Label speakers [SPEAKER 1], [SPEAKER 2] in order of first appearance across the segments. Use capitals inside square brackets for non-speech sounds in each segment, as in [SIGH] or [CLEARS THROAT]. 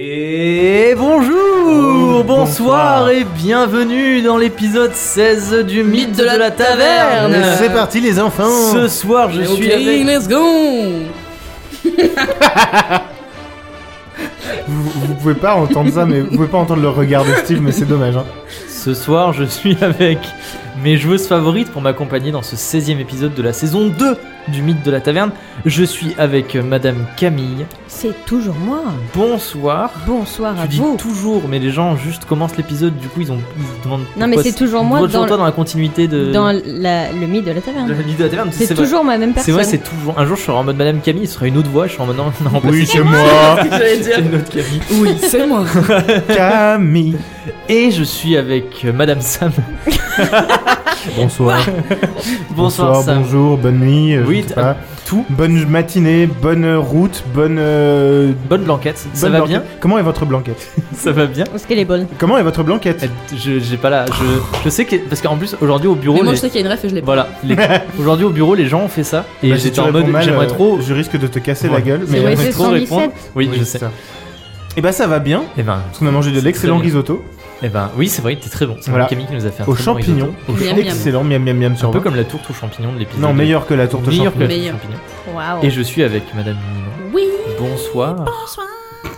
[SPEAKER 1] Et bonjour, bonsoir, et bienvenue dans l'épisode 16 du mythe de, la taverne.
[SPEAKER 2] Et C'est parti les enfants
[SPEAKER 1] Ce soir, je suis avec
[SPEAKER 3] let's go
[SPEAKER 2] vous, vous pouvez pas entendre ça, mais vous pouvez pas entendre le regard de Steve, mais c'est dommage. Hein.
[SPEAKER 1] Ce soir, je suis avec mes joueuses favorites pour m'accompagner dans ce 16e épisode de la saison 2 du mythe de la taverne. Je suis avec euh, madame Camille.
[SPEAKER 4] C'est toujours moi.
[SPEAKER 1] Bonsoir.
[SPEAKER 4] Bonsoir à
[SPEAKER 1] Tu dis
[SPEAKER 4] vous.
[SPEAKER 1] toujours, mais les gens juste commencent l'épisode, du coup ils ont ils se demandent.
[SPEAKER 4] Non, mais
[SPEAKER 1] pourquoi
[SPEAKER 4] c'est toujours moi
[SPEAKER 1] pourquoi
[SPEAKER 4] dans
[SPEAKER 1] toujours toi dans la continuité de.
[SPEAKER 4] Dans la- le mythe de la taverne.
[SPEAKER 1] de la mythe de la taverne.
[SPEAKER 4] C'est
[SPEAKER 1] vrai.
[SPEAKER 4] toujours ma même
[SPEAKER 1] C'est
[SPEAKER 4] personne.
[SPEAKER 1] vrai, c'est toujours. Un jour, je serai en mode Madame Camille, ce sera une autre voix. Je serai en mode non, non, remplacé.
[SPEAKER 2] c'est moi
[SPEAKER 3] [LAUGHS] J'allais
[SPEAKER 1] c'est
[SPEAKER 3] dire.
[SPEAKER 1] une autre Camille.
[SPEAKER 3] Oui, c'est
[SPEAKER 4] [LAUGHS]
[SPEAKER 3] moi.
[SPEAKER 2] Camille
[SPEAKER 1] Et je suis avec euh, Madame Sam.
[SPEAKER 2] Bonsoir.
[SPEAKER 1] Bonsoir, Sam.
[SPEAKER 2] bonjour, bonne nuit, euh, je
[SPEAKER 1] Oui,
[SPEAKER 2] sais
[SPEAKER 1] t-
[SPEAKER 2] pas.
[SPEAKER 1] Tout.
[SPEAKER 2] Bonne matinée, bonne route, bonne... euh,
[SPEAKER 1] Bonne blanquette. Ça
[SPEAKER 2] bonne
[SPEAKER 1] va
[SPEAKER 2] blanquette.
[SPEAKER 1] bien
[SPEAKER 2] Comment est votre blanquette
[SPEAKER 1] Ça va bien.
[SPEAKER 4] Est-ce qu'elle est bonne
[SPEAKER 2] Comment est votre blanquette
[SPEAKER 1] Elle- Je j'ai pas là. Je, je sais que parce qu'en plus aujourd'hui au bureau.
[SPEAKER 3] Mais moi,
[SPEAKER 1] les-
[SPEAKER 3] je sais qu'il y a une ref et je l'ai pas.
[SPEAKER 1] Voilà.
[SPEAKER 2] [LAUGHS]
[SPEAKER 1] les- Aujourd'hui au bureau, les gens ont fait ça et
[SPEAKER 2] Bah, si
[SPEAKER 1] j'étais
[SPEAKER 2] tu
[SPEAKER 1] en
[SPEAKER 2] réponds
[SPEAKER 1] mode
[SPEAKER 2] mal,
[SPEAKER 1] j'aimerais
[SPEAKER 2] euh,
[SPEAKER 1] trop.
[SPEAKER 2] Je risque de te casser la
[SPEAKER 1] Ouais.
[SPEAKER 2] gueule,
[SPEAKER 4] C'est
[SPEAKER 2] mais...
[SPEAKER 4] vrai,
[SPEAKER 2] euh,
[SPEAKER 4] c'est-
[SPEAKER 1] j'aimerais trop
[SPEAKER 4] 117.
[SPEAKER 1] répondre. Oui,
[SPEAKER 2] oui,
[SPEAKER 1] je
[SPEAKER 2] c'est
[SPEAKER 1] sais.
[SPEAKER 2] ça. Eh bah ça va bien,
[SPEAKER 1] Et ben,
[SPEAKER 2] parce qu'on a mangé de
[SPEAKER 1] C'est
[SPEAKER 2] l'excellent
[SPEAKER 1] très bien.
[SPEAKER 2] risotto,
[SPEAKER 1] eh ben, oui, c'est vrai, t'es très bon. C'est
[SPEAKER 2] Voilà.
[SPEAKER 1] Camille qui nous a fait un
[SPEAKER 2] aux
[SPEAKER 1] très bon risotto.
[SPEAKER 2] champignons.
[SPEAKER 1] Aux
[SPEAKER 3] Miam,
[SPEAKER 1] champignons.
[SPEAKER 3] miam.
[SPEAKER 2] Excellent, miam miam miam
[SPEAKER 1] Un
[SPEAKER 2] sur
[SPEAKER 1] peu
[SPEAKER 2] vingt.
[SPEAKER 1] comme la tourte aux champignons de l'épisode.
[SPEAKER 2] Non,
[SPEAKER 1] de-
[SPEAKER 2] meilleur que la tourte aux
[SPEAKER 1] Meilleur que
[SPEAKER 2] champignons.
[SPEAKER 1] la tourte aux
[SPEAKER 3] Meilleur.
[SPEAKER 1] champignons.
[SPEAKER 4] Waouh.
[SPEAKER 1] Et je suis avec Madame Ninon.
[SPEAKER 3] Oui.
[SPEAKER 1] Bonsoir.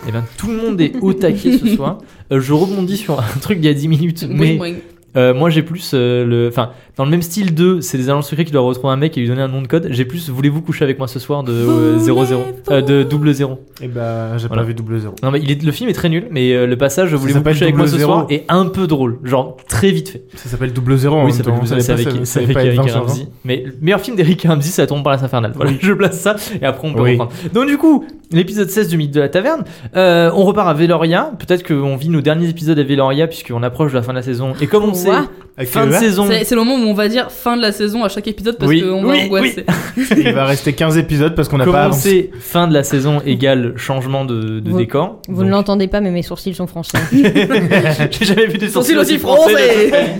[SPEAKER 1] Eh ben, tout le monde est au taquet ce soir. Euh, je rebondis sur un truc d'il y a 10 minutes, mais
[SPEAKER 3] Boing, boing.
[SPEAKER 1] euh, moi j'ai plus euh, le. Enfin, dans le même style de c'est des agents secrets qui doivent retrouver un mec et lui donner un nom de code, j'ai plus voulez-vous coucher avec moi ce soir de euh, 00. euh, de double zéro.
[SPEAKER 2] Et bah j'ai
[SPEAKER 1] Voilà.
[SPEAKER 2] pas vu double zéro.
[SPEAKER 1] Non, mais il est, le film est très nul, mais euh, le passage voulez-vous
[SPEAKER 2] s'appelle
[SPEAKER 1] coucher avec moi ce
[SPEAKER 2] double
[SPEAKER 1] soir
[SPEAKER 2] zéro.
[SPEAKER 1] est un peu drôle. Genre très vite fait.
[SPEAKER 2] Ça s'appelle double zéro en
[SPEAKER 1] oui,
[SPEAKER 2] même
[SPEAKER 1] ça peut
[SPEAKER 2] temps.
[SPEAKER 1] être-
[SPEAKER 2] allait
[SPEAKER 1] c'est
[SPEAKER 2] pas-
[SPEAKER 1] avec,
[SPEAKER 2] ça-
[SPEAKER 1] c'est
[SPEAKER 2] ça allait
[SPEAKER 1] avec
[SPEAKER 2] pas être
[SPEAKER 1] Eric
[SPEAKER 2] 20 sur 20.
[SPEAKER 1] Ramsey. Mais le meilleur film d'Eric Ramsey, ça tombe par la infernale. Voilà, je place ça et après on peut
[SPEAKER 2] Oui.
[SPEAKER 1] reprendre. Donc du coup, l'épisode 16 du mythe de la taverne, euh, on repart à Veloria. Peut-être qu'on vit nos derniers épisodes à Veloria puisqu'on approche de la fin de la saison. Et comme on sait,
[SPEAKER 3] Ouah.
[SPEAKER 2] Avec
[SPEAKER 1] fin de
[SPEAKER 2] Eva,
[SPEAKER 1] saison.
[SPEAKER 3] C'est c'est le moment où on va dire fin de la saison à chaque épisode parce
[SPEAKER 1] Oui,
[SPEAKER 3] qu'on va
[SPEAKER 1] oui,
[SPEAKER 3] angoisser.
[SPEAKER 2] Il va rester 15 épisodes parce qu'on n'a
[SPEAKER 1] Comme
[SPEAKER 2] pas
[SPEAKER 1] on
[SPEAKER 2] avancé.
[SPEAKER 1] sait, fin de la saison égale changement de, de
[SPEAKER 4] Vous-
[SPEAKER 1] décor.
[SPEAKER 4] [LAUGHS] Vous ne
[SPEAKER 1] Donc,
[SPEAKER 4] l'entendez pas, mais mes sourcils sont français.
[SPEAKER 1] [LAUGHS] J'ai jamais vu des sourcils
[SPEAKER 3] Sourcils
[SPEAKER 1] aussi
[SPEAKER 3] aussi
[SPEAKER 1] français.
[SPEAKER 3] français.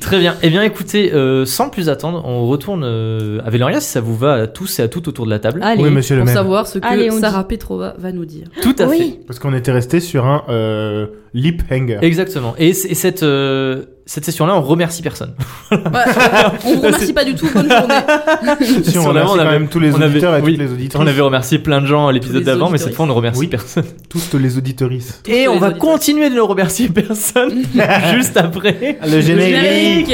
[SPEAKER 1] Très bien. Eh bien, écoutez, euh, sans plus attendre, on retourne euh, à Veloria si ça vous va à tous et à toutes autour de la table.
[SPEAKER 4] Allez.
[SPEAKER 2] Oui, monsieur le
[SPEAKER 3] Pour
[SPEAKER 2] maire.
[SPEAKER 3] savoir ce que
[SPEAKER 4] Allez, on
[SPEAKER 3] Sarah Petrova va nous dire.
[SPEAKER 1] Tout à fait.
[SPEAKER 4] oui.
[SPEAKER 2] Parce qu'on était resté sur un euh, lip hanger.
[SPEAKER 1] Exactement. Et, c- et cette, euh, cette session-là, on remercie personne.
[SPEAKER 3] Ouais, on vous remercie pas du tout, bonne journée.
[SPEAKER 2] si on
[SPEAKER 1] Sur l'avant,
[SPEAKER 2] remercie
[SPEAKER 1] on
[SPEAKER 2] quand
[SPEAKER 1] avait-
[SPEAKER 2] même tous les
[SPEAKER 1] on avait-
[SPEAKER 2] auditeurs et
[SPEAKER 1] oui.
[SPEAKER 2] toutes les auditrices.
[SPEAKER 1] On avait remercié plein de gens à l'épisode
[SPEAKER 3] les
[SPEAKER 1] d'avant, mais
[SPEAKER 3] auditeurs.
[SPEAKER 1] cette fois, on ne remercie
[SPEAKER 2] Oui.
[SPEAKER 1] personne.
[SPEAKER 2] Toutes les auditrices.
[SPEAKER 1] Et
[SPEAKER 3] tous
[SPEAKER 1] on
[SPEAKER 3] les
[SPEAKER 1] va
[SPEAKER 3] auditeurs.
[SPEAKER 1] continuer de ne remercier [LAUGHS] personne juste après.
[SPEAKER 2] Le générique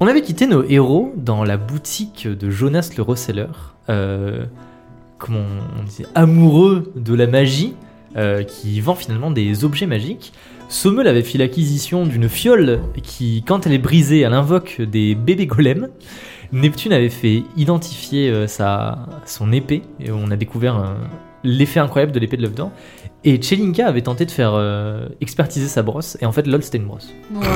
[SPEAKER 1] On avait quitté nos héros dans la boutique de Jonas le receleur, euh, comment on disait, amoureux de la magie, euh, qui vend finalement des objets magiques. Sommel avait fait l'acquisition d'une fiole qui, quand elle est brisée, elle invoque des bébés golems. Neptune avait fait identifier euh, sa, son épée, et on a découvert euh, l'effet incroyable de l'épée de l'œuf d'or. Et Chelinka avait tenté de faire euh, expertiser sa brosse, et en fait, lol, c'était une brosse.
[SPEAKER 3] Ouais.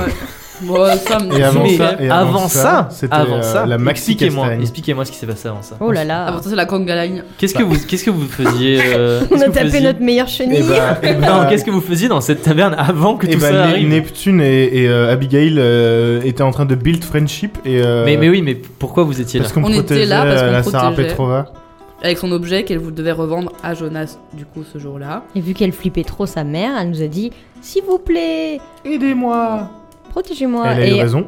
[SPEAKER 3] Bon, ça me
[SPEAKER 2] Et avant
[SPEAKER 1] Mais
[SPEAKER 2] ça, et avant ça,
[SPEAKER 1] avant ça,
[SPEAKER 2] c'était,
[SPEAKER 1] avant
[SPEAKER 2] euh,
[SPEAKER 1] ça,
[SPEAKER 2] la Maxi
[SPEAKER 1] expliquez-moi,
[SPEAKER 2] Castagne.
[SPEAKER 1] expliquez-moi ce qui s'est passé avant ça.
[SPEAKER 4] Oh là là.
[SPEAKER 3] Avant ça, Ah, c'est la gangaline.
[SPEAKER 1] Qu'est-ce que
[SPEAKER 2] Bah.
[SPEAKER 1] vous, qu'est-ce que vous
[SPEAKER 4] [LAUGHS]
[SPEAKER 1] faisiez euh,
[SPEAKER 4] On
[SPEAKER 1] qu'est-ce
[SPEAKER 4] a
[SPEAKER 1] que vous
[SPEAKER 4] tapé
[SPEAKER 1] faisiez Eh ben.
[SPEAKER 4] notre meilleure chenille.
[SPEAKER 2] Et [LAUGHS] bah, et bah-
[SPEAKER 1] Non, qu'est-ce que vous faisiez dans cette taverne avant que
[SPEAKER 2] et
[SPEAKER 1] tout
[SPEAKER 2] bah,
[SPEAKER 1] ça
[SPEAKER 2] Ne-
[SPEAKER 1] arrive
[SPEAKER 2] Neptune et, et, euh, Abigail euh, étaient en train de build friendship et euh,
[SPEAKER 1] mais, mais oui, mais pourquoi vous étiez là
[SPEAKER 2] parce qu'on
[SPEAKER 3] On était
[SPEAKER 2] protégeait
[SPEAKER 3] là parce qu'on
[SPEAKER 2] euh, la Sarah
[SPEAKER 3] protégeait.
[SPEAKER 2] Petrova.
[SPEAKER 3] Avec son objet qu'elle vous devait revendre à Jonas, du coup, ce jour-là.
[SPEAKER 4] Et vu qu'elle flippait trop sa mère, elle nous a dit S'il vous plaît,
[SPEAKER 2] Aidez-moi.
[SPEAKER 4] protégez-moi.
[SPEAKER 2] Elle a eu
[SPEAKER 4] Et,
[SPEAKER 2] raison.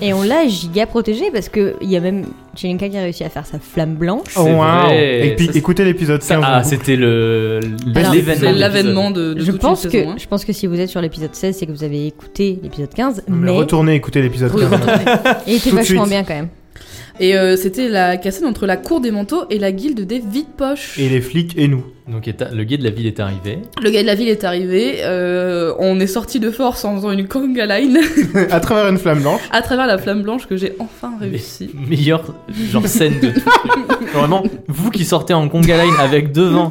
[SPEAKER 4] et on l'a giga protégée parce qu'il y a même Chelinka qui a réussi à faire sa flamme blanche.
[SPEAKER 1] C'est vrai,
[SPEAKER 2] Et puis
[SPEAKER 1] ça, c'est-
[SPEAKER 2] écoutez l'épisode
[SPEAKER 1] Ça-
[SPEAKER 2] 15.
[SPEAKER 1] Ah,
[SPEAKER 2] on-
[SPEAKER 1] c'était le le-
[SPEAKER 4] Alors,
[SPEAKER 1] l'événement.
[SPEAKER 3] C'est
[SPEAKER 1] de
[SPEAKER 3] l'avènement de, de
[SPEAKER 4] Je
[SPEAKER 3] toute
[SPEAKER 4] pense,
[SPEAKER 3] une
[SPEAKER 4] que,
[SPEAKER 3] saison. hein.
[SPEAKER 4] je pense que si vous êtes sur l'épisode 16, c'est que vous avez écouté l'épisode 15,
[SPEAKER 2] Mais
[SPEAKER 4] mais,
[SPEAKER 2] retournez écouter l'épisode
[SPEAKER 3] Oui,
[SPEAKER 2] 15.
[SPEAKER 3] retournez.
[SPEAKER 4] il était
[SPEAKER 2] tout de
[SPEAKER 4] vachement
[SPEAKER 2] suite.
[SPEAKER 4] bien quand même.
[SPEAKER 3] Et euh, c'était la cassette entre la cour des manteaux et la guilde des vides poches.
[SPEAKER 2] Et les flics et nous.
[SPEAKER 1] l'épisode. Donc éta- le guide de la ville est arrivé.
[SPEAKER 3] Le gars de la ville est arrivé, euh, on est sorti de force en faisant une conga line
[SPEAKER 2] [LAUGHS] à travers une flamme blanche.
[SPEAKER 3] [LAUGHS] à travers la flamme blanche que j'ai enfin
[SPEAKER 1] Mais-
[SPEAKER 3] réussi.
[SPEAKER 4] [LAUGHS]
[SPEAKER 1] Meilleure genre scène de tout. Vraiment, vous qui sortez en conga line avec devant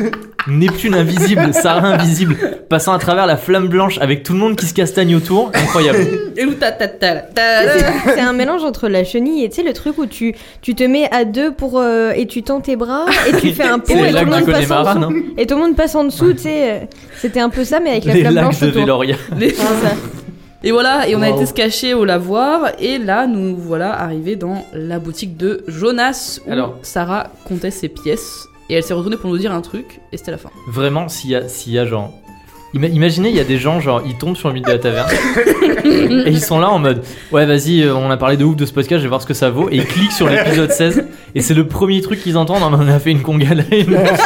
[SPEAKER 1] Neptune invisible, Sarah invisible, passant à travers la flamme blanche avec tout le monde qui se castagne autour. Incroyable.
[SPEAKER 3] Et où ta ta ta
[SPEAKER 1] Euh.
[SPEAKER 4] [LAUGHS]
[SPEAKER 3] ta-
[SPEAKER 4] C'est-
[SPEAKER 3] ta-
[SPEAKER 4] C'est c'est un mélange entre la chenille et tu sais le truc où tu, tu te mets à deux pour euh, et tu tends tes bras et
[SPEAKER 1] [LAUGHS]
[SPEAKER 4] tu fais un pont
[SPEAKER 1] C'est les
[SPEAKER 4] et tout,
[SPEAKER 1] lacs
[SPEAKER 4] le
[SPEAKER 1] de
[SPEAKER 4] monde passe en
[SPEAKER 1] Connemara,
[SPEAKER 4] dessous,
[SPEAKER 1] non
[SPEAKER 4] et tout le monde passe en dessous, tu sais. euh, C'était un peu ça mais avec la
[SPEAKER 1] Les
[SPEAKER 4] flamme
[SPEAKER 1] lacs
[SPEAKER 4] blanche
[SPEAKER 1] de
[SPEAKER 4] autour.
[SPEAKER 1] Véloria.
[SPEAKER 4] Ah,
[SPEAKER 3] les- Et voilà, et on a
[SPEAKER 2] Wow.
[SPEAKER 3] été se cacher au lavoir, et là nous voilà arrivés dans la boutique de Jonas où
[SPEAKER 1] Alors.
[SPEAKER 3] Sarah comptait ses pièces et elle s'est retournée pour nous dire un truc et c'était la fin.
[SPEAKER 1] Vraiment, s'il y a, s'il y a genre. Ima- Imaginez, il y a des gens, genre, ils tombent sur le mythe de la
[SPEAKER 4] [LAUGHS]
[SPEAKER 1] taverne et ils sont là en mode Ouais, vas-y, euh, on a parlé de ouf de ce podcast, je vais voir ce que ça vaut. Et ils cliquent sur
[SPEAKER 4] [LAUGHS]
[SPEAKER 1] l'épisode 16 et c'est le premier truc qu'ils entendent. Ah, mais On a fait une congale [LAUGHS] à une- à la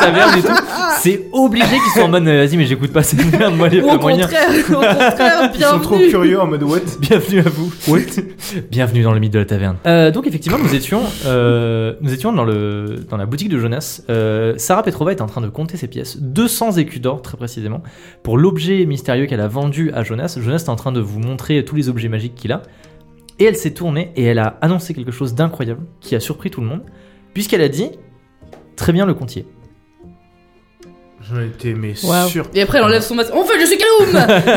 [SPEAKER 1] taverne et tout. C'est obligé qu'ils soient en mode euh, Vas-y, mais j'écoute pas cette merde, moi, les
[SPEAKER 3] Ou
[SPEAKER 1] pas
[SPEAKER 3] au
[SPEAKER 1] moyens. [LAUGHS]
[SPEAKER 3] contraire, au contraire,
[SPEAKER 2] Ils sont trop
[SPEAKER 3] bienvenue.
[SPEAKER 2] curieux en mode what
[SPEAKER 1] Bienvenue à vous.
[SPEAKER 2] What
[SPEAKER 1] [LAUGHS] Bienvenue dans le mythe de la taverne. Euh, donc effectivement, nous étions, euh, nous étions dans, le, dans la boutique de Jonas. Euh, Sarah Petrova était en train de compter ses pièces, 200 écus d'or très précisément, pour l'objet mystérieux qu'elle a vendu à Jonas. Jonas est en train de vous montrer tous les objets magiques qu'il a. Et elle s'est tournée et elle a annoncé quelque chose d'incroyable qui a surpris tout le monde, puisqu'elle a dit très bien le comptier.
[SPEAKER 2] J'en étais mais
[SPEAKER 4] Wow.
[SPEAKER 2] sûr.
[SPEAKER 3] Et après elle enlève son masque. En fait, je suis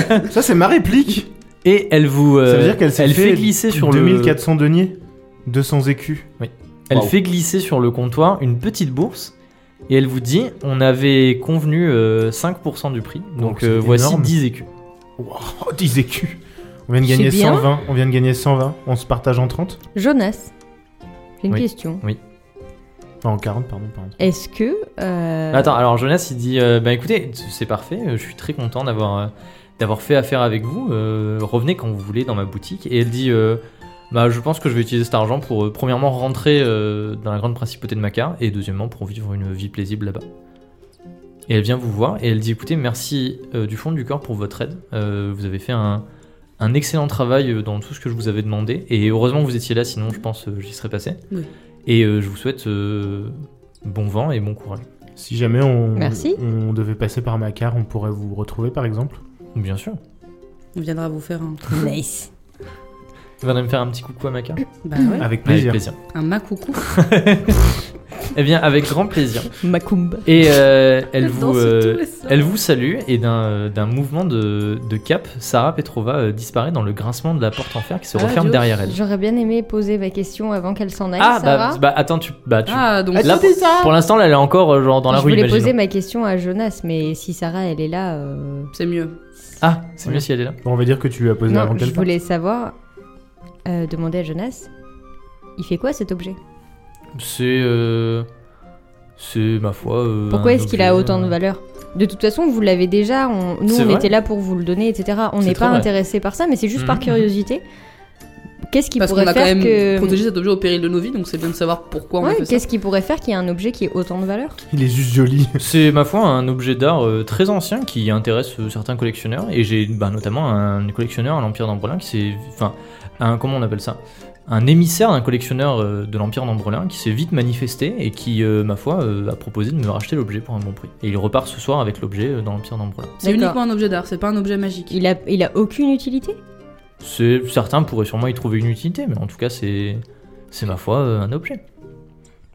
[SPEAKER 1] [LAUGHS]
[SPEAKER 3] Kaloum
[SPEAKER 2] Ça c'est ma réplique.
[SPEAKER 1] Et elle vous, euh,
[SPEAKER 2] Ça veut dire qu'elle s'est
[SPEAKER 1] elle fait,
[SPEAKER 2] fait
[SPEAKER 1] glisser sur le,
[SPEAKER 2] 2400 deniers, 200 écus.
[SPEAKER 1] Elle
[SPEAKER 2] Wow.
[SPEAKER 1] fait glisser sur le comptoir une petite bourse et elle vous dit on avait convenu euh, 5% du prix, donc
[SPEAKER 2] Oh, c'est
[SPEAKER 1] euh, voici
[SPEAKER 2] énorme.
[SPEAKER 1] 10 écus.
[SPEAKER 2] [LAUGHS] Wow, 10 écus. On vient de
[SPEAKER 4] C'est
[SPEAKER 2] gagner
[SPEAKER 4] bien.
[SPEAKER 2] 120, on vient de gagner 120, on se partage en 30
[SPEAKER 4] Jonas, j'ai une
[SPEAKER 1] Oui.
[SPEAKER 4] question.
[SPEAKER 2] Enfin en 40 pardon, pardon.
[SPEAKER 4] Est-ce que euh,
[SPEAKER 1] Attends, alors Jonas il dit euh, bah écoutez, c'est parfait, euh, je suis très content d'avoir euh, d'avoir fait affaire avec vous, euh, revenez quand vous voulez dans ma boutique. Et elle dit euh, bah je pense que je vais utiliser cet argent pour euh, premièrement rentrer euh, dans la grande principauté de Maca et deuxièmement pour vivre une vie plaisible là-bas. Et elle vient vous voir et elle dit écoutez, merci euh, du fond du cœur pour votre aide. Euh, vous avez fait un, un excellent travail euh, dans tout ce que je vous avais demandé. Et heureusement que vous étiez là, sinon je pense que j'y serais passé.
[SPEAKER 3] Oui.
[SPEAKER 1] Et euh, je vous souhaite euh, bon vent et bon courage.
[SPEAKER 2] Si jamais on,
[SPEAKER 4] Merci.
[SPEAKER 2] on devait passer par Macar, on pourrait vous retrouver par exemple.
[SPEAKER 1] Bien sûr.
[SPEAKER 3] On viendra vous faire un.
[SPEAKER 4] Nice.
[SPEAKER 1] Tu vas me faire un petit coucou à Maca
[SPEAKER 3] Bah ouais,
[SPEAKER 2] Avec plaisir.
[SPEAKER 1] Avec plaisir.
[SPEAKER 3] un macoucou.
[SPEAKER 1] Eh bien, avec grand plaisir.
[SPEAKER 4] Macumba.
[SPEAKER 1] Et euh, elle,
[SPEAKER 3] Dans
[SPEAKER 1] vous,
[SPEAKER 3] ce
[SPEAKER 1] euh,
[SPEAKER 3] tout et ça.
[SPEAKER 1] elle vous salue et d'un euh, d'un mouvement de, de cap, Sarah Petrova euh, disparaît dans le grincement de la porte en fer qui se
[SPEAKER 4] Ah,
[SPEAKER 3] Adios.
[SPEAKER 1] referme derrière elle.
[SPEAKER 4] J'aurais bien aimé poser ma question avant qu'elle s'en aille,
[SPEAKER 1] Ah
[SPEAKER 4] Sarah.
[SPEAKER 1] bah, bah, attends, tu, bah, tu,
[SPEAKER 3] Ah donc
[SPEAKER 1] Là, pour- pour l'instant, là, elle est encore euh, genre dans la
[SPEAKER 4] je
[SPEAKER 1] rue,
[SPEAKER 4] voulais
[SPEAKER 1] imaginons.
[SPEAKER 4] poser ma question à Jonas, mais si Sarah elle est là, euh,
[SPEAKER 3] c'est mieux.
[SPEAKER 1] Ah, c'est
[SPEAKER 2] Oui.
[SPEAKER 1] mieux si elle est là.
[SPEAKER 2] Bon, on va dire que tu lui as posé avant
[SPEAKER 4] non,
[SPEAKER 2] qu'elle
[SPEAKER 4] je
[SPEAKER 2] parte.
[SPEAKER 4] voulais savoir, euh, demander à Jonas, il fait quoi cet objet
[SPEAKER 1] Ben, C'est, euh, c'est ma foi. euh,
[SPEAKER 4] Pourquoi
[SPEAKER 1] un
[SPEAKER 4] est-ce qu'il
[SPEAKER 1] objet,
[SPEAKER 4] a autant de
[SPEAKER 1] euh,
[SPEAKER 4] valeur De toute façon, vous l'avez déjà, on- nous
[SPEAKER 1] C'est
[SPEAKER 4] on
[SPEAKER 1] vrai.
[SPEAKER 4] était là pour vous le donner, etc. On
[SPEAKER 1] C'est
[SPEAKER 4] n'est
[SPEAKER 1] très
[SPEAKER 4] pas
[SPEAKER 1] vrai.
[SPEAKER 4] intéressé par ça, mais c'est juste par
[SPEAKER 1] Mhm.
[SPEAKER 4] curiosité. Qu'est-ce qui
[SPEAKER 3] Parce
[SPEAKER 4] pourrait
[SPEAKER 3] qu'on a quand
[SPEAKER 4] faire
[SPEAKER 3] même
[SPEAKER 4] que...
[SPEAKER 3] protégé cet objet au péril de nos vies, donc c'est bien de savoir pourquoi on a
[SPEAKER 4] Ouais,
[SPEAKER 3] fait ça.
[SPEAKER 4] qu'est-ce qui pourrait faire qu'il y ait un objet qui ait autant de valeur
[SPEAKER 2] Il est juste joli. [LAUGHS]
[SPEAKER 1] C'est ma foi un objet d'art euh, très ancien qui intéresse euh, certains collectionneurs et j'ai bah, notamment un collectionneur à l'Empire d'Ambrelin qui s'est, enfin, un comment on appelle ça, un émissaire d'un collectionneur euh, de l'Empire d'Ambrelin qui s'est vite manifesté et qui euh, ma foi euh, a proposé de me racheter l'objet pour un bon prix. Et il repart ce soir avec l'objet euh, dans l'Empire d'Ambrelin.
[SPEAKER 3] C'est
[SPEAKER 4] D'accord.
[SPEAKER 3] uniquement un objet d'art, c'est pas un objet magique.
[SPEAKER 4] il a, il a aucune utilité
[SPEAKER 1] C'est certains pourraient sûrement y trouver une utilité, mais en tout cas c'est, c'est ma foi euh, un objet.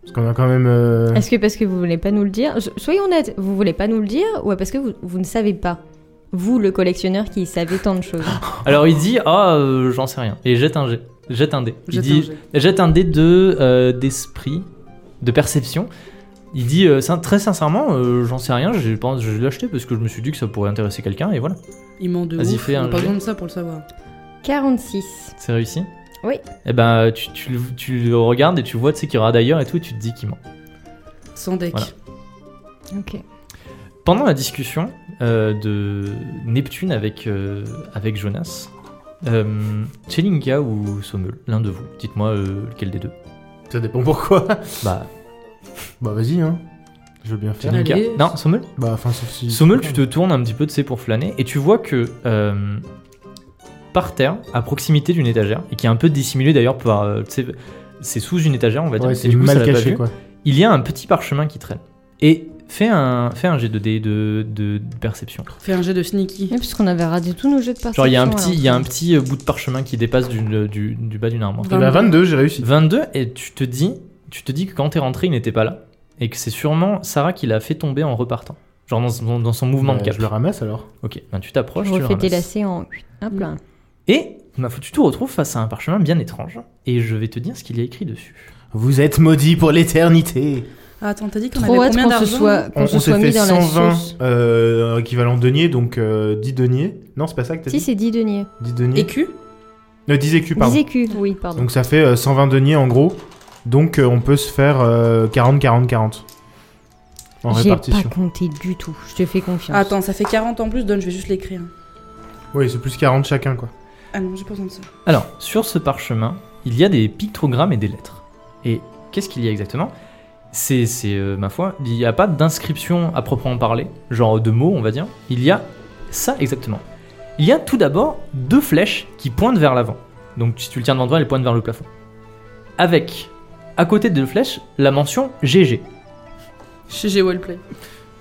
[SPEAKER 2] Parce qu'on a quand même. euh,
[SPEAKER 4] Est-ce que parce que vous voulez pas nous le dire so- Soyons honnêtes, vous voulez pas nous le dire ou parce que vous, vous ne savez pas Vous, le collectionneur qui savez tant de choses.
[SPEAKER 1] Alors il dit ah euh, j'en sais rien et jette un jet, jette un dé. Il
[SPEAKER 3] Jette un
[SPEAKER 1] dit
[SPEAKER 3] jet.
[SPEAKER 1] Jette un dé de euh, d'esprit, de perception. Il dit euh, sin- très sincèrement, euh, j'en sais rien, je pense, je l'ai acheté parce que je me suis dit que ça pourrait intéresser quelqu'un et voilà,
[SPEAKER 3] Il ment de
[SPEAKER 1] Vas-y,
[SPEAKER 3] ouf,
[SPEAKER 1] fais
[SPEAKER 3] on
[SPEAKER 1] un
[SPEAKER 3] a pas
[SPEAKER 1] jet.
[SPEAKER 3] besoin de ça pour le savoir.
[SPEAKER 4] 46.
[SPEAKER 1] c'est réussi.
[SPEAKER 4] Oui.
[SPEAKER 1] Et ben tu, tu le- tu le regardes et tu vois tu sais qu'il y aura d'ailleurs et tout et tu te dis qu'il ment.
[SPEAKER 3] Sans deck.
[SPEAKER 1] Voilà.
[SPEAKER 4] Ok.
[SPEAKER 1] Pendant la discussion euh, de Neptune avec, euh, avec Jonas, euh, Chelinka ou Sommel, l'un de vous, dites-moi euh, lequel des deux.
[SPEAKER 2] Ça dépend pourquoi.
[SPEAKER 1] Bah
[SPEAKER 2] bah vas-y, hein. Je veux bien faire.
[SPEAKER 3] Allez.
[SPEAKER 1] Chelinka. Non, Sommel.
[SPEAKER 2] Bah, enfin, sauf si.
[SPEAKER 1] Sommel, tu te tournes un petit peu, tu sais, pour flâner, et tu vois que euh, par terre, à proximité d'une étagère, et qui est un peu dissimulé d'ailleurs par. euh, tu sais, c'est sous une étagère, on va dire.
[SPEAKER 2] Ouais,
[SPEAKER 1] et
[SPEAKER 2] c'est
[SPEAKER 1] du coup, ça
[SPEAKER 2] mal
[SPEAKER 1] l'a pas
[SPEAKER 2] caché
[SPEAKER 1] vu.
[SPEAKER 2] quoi.
[SPEAKER 1] Il y a un petit parchemin qui traîne. Et fais un, fais un G2D de, de, de perception.
[SPEAKER 3] Fais un jet de sneaky.
[SPEAKER 4] Oui, parce qu'on avait raté tous nos jeux de perception.
[SPEAKER 1] Genre, il y a un
[SPEAKER 4] alors.
[SPEAKER 1] petit, il y a un petit euh, bout de parchemin qui dépasse du, du, du bas d'une armoire.
[SPEAKER 2] Bah, 22, j'ai réussi.
[SPEAKER 1] 22, et tu te dis, tu te dis que quand t'es rentré, il n'était pas là. et que c'est sûrement Sarah qui l'a fait tomber en repartant. Genre dans, son- dans son mouvement de
[SPEAKER 2] Bah,
[SPEAKER 1] cap.
[SPEAKER 2] je le ramasse alors.
[SPEAKER 1] Ok, ben tu t'approches,
[SPEAKER 4] Je
[SPEAKER 1] tu le
[SPEAKER 4] refais
[SPEAKER 1] ramasses.
[SPEAKER 4] délacer en. Hop là.
[SPEAKER 1] Et ma tu te retrouves face à un parchemin bien étrange et je vais te dire ce qu'il y a écrit dessus.
[SPEAKER 2] Vous êtes maudit pour l'éternité.
[SPEAKER 3] Ah, attends, t'as dit qu'on
[SPEAKER 4] Trop
[SPEAKER 3] avait
[SPEAKER 4] hâte
[SPEAKER 3] combien
[SPEAKER 4] qu'on se
[SPEAKER 3] d'argent
[SPEAKER 4] soit, qu'on
[SPEAKER 2] On,
[SPEAKER 4] se
[SPEAKER 2] on
[SPEAKER 4] soit
[SPEAKER 2] s'est fait
[SPEAKER 4] mis dans la
[SPEAKER 2] 120
[SPEAKER 4] sauce.
[SPEAKER 2] euh, équivalent denier, donc euh, 10 deniers. Non, c'est pas ça que t'as
[SPEAKER 4] Si,
[SPEAKER 2] dit
[SPEAKER 4] c'est 10 deniers.
[SPEAKER 2] 10 deniers.
[SPEAKER 3] Écu
[SPEAKER 2] Non, 10 écus, pardon.
[SPEAKER 4] 10 écus, oui, pardon.
[SPEAKER 2] Donc ça fait euh, 120 deniers en gros. Donc euh, on peut se faire euh, 40, 40, 40. En
[SPEAKER 4] J'ai pas
[SPEAKER 2] répartition.
[SPEAKER 4] compté du tout, je te fais confiance.
[SPEAKER 3] Attends, ça fait 40 en plus, donne, je vais juste l'écrire.
[SPEAKER 2] Oui, c'est plus 40 chacun quoi.
[SPEAKER 3] Ah non, j'ai pas besoin de ça.
[SPEAKER 1] Alors, sur ce parchemin, il y a des pictogrammes et des lettres. Et qu'est-ce qu'il y a exactement C'est, c'est, euh, ma foi, il n'y a pas d'inscription à proprement parler, genre de mots, on va dire. Il y a ça exactement. Il y a tout d'abord deux flèches qui pointent vers l'avant. Donc, si tu le tiens devant toi, elles pointent vers le plafond. Avec, à côté de deux flèches, la mention GG.
[SPEAKER 3] Chez G Wellplay.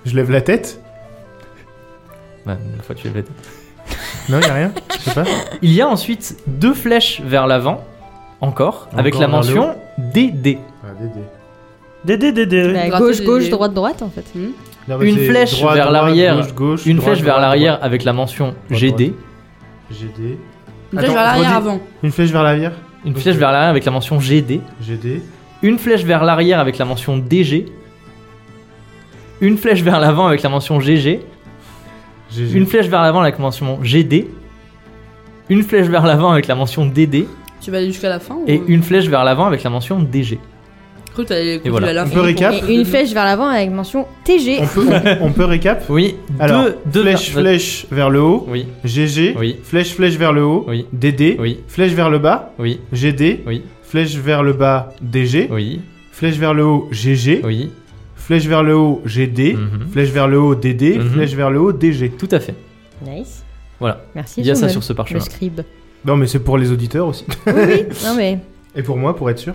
[SPEAKER 2] Je lève la tête.
[SPEAKER 1] Bah, une fois tu l'as fait.
[SPEAKER 2] Non, y a rien. Je sais [LAUGHS] pas.
[SPEAKER 1] Il y a ensuite deux flèches vers l'avant, encore, avec
[SPEAKER 2] Encore vers
[SPEAKER 1] la
[SPEAKER 2] le
[SPEAKER 1] mention DD.
[SPEAKER 2] Ah, Dédé.
[SPEAKER 5] Dédé, dédé.
[SPEAKER 4] Bah,
[SPEAKER 3] Gratter
[SPEAKER 4] gauche,
[SPEAKER 3] les- Hmm.
[SPEAKER 4] gauche, droite, droite en fait.
[SPEAKER 2] Non, mais
[SPEAKER 1] Une
[SPEAKER 2] c'est
[SPEAKER 1] flèche
[SPEAKER 2] droit,
[SPEAKER 1] vers
[SPEAKER 2] droit,
[SPEAKER 1] l'arrière.
[SPEAKER 2] gauche, gauche,
[SPEAKER 1] Une
[SPEAKER 2] droite,
[SPEAKER 1] flèche vers
[SPEAKER 2] droite,
[SPEAKER 1] l'arrière
[SPEAKER 2] droite.
[SPEAKER 1] avec la mention
[SPEAKER 2] Droite,
[SPEAKER 1] GD.
[SPEAKER 2] GD.
[SPEAKER 3] Une flèche
[SPEAKER 2] Attends,
[SPEAKER 3] vers l'arrière
[SPEAKER 2] redis.
[SPEAKER 3] avant.
[SPEAKER 2] Une flèche vers l'arrière.
[SPEAKER 1] Une
[SPEAKER 2] Ok.
[SPEAKER 1] flèche vers l'arrière avec la mention GD.
[SPEAKER 2] GD.
[SPEAKER 1] Une flèche vers l'arrière avec la mention DG. Une flèche vers l'avant avec la mention GG.
[SPEAKER 2] GG.
[SPEAKER 1] Une flèche vers l'avant avec la mention GD. Une flèche vers l'avant avec la mention DD.
[SPEAKER 3] Tu vas aller jusqu'à la fin
[SPEAKER 1] Et
[SPEAKER 3] ou...
[SPEAKER 1] une flèche vers l'avant avec la mention DG.
[SPEAKER 3] Je crois que t'allais continuer
[SPEAKER 1] voilà.
[SPEAKER 3] à la
[SPEAKER 2] On
[SPEAKER 3] fin
[SPEAKER 2] peut
[SPEAKER 3] pour-
[SPEAKER 2] récap
[SPEAKER 4] Et une flèche vers l'avant avec mention TG.
[SPEAKER 2] On peut, on, on peut récap.
[SPEAKER 1] Oui,
[SPEAKER 2] Alors,
[SPEAKER 1] deux, deux
[SPEAKER 2] flèche,
[SPEAKER 1] vers-
[SPEAKER 2] flèche vers le haut.
[SPEAKER 1] Oui,
[SPEAKER 2] GG.
[SPEAKER 1] Oui.
[SPEAKER 2] Flèche, flèche vers le haut.
[SPEAKER 1] Oui.
[SPEAKER 2] DD.
[SPEAKER 1] oui,
[SPEAKER 2] Flèche vers le bas.
[SPEAKER 1] oui,
[SPEAKER 2] GD.
[SPEAKER 1] oui,
[SPEAKER 2] Flèche vers le bas. DG.
[SPEAKER 1] oui,
[SPEAKER 2] Flèche vers le haut. GG.
[SPEAKER 1] oui.
[SPEAKER 2] Flèche vers le haut. GD.
[SPEAKER 1] Mhm.
[SPEAKER 2] Flèche vers le haut. DD.
[SPEAKER 1] Mhm.
[SPEAKER 2] Flèche vers le haut. DG.
[SPEAKER 1] Tout à fait.
[SPEAKER 4] Nice.
[SPEAKER 1] Voilà.
[SPEAKER 4] Merci.
[SPEAKER 1] Il y a ça
[SPEAKER 4] Sommel,
[SPEAKER 1] sur ce
[SPEAKER 4] le
[SPEAKER 1] parchemin.
[SPEAKER 4] scribe.
[SPEAKER 2] Non, mais c'est pour les auditeurs aussi.
[SPEAKER 4] Oui, oui. Non mais
[SPEAKER 2] [LAUGHS] Et pour moi, pour être sûr.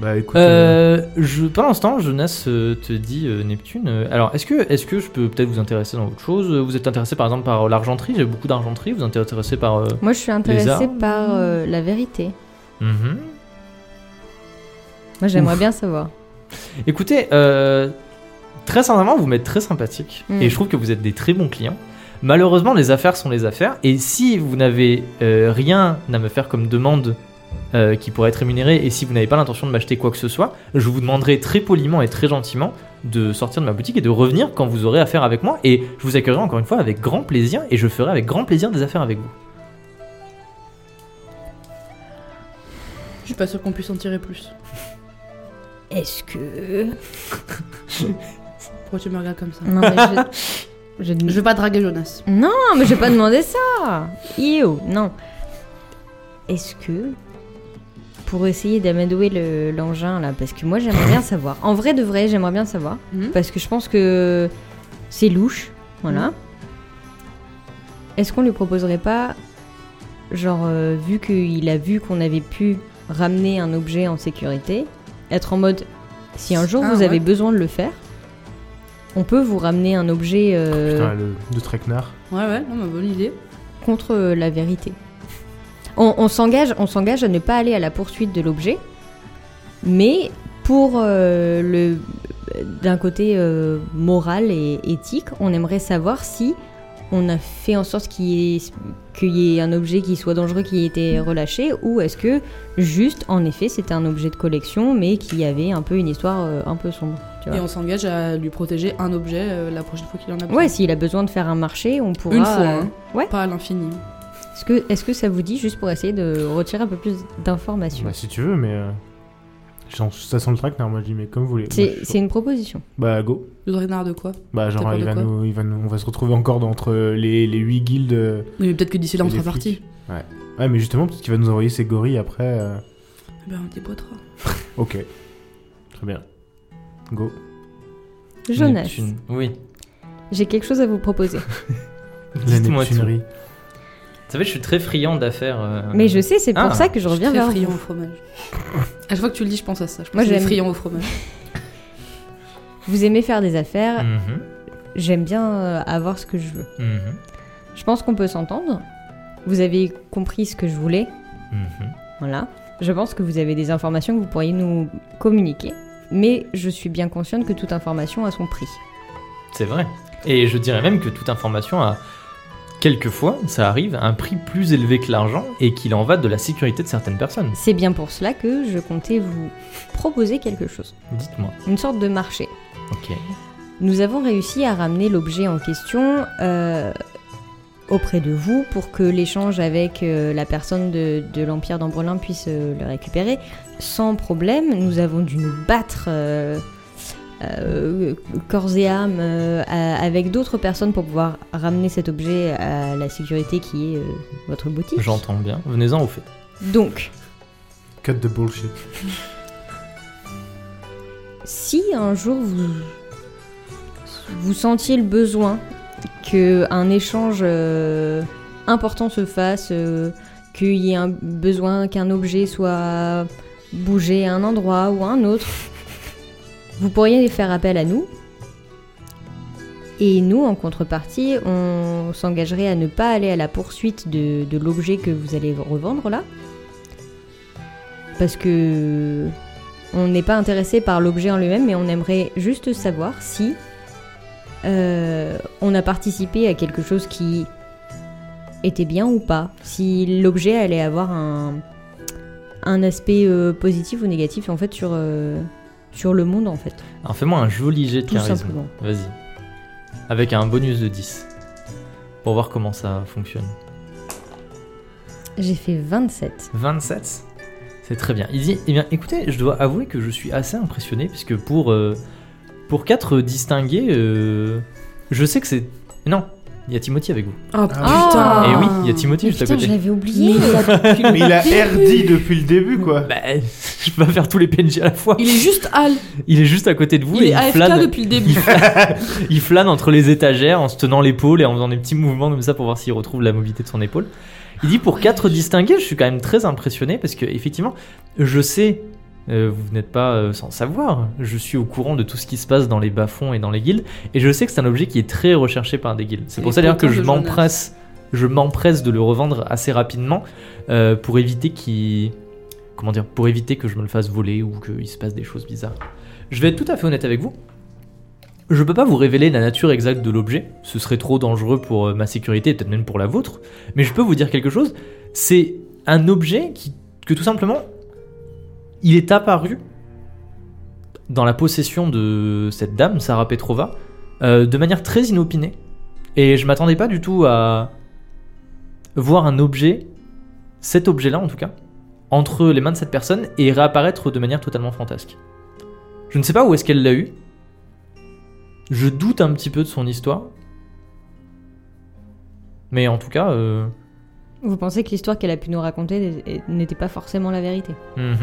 [SPEAKER 2] Bah écoute. euh,
[SPEAKER 1] Euh, je, pendant ce temps, Jonas euh, te dit euh, Neptune. euh, alors, est-ce que, est-ce que je peux peut-être vous intéresser dans autre chose Vous êtes intéressé par exemple par euh, l'argenterie J'ai beaucoup d'argenterie. Vous êtes intéressé par euh,
[SPEAKER 4] moi je suis intéressée
[SPEAKER 1] armes.
[SPEAKER 4] par euh, la vérité.
[SPEAKER 1] mhm.
[SPEAKER 4] Moi j'aimerais bien savoir.
[SPEAKER 1] Écoutez, euh, très sincèrement, vous m'êtes très sympathique
[SPEAKER 4] Mm.
[SPEAKER 1] et je trouve que vous êtes des très bons clients. Malheureusement, les affaires sont les affaires et si vous n'avez euh, rien à me faire comme demande euh, qui pourrait être rémunérée et si vous n'avez pas l'intention de m'acheter quoi que ce soit, je vous demanderai très poliment et très gentiment de sortir de ma boutique et de revenir quand vous aurez affaire avec moi et je vous accueillerai encore une fois avec grand plaisir et je ferai avec grand plaisir des affaires avec vous.
[SPEAKER 3] Je suis pas sûr qu'on puisse en tirer plus.
[SPEAKER 4] Est-ce que
[SPEAKER 3] Pourquoi tu me regardes comme ça
[SPEAKER 4] Non mais je... je ne-
[SPEAKER 3] Je veux pas draguer Jonas.
[SPEAKER 4] Non mais je vais pas demander ça. Io, non. Est-ce que pour essayer d'amadouer le- l'engin là, parce que moi j'aimerais bien savoir. En vrai de vrai, j'aimerais bien savoir
[SPEAKER 3] Mhm.
[SPEAKER 4] parce que je pense que c'est louche, voilà. Est-ce qu'on lui proposerait pas, genre euh, vu qu'il a vu qu'on avait pu ramener un objet en sécurité, être en mode si un jour
[SPEAKER 3] Ah,
[SPEAKER 4] vous
[SPEAKER 3] ouais.
[SPEAKER 4] avez besoin de le faire, on peut vous ramener un objet euh,
[SPEAKER 2] Putain, le, le traquenard.
[SPEAKER 3] Ouais, ouais, non, mais bonne idée.
[SPEAKER 4] contre euh, la vérité. On, on s'engage, on s'engage à ne pas aller à la poursuite de l'objet, mais pour euh, le d'un côté euh, moral et éthique, on aimerait savoir si on a fait en sorte qu'il y, ait, qu'il y ait un objet qui soit dangereux qui ait été relâché, ou est-ce que juste, en effet, c'était un objet de collection, mais qui avait un peu une histoire euh, un peu sombre. Tu vois.
[SPEAKER 3] Et on s'engage à lui protéger un objet euh, la prochaine fois qu'il en a besoin.
[SPEAKER 4] Ouais, s'il a besoin de faire un marché, on pourra.
[SPEAKER 3] Une fois,
[SPEAKER 4] euh,
[SPEAKER 3] hein.
[SPEAKER 4] ouais.
[SPEAKER 3] Pas à l'infini.
[SPEAKER 4] Est-ce que, est-ce que ça vous dit, juste pour essayer de retirer un peu plus d'informations
[SPEAKER 2] Bah si tu veux, mais. euh, genre, ça sent le traquenard, moi je dis, mais comme vous voulez. Moi, je
[SPEAKER 4] C'est
[SPEAKER 2] suis chaud.
[SPEAKER 4] c'est une proposition.
[SPEAKER 2] Bah go.
[SPEAKER 3] Le draguenard de quoi
[SPEAKER 2] Bah
[SPEAKER 3] T'as
[SPEAKER 2] genre
[SPEAKER 3] peur
[SPEAKER 2] il
[SPEAKER 3] de
[SPEAKER 2] va,
[SPEAKER 3] quoi
[SPEAKER 2] nous, il va nous- on va se retrouver encore dans- entre les, les 8 guildes. euh,
[SPEAKER 3] Oui, mais peut-être que d'ici là, on
[SPEAKER 2] et les
[SPEAKER 3] sera
[SPEAKER 2] flics.
[SPEAKER 3] parti.
[SPEAKER 2] Ouais. Ouais mais justement peut-être qu'il va nous envoyer ses gorilles après. euh,
[SPEAKER 3] Eh ben, on déboîtera.
[SPEAKER 2] Ok. Très bien. Go.
[SPEAKER 4] Jonas,
[SPEAKER 1] Neptune. Oui.
[SPEAKER 4] j'ai quelque chose à vous proposer.
[SPEAKER 2] La
[SPEAKER 1] Dites-moi tout.
[SPEAKER 2] Neptunerie.
[SPEAKER 1] Vous savez, je suis très friand d'affaires. euh,
[SPEAKER 4] Mais je sais, c'est pour
[SPEAKER 1] Ah,
[SPEAKER 4] ça que je reviens
[SPEAKER 3] suis très
[SPEAKER 4] vers
[SPEAKER 3] friand
[SPEAKER 4] vous.
[SPEAKER 3] au fromage. [LAUGHS] À chaque fois que tu le dis, je pense à ça. Je pense
[SPEAKER 4] Moi,
[SPEAKER 3] que je suis
[SPEAKER 4] j'aime.
[SPEAKER 3] friand au fromage.
[SPEAKER 4] Vous aimez faire des
[SPEAKER 3] Mm.
[SPEAKER 4] affaires,
[SPEAKER 1] Mhm,
[SPEAKER 4] j'aime bien euh, avoir ce que je veux.
[SPEAKER 1] mhm,
[SPEAKER 4] Je pense qu'on peut s'entendre. Vous avez compris ce que je voulais,
[SPEAKER 1] mhm.
[SPEAKER 4] voilà. Je pense que vous avez des informations que vous pourriez nous communiquer. mais je suis bien consciente que toute information a son prix.
[SPEAKER 1] C'est vrai. Et je dirais même que toute information a, quelquefois, ça arrive, un prix plus élevé que l'argent et qu'il en va de la sécurité de certaines personnes.
[SPEAKER 4] C'est bien pour cela que je comptais vous proposer quelque chose,
[SPEAKER 1] Dites-moi.
[SPEAKER 4] une sorte de marché.
[SPEAKER 1] Ok.
[SPEAKER 4] Nous avons réussi à ramener l'objet en question euh, auprès de vous pour que l'échange avec euh, la personne de, de l'Empire d'Ambrelin puisse euh, le récupérer sans problème. Nous avons dû nous battre euh, euh, corps et âme euh, à- avec d'autres personnes pour pouvoir ramener cet objet à la sécurité qui est euh, votre boutique.
[SPEAKER 1] J'entends bien. Venez-en au fait.
[SPEAKER 4] Donc,
[SPEAKER 2] Cut de bullshit.
[SPEAKER 1] [LAUGHS]
[SPEAKER 4] si un jour vous vous sentiez le besoin que un échange euh, important se fasse, euh, qu'il y ait un besoin qu'un objet soit bougé à un endroit ou à un autre, vous pourriez faire appel à nous. Et nous, en contrepartie, on s'engagerait à ne pas aller à la poursuite de, de l'objet que vous allez revendre là. Parce que on n'est pas intéressé par l'objet en lui-même, mais on aimerait juste savoir si euh, on a participé à quelque chose qui était bien ou pas, si l'objet allait avoir un, un aspect euh, positif ou négatif en fait sur, euh, sur le monde en fait.
[SPEAKER 1] Alors fais-moi un joli jet de
[SPEAKER 4] Tout
[SPEAKER 1] charisme.
[SPEAKER 4] simplement.
[SPEAKER 1] Vas-y. Avec un bonus de 10. Pour voir comment ça fonctionne.
[SPEAKER 4] J'ai fait 27.
[SPEAKER 1] 27 C'est très bien. Il dit, eh bien écoutez, je dois avouer que je suis assez impressionné, puisque pour, euh, pour 4 distingués, euh, je sais que c'est... Non, il y a Timothy avec vous.
[SPEAKER 3] Oh
[SPEAKER 4] Ah.
[SPEAKER 3] putain
[SPEAKER 1] Et oui, il y a Timothy juste à
[SPEAKER 4] Putain, je
[SPEAKER 1] côté.
[SPEAKER 4] l'avais [LAUGHS] oublié.
[SPEAKER 2] Mais il a RD depuis le début, quoi.
[SPEAKER 1] Bah, [LAUGHS] je peux pas faire tous les PNJ à la fois.
[SPEAKER 3] Il est juste Al.
[SPEAKER 1] Il est juste à côté de vous
[SPEAKER 3] Il
[SPEAKER 1] et
[SPEAKER 3] est
[SPEAKER 1] il
[SPEAKER 3] AFK
[SPEAKER 1] flâne,
[SPEAKER 3] depuis le début.
[SPEAKER 1] il flâne- [LAUGHS] il flâne entre les étagères en se tenant l'épaule et en faisant des petits mouvements comme ça pour voir s'il retrouve la mobilité de son épaule. Il dit pour quatre distingués, je suis quand même très impressionné parce que effectivement, je sais, euh, vous n'êtes pas euh, sans savoir, je suis au courant de tout ce qui se passe dans les bas-fonds et dans les guildes et je sais que c'est un objet qui est très recherché par des guildes. C'est pour
[SPEAKER 3] Les
[SPEAKER 1] ça d'ailleurs que
[SPEAKER 3] potins
[SPEAKER 1] je
[SPEAKER 3] de
[SPEAKER 1] m'empresse, je m'empresse de le revendre assez rapidement euh, pour éviter qu'il comment dire, pour éviter que je me le fasse voler ou qu'il se passe des choses bizarres. Je vais être tout à fait honnête avec vous. Je peux pas vous révéler la nature exacte de l'objet, ce serait trop dangereux pour euh, ma sécurité et peut-être même pour la vôtre, mais je peux vous dire quelque chose, c'est un objet qui, que tout simplement, il est apparu dans la possession de cette dame, Sarah Petrova, euh, de manière très inopinée, et je m'attendais pas du tout à voir un objet, cet objet-là en tout cas, entre les mains de cette personne et réapparaître de manière totalement fantasque. Je ne sais pas où est-ce qu'elle l'a eu. Je doute un petit peu de son histoire. Mais en tout cas, euh,
[SPEAKER 4] Vous pensez que l'histoire qu'elle a pu nous raconter n'était pas forcément la vérité
[SPEAKER 1] mhm.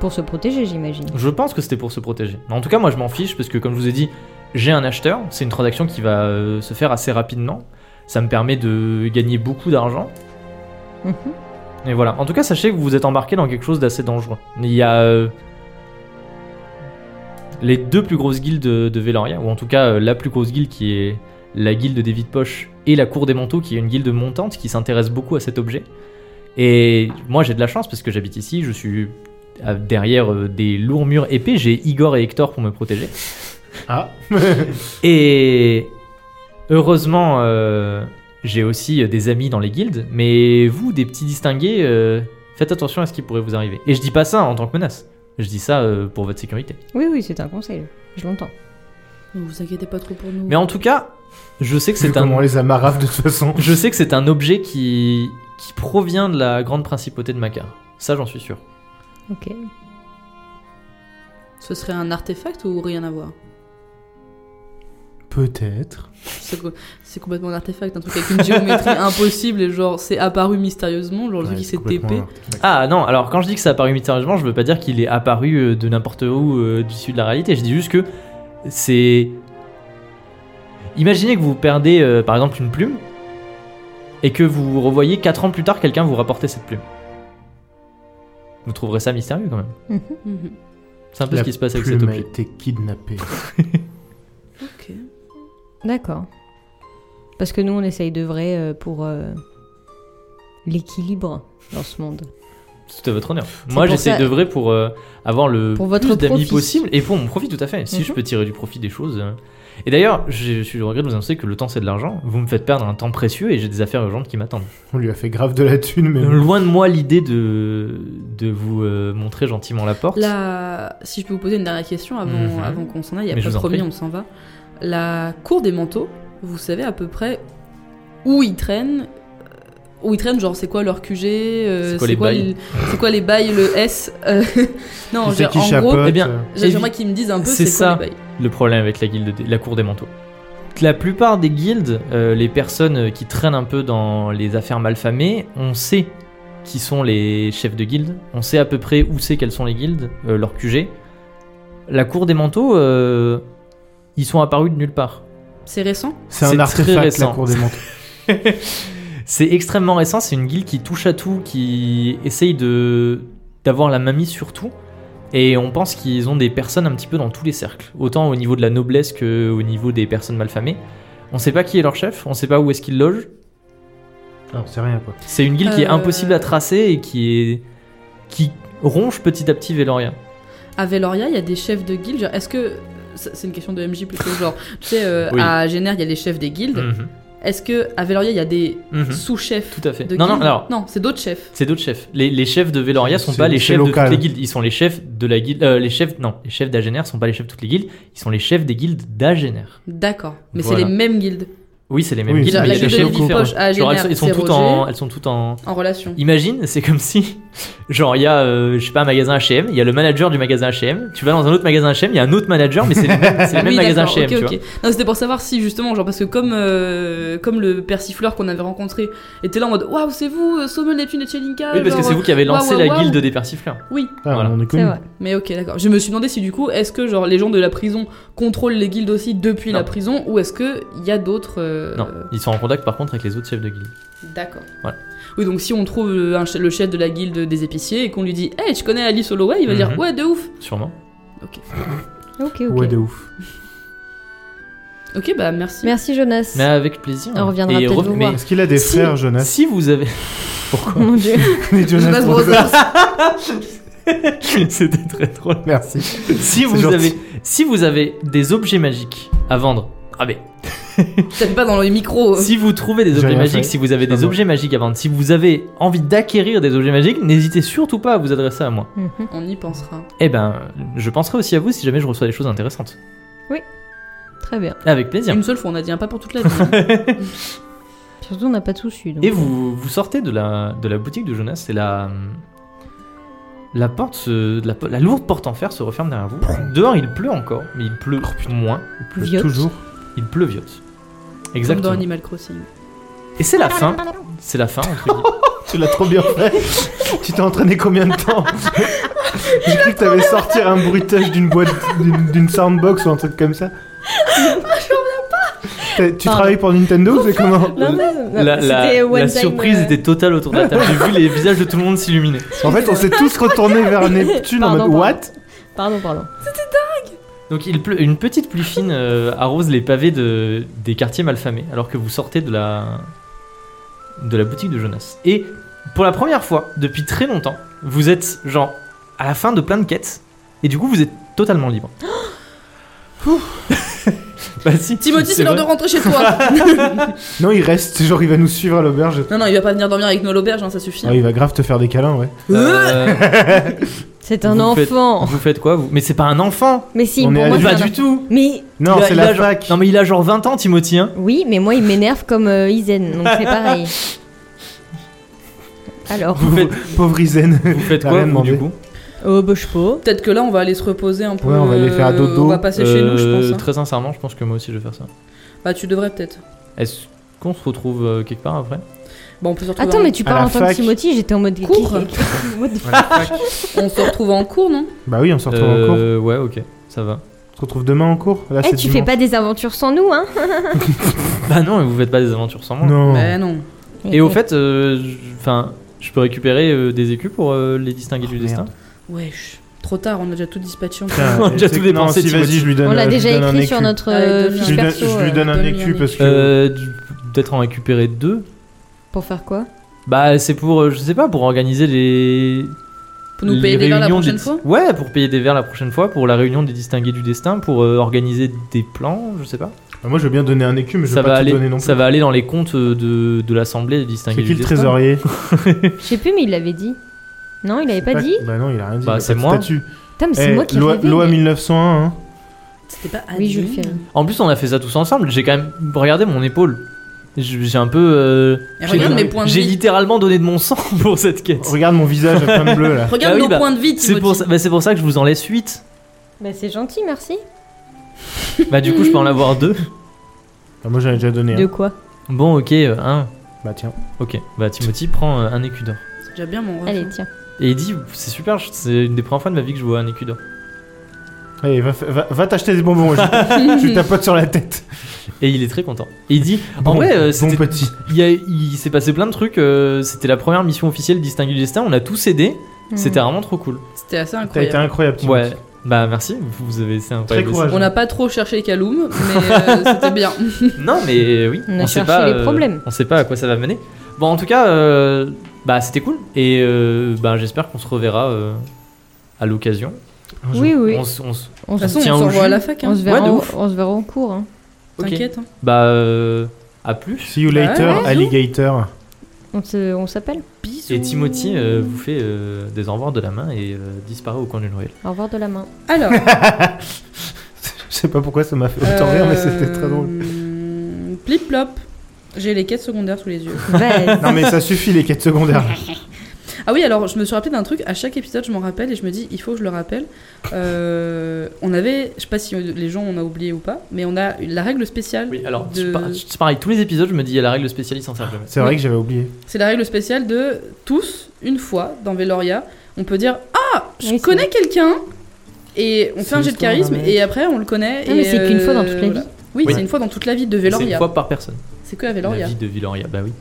[SPEAKER 4] Pour se protéger, j'imagine.
[SPEAKER 1] je pense que c'était pour se protéger. En tout cas, moi je m'en fiche parce que comme je vous ai dit, j'ai un acheteur. C'est une transaction qui va euh, se faire assez rapidement. Ça me permet de gagner beaucoup d'argent.
[SPEAKER 4] Mhm.
[SPEAKER 1] Et voilà. En tout cas, sachez que vous vous êtes embarqué dans quelque chose d'assez dangereux. Il y a euh, les deux plus grosses guildes de, de Veloria, ou en tout cas euh, la plus grosse guilde qui est la guilde des vides poches et la cour des manteaux qui est une guilde montante qui s'intéresse beaucoup à cet objet. Et moi, j'ai de la chance parce que j'habite ici. Je suis à- derrière euh, des lourds murs épais. J'ai Igor et Hector pour me protéger.
[SPEAKER 2] Ah.
[SPEAKER 1] Et heureusement, euh, j'ai aussi euh, des amis dans les guildes, mais vous, des petits distingués, euh, faites attention à ce qui pourrait vous arriver. Et je dis pas ça en tant que menace, je dis ça euh, pour votre sécurité.
[SPEAKER 4] Oui, oui, c'est un conseil. Je l'entends.
[SPEAKER 3] Ne vous inquiétez pas trop pour nous.
[SPEAKER 1] Mais en tout cas, je sais que
[SPEAKER 2] C'est
[SPEAKER 1] [LAUGHS] c'est un,
[SPEAKER 2] comment on les amarrave de toute façon.
[SPEAKER 1] je sais que c'est un objet qui, qui provient de la grande principauté de Macar. Ça, j'en suis sûr.
[SPEAKER 4] Ok.
[SPEAKER 3] Ce serait un artefact ou rien à voir
[SPEAKER 2] Peut-être.
[SPEAKER 3] C'est co- c'est complètement un artefact, un truc avec
[SPEAKER 1] [LAUGHS]
[SPEAKER 3] une géométrie impossible et genre c'est apparu mystérieusement, genre le truc
[SPEAKER 2] Ouais,
[SPEAKER 3] il
[SPEAKER 2] c'est
[SPEAKER 3] s'est TP.
[SPEAKER 2] complètement un-
[SPEAKER 1] Ah non, alors quand je dis que ça a apparu mystérieusement, je veux pas dire qu'il est apparu euh, de n'importe où euh, d'issue de la réalité, je dis juste que c'est... Imaginez que vous perdez euh, par exemple une plume et que vous revoyez 4 ans plus tard quelqu'un vous rapporter cette plume. Vous trouverez ça mystérieux quand même.
[SPEAKER 3] Mhm.
[SPEAKER 1] C'est un peu
[SPEAKER 2] La
[SPEAKER 1] ce qui se passe avec cet
[SPEAKER 2] plume a
[SPEAKER 1] objet.
[SPEAKER 2] été kidnappée.
[SPEAKER 3] Ok.
[SPEAKER 4] D'accord. Parce que nous, on essaye de vrai euh, pour euh, l'équilibre dans ce monde.
[SPEAKER 1] Tout à votre honneur. Moi,
[SPEAKER 4] pour
[SPEAKER 1] j'essaie
[SPEAKER 4] ça-
[SPEAKER 1] d'œuvrer pour euh, avoir le
[SPEAKER 4] Pour votre
[SPEAKER 1] plus d'amis
[SPEAKER 4] profit.
[SPEAKER 1] possible et pour mon profit, tout à fait. Si je
[SPEAKER 4] Mhm.
[SPEAKER 1] peux tirer du profit des choses. euh. Et d'ailleurs, je je suis au regret de vous annoncer que le temps, c'est de l'argent. Vous me faites perdre un temps précieux et j'ai des affaires urgentes qui m'attendent.
[SPEAKER 2] On lui a fait grave de la thune, mais.
[SPEAKER 4] Mhm.
[SPEAKER 1] Euh, Loin de moi l'idée de, de vous euh, montrer gentiment la porte.
[SPEAKER 3] La... Si je peux vous poser une dernière question avant,
[SPEAKER 1] Mhm.
[SPEAKER 3] avant qu'on s'en aille,
[SPEAKER 1] Mais je
[SPEAKER 3] après
[SPEAKER 1] vous en
[SPEAKER 3] promis,
[SPEAKER 1] prie.
[SPEAKER 3] on s'en va. La cour des manteaux, vous savez à peu près où ils traînent euh, Où ils traînent, genre c'est quoi leur QG euh,
[SPEAKER 1] C'est quoi les bails
[SPEAKER 3] l- C'est quoi les bails, le S euh, [LAUGHS] Non,
[SPEAKER 2] C'est
[SPEAKER 3] j'ai-
[SPEAKER 2] qui euh,
[SPEAKER 3] en gros,
[SPEAKER 2] chapeau
[SPEAKER 1] eh bien,
[SPEAKER 3] j'aimerais qu'ils me disent un peu
[SPEAKER 1] C'est
[SPEAKER 3] c'est
[SPEAKER 1] ça.
[SPEAKER 3] quoi les bails.
[SPEAKER 1] le problème avec la guilde, des- la cour des manteaux. La plupart des guildes, euh, les personnes euh, qui traînent un peu dans les affaires malfamées, on sait qui sont les chefs de guilde, on sait à peu près où c'est quelles sont les guildes, euh, leur QG. La cour des manteaux, euh, ils sont apparus de nulle part.
[SPEAKER 3] C'est récent
[SPEAKER 2] C'est
[SPEAKER 1] c'est
[SPEAKER 2] un artefact,
[SPEAKER 1] très
[SPEAKER 2] la
[SPEAKER 1] récent.
[SPEAKER 2] cour des manteaux.
[SPEAKER 1] [LAUGHS] c'est extrêmement récent, c'est une guilde qui touche à tout, qui essaye de d'avoir la mamie sur tout. Et on pense qu'ils ont des personnes un petit peu dans tous les cercles, autant au niveau de la noblesse que au niveau des personnes malfamées. On sait pas qui est leur chef, on sait pas où est-ce qu'il loge.
[SPEAKER 2] Non, Ah, c'est rien, quoi.
[SPEAKER 1] C'est une guilde qui est
[SPEAKER 3] Euh.
[SPEAKER 1] impossible à tracer et qui est qui ronge petit à petit Veloria.
[SPEAKER 3] À Veloria, il y a des chefs de guildes. genre, Est-ce que. ça, C'est une question de MJ plutôt, genre. Tu sais, euh,
[SPEAKER 1] Oui.
[SPEAKER 3] à Génère, il y a les chefs des guildes.
[SPEAKER 1] Mhm,
[SPEAKER 3] Est-ce que à Veloria, il y a des
[SPEAKER 1] mhm,
[SPEAKER 3] sous-chefs
[SPEAKER 1] Tout à fait.
[SPEAKER 3] de
[SPEAKER 1] Non non
[SPEAKER 3] guildes
[SPEAKER 1] alors.
[SPEAKER 3] Non, c'est d'autres chefs.
[SPEAKER 1] C'est d'autres chefs. Les, les chefs de Veloria sont
[SPEAKER 2] C'est-
[SPEAKER 1] pas les
[SPEAKER 2] c'est
[SPEAKER 1] chefs
[SPEAKER 2] local.
[SPEAKER 1] de toutes les guildes. Ils sont les chefs de la guilde. euh, les chefs non, les chefs d'Agener sont pas les chefs de toutes les guildes. Ils sont les chefs des guildes d'Agener.
[SPEAKER 3] D'accord. Mais
[SPEAKER 1] Voilà.
[SPEAKER 3] c'est les mêmes guildes
[SPEAKER 1] Oui, c'est les mêmes
[SPEAKER 2] Oui,
[SPEAKER 1] guildes,
[SPEAKER 2] genre
[SPEAKER 1] mais
[SPEAKER 2] la
[SPEAKER 1] il y a des
[SPEAKER 2] guilde
[SPEAKER 1] chefs
[SPEAKER 2] de Villepoche
[SPEAKER 1] différents.
[SPEAKER 3] à
[SPEAKER 1] Genre, elles, sont-
[SPEAKER 3] Génère,
[SPEAKER 1] elles sont
[SPEAKER 3] Ah, c'est
[SPEAKER 1] toutes
[SPEAKER 3] Roger.
[SPEAKER 1] en, elles sont toutes en.
[SPEAKER 3] en relation.
[SPEAKER 1] Imagine, c'est comme si, [LAUGHS] genre, il y a, euh, je sais pas, un magasin H&M, il y a le manager du magasin H&M. Tu vas dans un autre magasin H&M, il y a un autre manager, mais c'est le même, c'est le
[SPEAKER 3] Ah
[SPEAKER 1] même
[SPEAKER 3] oui,
[SPEAKER 1] magasin
[SPEAKER 3] d'accord,
[SPEAKER 1] H&M,
[SPEAKER 3] ok,
[SPEAKER 1] tu
[SPEAKER 3] ok. Non, c'était pour savoir si justement, genre parce que comme euh, comme le persifleur qu'on avait rencontré était là en mode waouh c'est vous euh, Sommel Neptune et Chelinka.
[SPEAKER 1] vois. Oui, parce que
[SPEAKER 3] genre,
[SPEAKER 1] c'est vous qui avez lancé
[SPEAKER 3] waouh,
[SPEAKER 1] la
[SPEAKER 3] waouh.
[SPEAKER 1] guilde des persifleurs.
[SPEAKER 3] Oui,
[SPEAKER 2] Ah,
[SPEAKER 1] Voilà.
[SPEAKER 2] on est
[SPEAKER 4] C'est
[SPEAKER 2] connu.
[SPEAKER 4] vrai.
[SPEAKER 3] mais ok d'accord. Je me suis demandé si du coup est-ce que genre les gens de la prison contrôlent les guildes aussi depuis
[SPEAKER 1] Non.
[SPEAKER 3] la prison ou est-ce que il y a d'autres. euh,
[SPEAKER 1] Non, ils sont en contact par contre avec les autres chefs de guilde.
[SPEAKER 3] D'accord.
[SPEAKER 1] Voilà.
[SPEAKER 3] Oui, donc si on trouve euh, un che- le chef de la guilde des épiciers et qu'on lui dit Hey, tu connais Alice Holloway Il va
[SPEAKER 1] Mhm.
[SPEAKER 3] dire Ouais, de ouf
[SPEAKER 1] Sûrement.
[SPEAKER 4] Ok, ok.
[SPEAKER 2] Ouais, de ouf.
[SPEAKER 3] Ok, bah merci.
[SPEAKER 4] Merci Jonas.
[SPEAKER 1] Mais avec plaisir.
[SPEAKER 4] On reviendra
[SPEAKER 1] Et
[SPEAKER 4] peut-être
[SPEAKER 1] rev-
[SPEAKER 4] vous
[SPEAKER 1] mais
[SPEAKER 4] voir.
[SPEAKER 2] Est-ce qu'il a des
[SPEAKER 1] Si.
[SPEAKER 2] frères, Jonas
[SPEAKER 1] Si vous avez. [LAUGHS] Pourquoi
[SPEAKER 4] [LAUGHS]
[SPEAKER 1] [LAUGHS]
[SPEAKER 4] Mon dieu.
[SPEAKER 2] [LAUGHS] Les Jonas
[SPEAKER 3] Jonas
[SPEAKER 2] Brothers.
[SPEAKER 3] Brothers.
[SPEAKER 1] C'était très drôle.
[SPEAKER 2] Merci.
[SPEAKER 1] Si vous
[SPEAKER 2] gentil.
[SPEAKER 1] avez, si vous avez des objets magiques à vendre, ah ben,
[SPEAKER 3] [LAUGHS] T'as pas dans les
[SPEAKER 4] Oh.
[SPEAKER 3] micros.
[SPEAKER 1] Si vous trouvez des
[SPEAKER 2] J'ai
[SPEAKER 1] objets
[SPEAKER 2] rien
[SPEAKER 1] magiques,
[SPEAKER 2] fait.
[SPEAKER 1] si vous avez
[SPEAKER 2] Ça
[SPEAKER 1] des
[SPEAKER 2] va.
[SPEAKER 1] objets magiques à vendre, si vous avez envie d'acquérir des objets magiques, n'hésitez surtout pas à vous adresser à moi.
[SPEAKER 4] Mhm.
[SPEAKER 3] On y pensera.
[SPEAKER 1] Eh ben, je penserai aussi à vous si jamais je reçois des choses intéressantes.
[SPEAKER 4] Très bien.
[SPEAKER 1] Avec plaisir.
[SPEAKER 3] Une seule fois, on a dit un pas pour toute la vie. hein,
[SPEAKER 1] [LAUGHS]
[SPEAKER 4] Surtout, on n'a pas tous eu. donc.
[SPEAKER 1] Et vous, vous sortez de la, de la boutique de Jonas et la, la porte, se- la, po- la lourde porte en fer se referme derrière vous. Dehors, il pleut encore, mais il pleut
[SPEAKER 2] Oh,
[SPEAKER 1] moins.
[SPEAKER 4] Viotte.
[SPEAKER 2] Toujours.
[SPEAKER 1] Il pleuviote.
[SPEAKER 3] Comme dans
[SPEAKER 1] Exactement.
[SPEAKER 3] Animal Crossing.
[SPEAKER 1] Et c'est la fin. C'est la fin.
[SPEAKER 4] [LAUGHS]
[SPEAKER 1] entre guillemets.
[SPEAKER 2] Tu l'as trop bien fait. [LAUGHS] tu t'es entraîné combien de temps [LAUGHS] J'ai cru que t'avais sorti un bruitage d'une boîte, d'une d'une soundbox ou un truc comme
[SPEAKER 4] [LAUGHS]
[SPEAKER 2] ça. Je reviens pas. Tu
[SPEAKER 4] Pardon.
[SPEAKER 2] travailles pour Nintendo ou c'est comment
[SPEAKER 4] Non, non, non,
[SPEAKER 1] euh, la la-
[SPEAKER 4] c'était one
[SPEAKER 1] la
[SPEAKER 4] time,
[SPEAKER 1] surprise
[SPEAKER 4] euh,
[SPEAKER 1] était totale autour de la table. J'ai vu les visages de tout le monde s'illuminer.
[SPEAKER 2] En fait, on s'est tous retournés
[SPEAKER 4] [LAUGHS]
[SPEAKER 2] vers Neptune
[SPEAKER 4] Pardon,
[SPEAKER 2] en
[SPEAKER 4] pardon.
[SPEAKER 2] mode What
[SPEAKER 4] Pardon, pardon.
[SPEAKER 1] Donc il pleut, une petite pluie fine euh, arrose les pavés de, des quartiers malfamés alors que vous sortez de la de la boutique de Jonas. Et pour la première fois depuis très longtemps, vous êtes genre à la fin de plein de quêtes et du coup vous êtes totalement
[SPEAKER 3] [GASPS]
[SPEAKER 1] libre. Ouh. [LAUGHS] bah si.
[SPEAKER 3] Timothy, c'est l'heure de
[SPEAKER 1] vrai.
[SPEAKER 3] rentrer chez toi.
[SPEAKER 1] [LAUGHS]
[SPEAKER 2] Non, il reste. Genre, il va nous suivre à l'auberge.
[SPEAKER 3] non, non, il va pas venir dormir avec nous à l'auberge, hein, ça suffit.
[SPEAKER 2] Ah, il va grave te faire des câlins, ouais.
[SPEAKER 1] Euh,
[SPEAKER 4] C'est un
[SPEAKER 1] vous faites- [LAUGHS]
[SPEAKER 4] enfant.
[SPEAKER 1] vous faites quoi vous Mais c'est pas un enfant.
[SPEAKER 4] Mais si,
[SPEAKER 2] On
[SPEAKER 4] pour
[SPEAKER 2] est
[SPEAKER 4] moi,
[SPEAKER 2] adulte.
[SPEAKER 4] c'est
[SPEAKER 1] pas
[SPEAKER 4] un
[SPEAKER 1] du tout.
[SPEAKER 4] enfant. Mais
[SPEAKER 2] Non,
[SPEAKER 1] Il a-
[SPEAKER 2] c'est
[SPEAKER 1] il
[SPEAKER 2] la
[SPEAKER 1] a genre-
[SPEAKER 2] fac.
[SPEAKER 1] Non mais il a genre 20 ans Timothy hein.
[SPEAKER 4] oui, mais moi, il m'énerve comme euh, Isen, donc
[SPEAKER 1] [LAUGHS]
[SPEAKER 4] c'est pareil. Alors,
[SPEAKER 1] Vous faites,
[SPEAKER 2] Pauvre Izen.
[SPEAKER 1] vous faites
[SPEAKER 2] T'as
[SPEAKER 1] quoi
[SPEAKER 2] rien
[SPEAKER 1] vous, du
[SPEAKER 2] demandé.
[SPEAKER 1] coup
[SPEAKER 4] oh, bah, je sais pas.
[SPEAKER 3] Peut-être que là, on va aller se reposer un peu.
[SPEAKER 2] Ouais, on va aller faire
[SPEAKER 3] euh,
[SPEAKER 2] dodo.
[SPEAKER 3] On va passer chez nous, je
[SPEAKER 1] Euh,
[SPEAKER 3] pense. hein.
[SPEAKER 1] Très sincèrement, je pense que moi aussi je vais faire ça.
[SPEAKER 3] Bah, tu devrais peut-être.
[SPEAKER 1] Est-ce qu'on se retrouve euh, quelque part après
[SPEAKER 3] Bon, on peut se retrouver.
[SPEAKER 4] Attends,
[SPEAKER 3] en-
[SPEAKER 4] mais tu
[SPEAKER 2] À la
[SPEAKER 4] parles en tant que
[SPEAKER 2] fac.
[SPEAKER 4] Timothy, j'étais en mode.
[SPEAKER 3] Cours.
[SPEAKER 4] What the-
[SPEAKER 1] [LAUGHS]
[SPEAKER 3] On se retrouve en cours, non
[SPEAKER 2] Bah oui, on se retrouve en cours.
[SPEAKER 1] Euh, Ouais, ok,
[SPEAKER 2] [LAUGHS]
[SPEAKER 1] ça va.
[SPEAKER 2] On se retrouve demain en cours. Là,
[SPEAKER 1] Ah,
[SPEAKER 4] Eh,
[SPEAKER 2] c'est
[SPEAKER 4] tu fais
[SPEAKER 2] dimanche.
[SPEAKER 4] pas des aventures sans nous, hein
[SPEAKER 1] Bah non, vous faites pas des aventures sans moi.
[SPEAKER 2] Non.
[SPEAKER 3] Bah, non.
[SPEAKER 1] Et au fait, euh, j- enfin, je peux récupérer euh, des écus pour euh, les distinguer
[SPEAKER 2] Oh,
[SPEAKER 1] du
[SPEAKER 2] merde.
[SPEAKER 1] destin
[SPEAKER 3] Wesh. Trop tard, on a déjà tout dispatché en
[SPEAKER 2] Putain,
[SPEAKER 1] On a déjà
[SPEAKER 2] c'est-
[SPEAKER 1] tout
[SPEAKER 2] non,
[SPEAKER 1] dépensé,
[SPEAKER 2] si, vas-y,
[SPEAKER 1] Timothy.
[SPEAKER 2] je lui donne. euh,
[SPEAKER 4] On l'a
[SPEAKER 2] je lui
[SPEAKER 4] déjà
[SPEAKER 2] donne un
[SPEAKER 4] écrit
[SPEAKER 2] écu.
[SPEAKER 4] sur notre
[SPEAKER 3] Allez,
[SPEAKER 4] euh,
[SPEAKER 3] donne-lui un
[SPEAKER 2] Je
[SPEAKER 4] fiche
[SPEAKER 2] lui, donne,
[SPEAKER 4] perso.
[SPEAKER 2] je lui
[SPEAKER 4] euh,
[SPEAKER 2] donne un
[SPEAKER 3] donne-lui un
[SPEAKER 2] écu parce que.
[SPEAKER 1] Euh, d- Peut-être en récupérer deux
[SPEAKER 4] Pour faire quoi
[SPEAKER 1] Bah, c'est pour, euh, je sais pas, pour organiser les.
[SPEAKER 3] Pour nous
[SPEAKER 1] les
[SPEAKER 3] payer des verres la
[SPEAKER 1] réunions
[SPEAKER 3] prochaine
[SPEAKER 1] des-
[SPEAKER 3] fois
[SPEAKER 1] Ouais, pour payer des verres la prochaine fois, pour la réunion des distingués du destin, pour euh, organiser des plans, je sais pas.
[SPEAKER 2] Bah, moi, je veux bien donner un écu, mais je veux
[SPEAKER 1] ça
[SPEAKER 2] pas
[SPEAKER 1] va
[SPEAKER 2] tout
[SPEAKER 1] aller,
[SPEAKER 2] donner non plus.
[SPEAKER 1] ça va aller dans les comptes euh, de, de l'assemblée des distingués
[SPEAKER 2] C'est qui
[SPEAKER 1] du
[SPEAKER 2] le
[SPEAKER 1] destin.
[SPEAKER 2] trésorier
[SPEAKER 4] Je sais plus, mais il l'avait dit. Non, il avait pas
[SPEAKER 2] Tac.
[SPEAKER 4] dit
[SPEAKER 2] Bah non, il a rien dit.
[SPEAKER 1] Bah,
[SPEAKER 2] il a
[SPEAKER 1] c'est
[SPEAKER 2] pas de
[SPEAKER 1] moi.
[SPEAKER 2] statut.
[SPEAKER 4] Putain, mais c'est
[SPEAKER 2] Eh,
[SPEAKER 4] moi qui
[SPEAKER 2] loi,
[SPEAKER 4] rêvais,
[SPEAKER 2] loi
[SPEAKER 4] mais-
[SPEAKER 2] 1901. hein.
[SPEAKER 3] C'était pas
[SPEAKER 4] Oui, je le fais.
[SPEAKER 1] En plus, on a fait ça tous ensemble. J'ai quand même regardé mon épaule. Je- J'ai un peu. euh,
[SPEAKER 3] Et
[SPEAKER 1] j'ai-
[SPEAKER 3] regarde mes points de
[SPEAKER 1] J'ai
[SPEAKER 3] vie.
[SPEAKER 1] littéralement donné de mon sang [LAUGHS] pour cette quête.
[SPEAKER 2] Regarde mon visage plein de bleu là.
[SPEAKER 3] Regarde
[SPEAKER 1] Ah oui,
[SPEAKER 3] nos
[SPEAKER 1] bah,
[SPEAKER 3] points de vie,
[SPEAKER 1] C'est
[SPEAKER 3] Timothy.
[SPEAKER 1] pour, ça- bah, c'est pour ça que je vous en laisse 8.
[SPEAKER 4] Bah, c'est gentil, merci.
[SPEAKER 1] Bah, du coup, je peux en avoir deux.
[SPEAKER 2] Bah, moi j'en ai déjà donné. un.
[SPEAKER 4] De quoi
[SPEAKER 1] Bon, ok, 1.
[SPEAKER 2] Bah tiens.
[SPEAKER 1] Ok, bah, Timothy prend euh, un écu d'or.
[SPEAKER 3] C'est déjà bien mon ref.
[SPEAKER 4] Allez, tiens.
[SPEAKER 1] Et il dit C'est super, je- c'est une des premières fois de ma vie que je vois un écu d'or.
[SPEAKER 2] Allez, va, va- va t'acheter des bonbons. Je, je te tapote sur la tête.
[SPEAKER 1] Et il est très content. Et il dit En
[SPEAKER 2] Bon-
[SPEAKER 1] vrai, euh,
[SPEAKER 2] bon
[SPEAKER 1] c'était-
[SPEAKER 2] petit.
[SPEAKER 1] il, y a- il s'est passé plein de trucs. euh, C'était la première mission officielle Distingué du Destin. On a tous aidé.
[SPEAKER 3] Hmm.
[SPEAKER 2] Mmh.
[SPEAKER 1] C'était vraiment trop cool.
[SPEAKER 3] C'était assez
[SPEAKER 2] T'as été
[SPEAKER 3] incroyable.
[SPEAKER 2] incroyable, petit
[SPEAKER 1] Ouais, bah merci, vous avez c'est incroyable.
[SPEAKER 2] courageux.
[SPEAKER 3] On n'a pas trop cherché Kaloum,
[SPEAKER 1] [LAUGHS]
[SPEAKER 3] mais euh, c'était bien.
[SPEAKER 1] aussi. Non mais oui,
[SPEAKER 4] On a
[SPEAKER 1] on sait
[SPEAKER 4] cherché
[SPEAKER 1] pas
[SPEAKER 4] les
[SPEAKER 1] euh,
[SPEAKER 4] problèmes.
[SPEAKER 1] On sait pas à quoi ça va mener. Bon en tout cas, euh, bah c'était cool et euh, bah j'espère qu'on se reverra euh, à l'occasion. Un jour.
[SPEAKER 4] Oui, oui.
[SPEAKER 1] On s- on s-
[SPEAKER 4] On
[SPEAKER 3] De toute
[SPEAKER 4] se
[SPEAKER 3] façon,
[SPEAKER 1] tient
[SPEAKER 3] on
[SPEAKER 1] au
[SPEAKER 3] s'envoie
[SPEAKER 1] jus.
[SPEAKER 3] à la fac. Hein.
[SPEAKER 4] on se verra,
[SPEAKER 1] Ouais, de
[SPEAKER 4] en-
[SPEAKER 1] ouf.
[SPEAKER 4] on se verra en cours. hein.
[SPEAKER 1] ok.
[SPEAKER 3] T'inquiète. hein.
[SPEAKER 1] Bah euh, à plus.
[SPEAKER 2] See you
[SPEAKER 3] Bah
[SPEAKER 2] later,
[SPEAKER 3] ouais, bisous.
[SPEAKER 2] alligator.
[SPEAKER 4] On se- on s'appelle.
[SPEAKER 3] Bisous.
[SPEAKER 1] Et Timothy euh, vous fait euh, des au revoir de la main et euh, disparaît au coin d'une ruelle.
[SPEAKER 4] Au revoir de
[SPEAKER 1] [LAUGHS]
[SPEAKER 4] la main.
[SPEAKER 3] Alors.
[SPEAKER 2] [LAUGHS] Je sais pas pourquoi ça m'a fait [LAUGHS] autant rire, mais c'était très drôle.
[SPEAKER 3] Euh. drôle. Plip plop. J'ai les quêtes secondaires sous les yeux.
[SPEAKER 4] Vas-y.
[SPEAKER 2] Non mais ça suffit les quêtes secondaires.
[SPEAKER 3] [LAUGHS] Ah oui, alors je me suis rappelé d'un truc. À chaque épisode, je m'en rappelle et je me dis, il faut que je le rappelle. Euh, on avait, je sais pas si les gens on a oublié ou pas, mais on a la règle spéciale.
[SPEAKER 1] Oui, alors
[SPEAKER 3] de-
[SPEAKER 1] c'est par- c'est pareil, tous les épisodes je me dis il y a la règle spécialiste en sert jamais.
[SPEAKER 2] C'est vrai que j'avais oublié.
[SPEAKER 3] C'est la règle spéciale de tous, une fois, dans Veloria, on peut dire Ah, je
[SPEAKER 4] Oui, c'est
[SPEAKER 3] connais quelqu'un Et on
[SPEAKER 2] C'est
[SPEAKER 3] fait un jet de
[SPEAKER 2] l'histoire d'un
[SPEAKER 3] charisme,
[SPEAKER 2] mec.
[SPEAKER 3] et après on le
[SPEAKER 4] Non,
[SPEAKER 3] connaît. et
[SPEAKER 4] Ah,
[SPEAKER 3] euh,
[SPEAKER 4] mais c'est qu'une fois dans toute la vie.
[SPEAKER 3] Oui,
[SPEAKER 1] Oui.
[SPEAKER 3] c'est une fois dans toute la vie de
[SPEAKER 1] C'est une
[SPEAKER 3] Veloria.
[SPEAKER 1] fois par personne.
[SPEAKER 3] C'est que à
[SPEAKER 1] La
[SPEAKER 3] Veloria.
[SPEAKER 1] vie de Villoria, bah oui.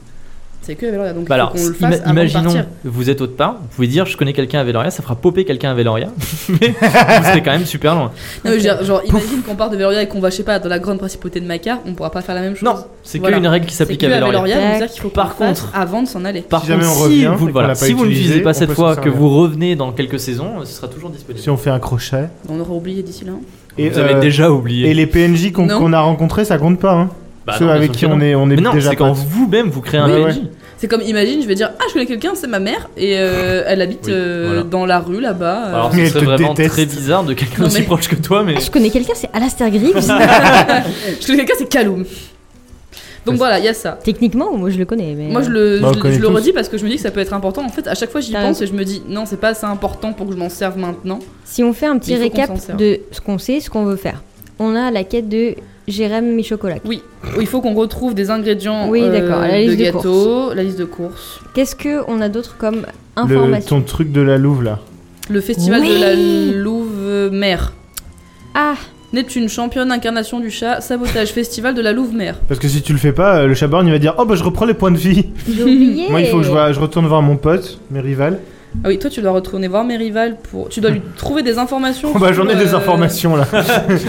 [SPEAKER 3] C'est que à Veloria. Donc
[SPEAKER 1] Bah
[SPEAKER 3] il
[SPEAKER 1] alors,
[SPEAKER 3] faut qu'on le
[SPEAKER 1] ima-
[SPEAKER 3] fasse avant de
[SPEAKER 1] imaginons, [LAUGHS]
[SPEAKER 3] partir.
[SPEAKER 1] vous êtes autre part, vous pouvez dire je connais quelqu'un à Veloria, ça fera popper quelqu'un à Veloria, [LAUGHS] mais vous serez quand même super loin.
[SPEAKER 3] Non, mais je veux dire, genre, imagine qu'on part de Veloria et qu'on va, je sais pas, dans la grande principauté de Macar, on pourra pas faire la même chose.
[SPEAKER 1] Non, c'est
[SPEAKER 3] Voilà.
[SPEAKER 1] que une règle qui
[SPEAKER 3] c'est
[SPEAKER 1] s'applique
[SPEAKER 3] que
[SPEAKER 1] à
[SPEAKER 3] à
[SPEAKER 1] Veloria.
[SPEAKER 3] Veloria. donc c'est-à-dire qu'il faut qu'on
[SPEAKER 1] Par
[SPEAKER 3] le fasse
[SPEAKER 1] contre-
[SPEAKER 3] avant de s'en aller.
[SPEAKER 1] Par
[SPEAKER 2] Si jamais
[SPEAKER 1] contre,
[SPEAKER 2] on
[SPEAKER 1] si
[SPEAKER 2] revient
[SPEAKER 1] vous,
[SPEAKER 2] et qu'on
[SPEAKER 1] voilà,
[SPEAKER 2] l'a pas
[SPEAKER 1] si vous ne
[SPEAKER 2] utilisé,
[SPEAKER 1] l'utilisez
[SPEAKER 2] on
[SPEAKER 1] pas
[SPEAKER 2] hein.
[SPEAKER 1] cette
[SPEAKER 2] peut s'en
[SPEAKER 1] fois, que
[SPEAKER 2] servir.
[SPEAKER 1] vous revenez dans quelques saisons, euh, ce sera toujours disponible.
[SPEAKER 2] Si on fait un crochet.
[SPEAKER 3] On aura oublié d'ici là. hein.
[SPEAKER 2] Et,
[SPEAKER 1] vous avez
[SPEAKER 2] euh,
[SPEAKER 1] déjà
[SPEAKER 2] et
[SPEAKER 1] oublié.
[SPEAKER 2] les PNJ qu'on
[SPEAKER 3] Non.
[SPEAKER 2] qu'on a rencontrés, ça compte pas. Hein.
[SPEAKER 1] Bah
[SPEAKER 2] Ceux
[SPEAKER 1] non, bien
[SPEAKER 2] avec
[SPEAKER 1] sûr
[SPEAKER 2] qui
[SPEAKER 1] que
[SPEAKER 2] on
[SPEAKER 1] non.
[SPEAKER 2] est, on est
[SPEAKER 1] Mais non,
[SPEAKER 2] déjà
[SPEAKER 1] c'est quand
[SPEAKER 2] potes.
[SPEAKER 1] vous-même vous créez un
[SPEAKER 2] Ouais,
[SPEAKER 1] PNJ.
[SPEAKER 3] C'est comme, imagine, je vais dire Ah, je connais quelqu'un, c'est ma mère, et euh, elle habite
[SPEAKER 1] Oui,
[SPEAKER 3] euh,
[SPEAKER 1] voilà.
[SPEAKER 3] dans la rue là-bas. euh,
[SPEAKER 1] Alors,
[SPEAKER 2] Mais
[SPEAKER 1] ce
[SPEAKER 2] elle
[SPEAKER 1] serait
[SPEAKER 2] te
[SPEAKER 1] vraiment
[SPEAKER 2] déteste.
[SPEAKER 1] très bizarre de quelqu'un
[SPEAKER 3] Non,
[SPEAKER 1] aussi
[SPEAKER 3] mais-
[SPEAKER 1] proche que toi,
[SPEAKER 3] [LAUGHS]
[SPEAKER 1] mais.
[SPEAKER 4] Ah, je connais quelqu'un, c'est
[SPEAKER 1] [LAUGHS]
[SPEAKER 4] Alastair Greaves.
[SPEAKER 3] Je connais quelqu'un, c'est Kaloum. Donc voilà, il y a ça.
[SPEAKER 4] Techniquement, moi je le connais, mais. euh,
[SPEAKER 3] Moi, je le,
[SPEAKER 2] Bah, on
[SPEAKER 3] je, le-
[SPEAKER 2] connaît
[SPEAKER 3] je le
[SPEAKER 2] tous.
[SPEAKER 3] redis parce que je me dis que ça peut être important. En fait, à chaque fois, j'y
[SPEAKER 4] T'as
[SPEAKER 3] pense
[SPEAKER 4] raison.
[SPEAKER 3] et je me dis non, c'est pas assez important pour que je m'en serve maintenant.
[SPEAKER 4] Si on fait un petit
[SPEAKER 3] Il faut qu'on
[SPEAKER 4] récap
[SPEAKER 3] s'en serve.
[SPEAKER 4] de ce qu'on sait, ce qu'on veut faire. On a la quête de Jérém Michocolat.
[SPEAKER 3] Oui, il faut qu'on retrouve des ingrédients euh,
[SPEAKER 4] Oui, d'accord, la
[SPEAKER 3] de
[SPEAKER 4] liste de
[SPEAKER 3] gâteau, la liste de courses,
[SPEAKER 4] Qu'est-ce que on a d'autre comme
[SPEAKER 2] Le,
[SPEAKER 4] information
[SPEAKER 2] ton truc de la louve là.
[SPEAKER 3] le festival
[SPEAKER 4] Oui.
[SPEAKER 3] de la Louve-Mère.
[SPEAKER 4] Ah,
[SPEAKER 3] Neptune, championne, incarnation du chat, sabotage, [LAUGHS] festival de la Louve-Mère.
[SPEAKER 2] Parce que si tu le fais pas, euh, le chaborn il va dire Oh bah je reprends les points de vie.
[SPEAKER 4] j'ai oublié.
[SPEAKER 2] Moi il faut que je, voie- je retourne voir mon pote, mes
[SPEAKER 3] [LAUGHS]
[SPEAKER 2] rivales.
[SPEAKER 3] Ah oui, toi, tu dois retourner voir mes rivales pour. Tu dois lui trouver des informations.
[SPEAKER 2] Oh bah
[SPEAKER 3] sur,
[SPEAKER 2] j'en ai des
[SPEAKER 3] euh,
[SPEAKER 2] informations
[SPEAKER 3] [LAUGHS]
[SPEAKER 2] là.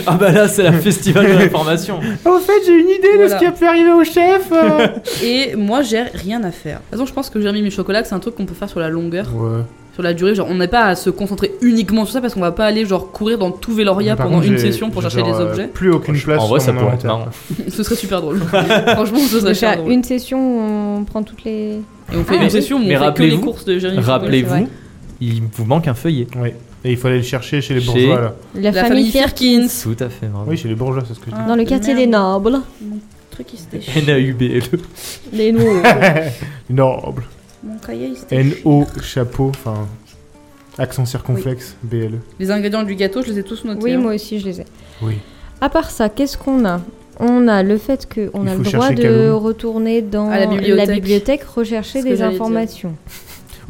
[SPEAKER 1] Ah bah là, c'est la festival de
[SPEAKER 2] [LAUGHS]
[SPEAKER 1] l'information.
[SPEAKER 2] Au fait, j'ai une idée de
[SPEAKER 3] Voilà.
[SPEAKER 2] ce qui a pu arriver au chef.
[SPEAKER 3] [LAUGHS]
[SPEAKER 2] euh.
[SPEAKER 3] Et moi, j'ai rien à faire. De toute façon, je pense que Jérémy Michocolat, c'est un truc qu'on peut faire sur la longueur.
[SPEAKER 2] ouais.
[SPEAKER 3] sur la durée. Genre, on n'est pas à se concentrer uniquement sur ça parce qu'on va pas aller genre courir dans tout Veloria
[SPEAKER 2] Mais par
[SPEAKER 3] pendant
[SPEAKER 2] contre,
[SPEAKER 3] une
[SPEAKER 2] j'ai-
[SPEAKER 3] session pour
[SPEAKER 2] j'ai
[SPEAKER 3] chercher des
[SPEAKER 2] genre, euh,
[SPEAKER 3] objets. [LAUGHS]
[SPEAKER 2] Plus aucune place.
[SPEAKER 1] En vrai,
[SPEAKER 2] sur
[SPEAKER 1] ça
[SPEAKER 2] mon
[SPEAKER 1] pourrait être
[SPEAKER 2] inventaire.
[SPEAKER 1] marrant.
[SPEAKER 3] ce serait
[SPEAKER 2] [LAUGHS]
[SPEAKER 3] super drôle. Franchement, ce
[SPEAKER 4] de
[SPEAKER 3] serait super
[SPEAKER 4] faire
[SPEAKER 3] drôle.
[SPEAKER 4] une session où on prend toutes les.
[SPEAKER 3] Et on fait
[SPEAKER 4] Ah,
[SPEAKER 3] une
[SPEAKER 4] oui.
[SPEAKER 3] session où
[SPEAKER 1] Mais
[SPEAKER 3] on fait que les
[SPEAKER 1] rappelez-vous-
[SPEAKER 3] courses de Jérémy.
[SPEAKER 4] c'est
[SPEAKER 1] Rappelez-vous,
[SPEAKER 4] vrai.
[SPEAKER 1] il vous manque un feuillet.
[SPEAKER 2] Oui. Et il faut aller le chercher chez les
[SPEAKER 1] Chez-
[SPEAKER 2] bourgeois là.
[SPEAKER 4] La,
[SPEAKER 3] La famille Firkins.
[SPEAKER 1] Tout à fait, bravo.
[SPEAKER 2] Ah Oui, chez les bourgeois, c'est ce que je dis.
[SPEAKER 3] Ah.
[SPEAKER 4] Dans le quartier des nobles.
[SPEAKER 2] [LAUGHS]
[SPEAKER 3] Truc, il se déchire.
[SPEAKER 1] N-A-U-B-L-E.
[SPEAKER 3] [LAUGHS]
[SPEAKER 4] Les nobles.
[SPEAKER 2] Noble.
[SPEAKER 3] Mon cahier, il se déchire.
[SPEAKER 2] N-O, chapeau, enfin. Accent circonflexe, E. BLE.
[SPEAKER 3] Les ingrédients du gâteau, je les ai tous notés.
[SPEAKER 4] oui,
[SPEAKER 3] hein.
[SPEAKER 4] moi aussi, je les ai.
[SPEAKER 2] Oui.
[SPEAKER 4] À part ça, qu'est-ce qu'on a On a le fait qu'on
[SPEAKER 2] Il
[SPEAKER 4] a
[SPEAKER 2] faut
[SPEAKER 4] le droit
[SPEAKER 2] chercher
[SPEAKER 4] de
[SPEAKER 2] Kaloum.
[SPEAKER 4] retourner dans
[SPEAKER 3] À la bibliothèque.
[SPEAKER 4] bibliothèque, rechercher
[SPEAKER 3] Ce que
[SPEAKER 4] des
[SPEAKER 3] j'allais dire.
[SPEAKER 4] informations.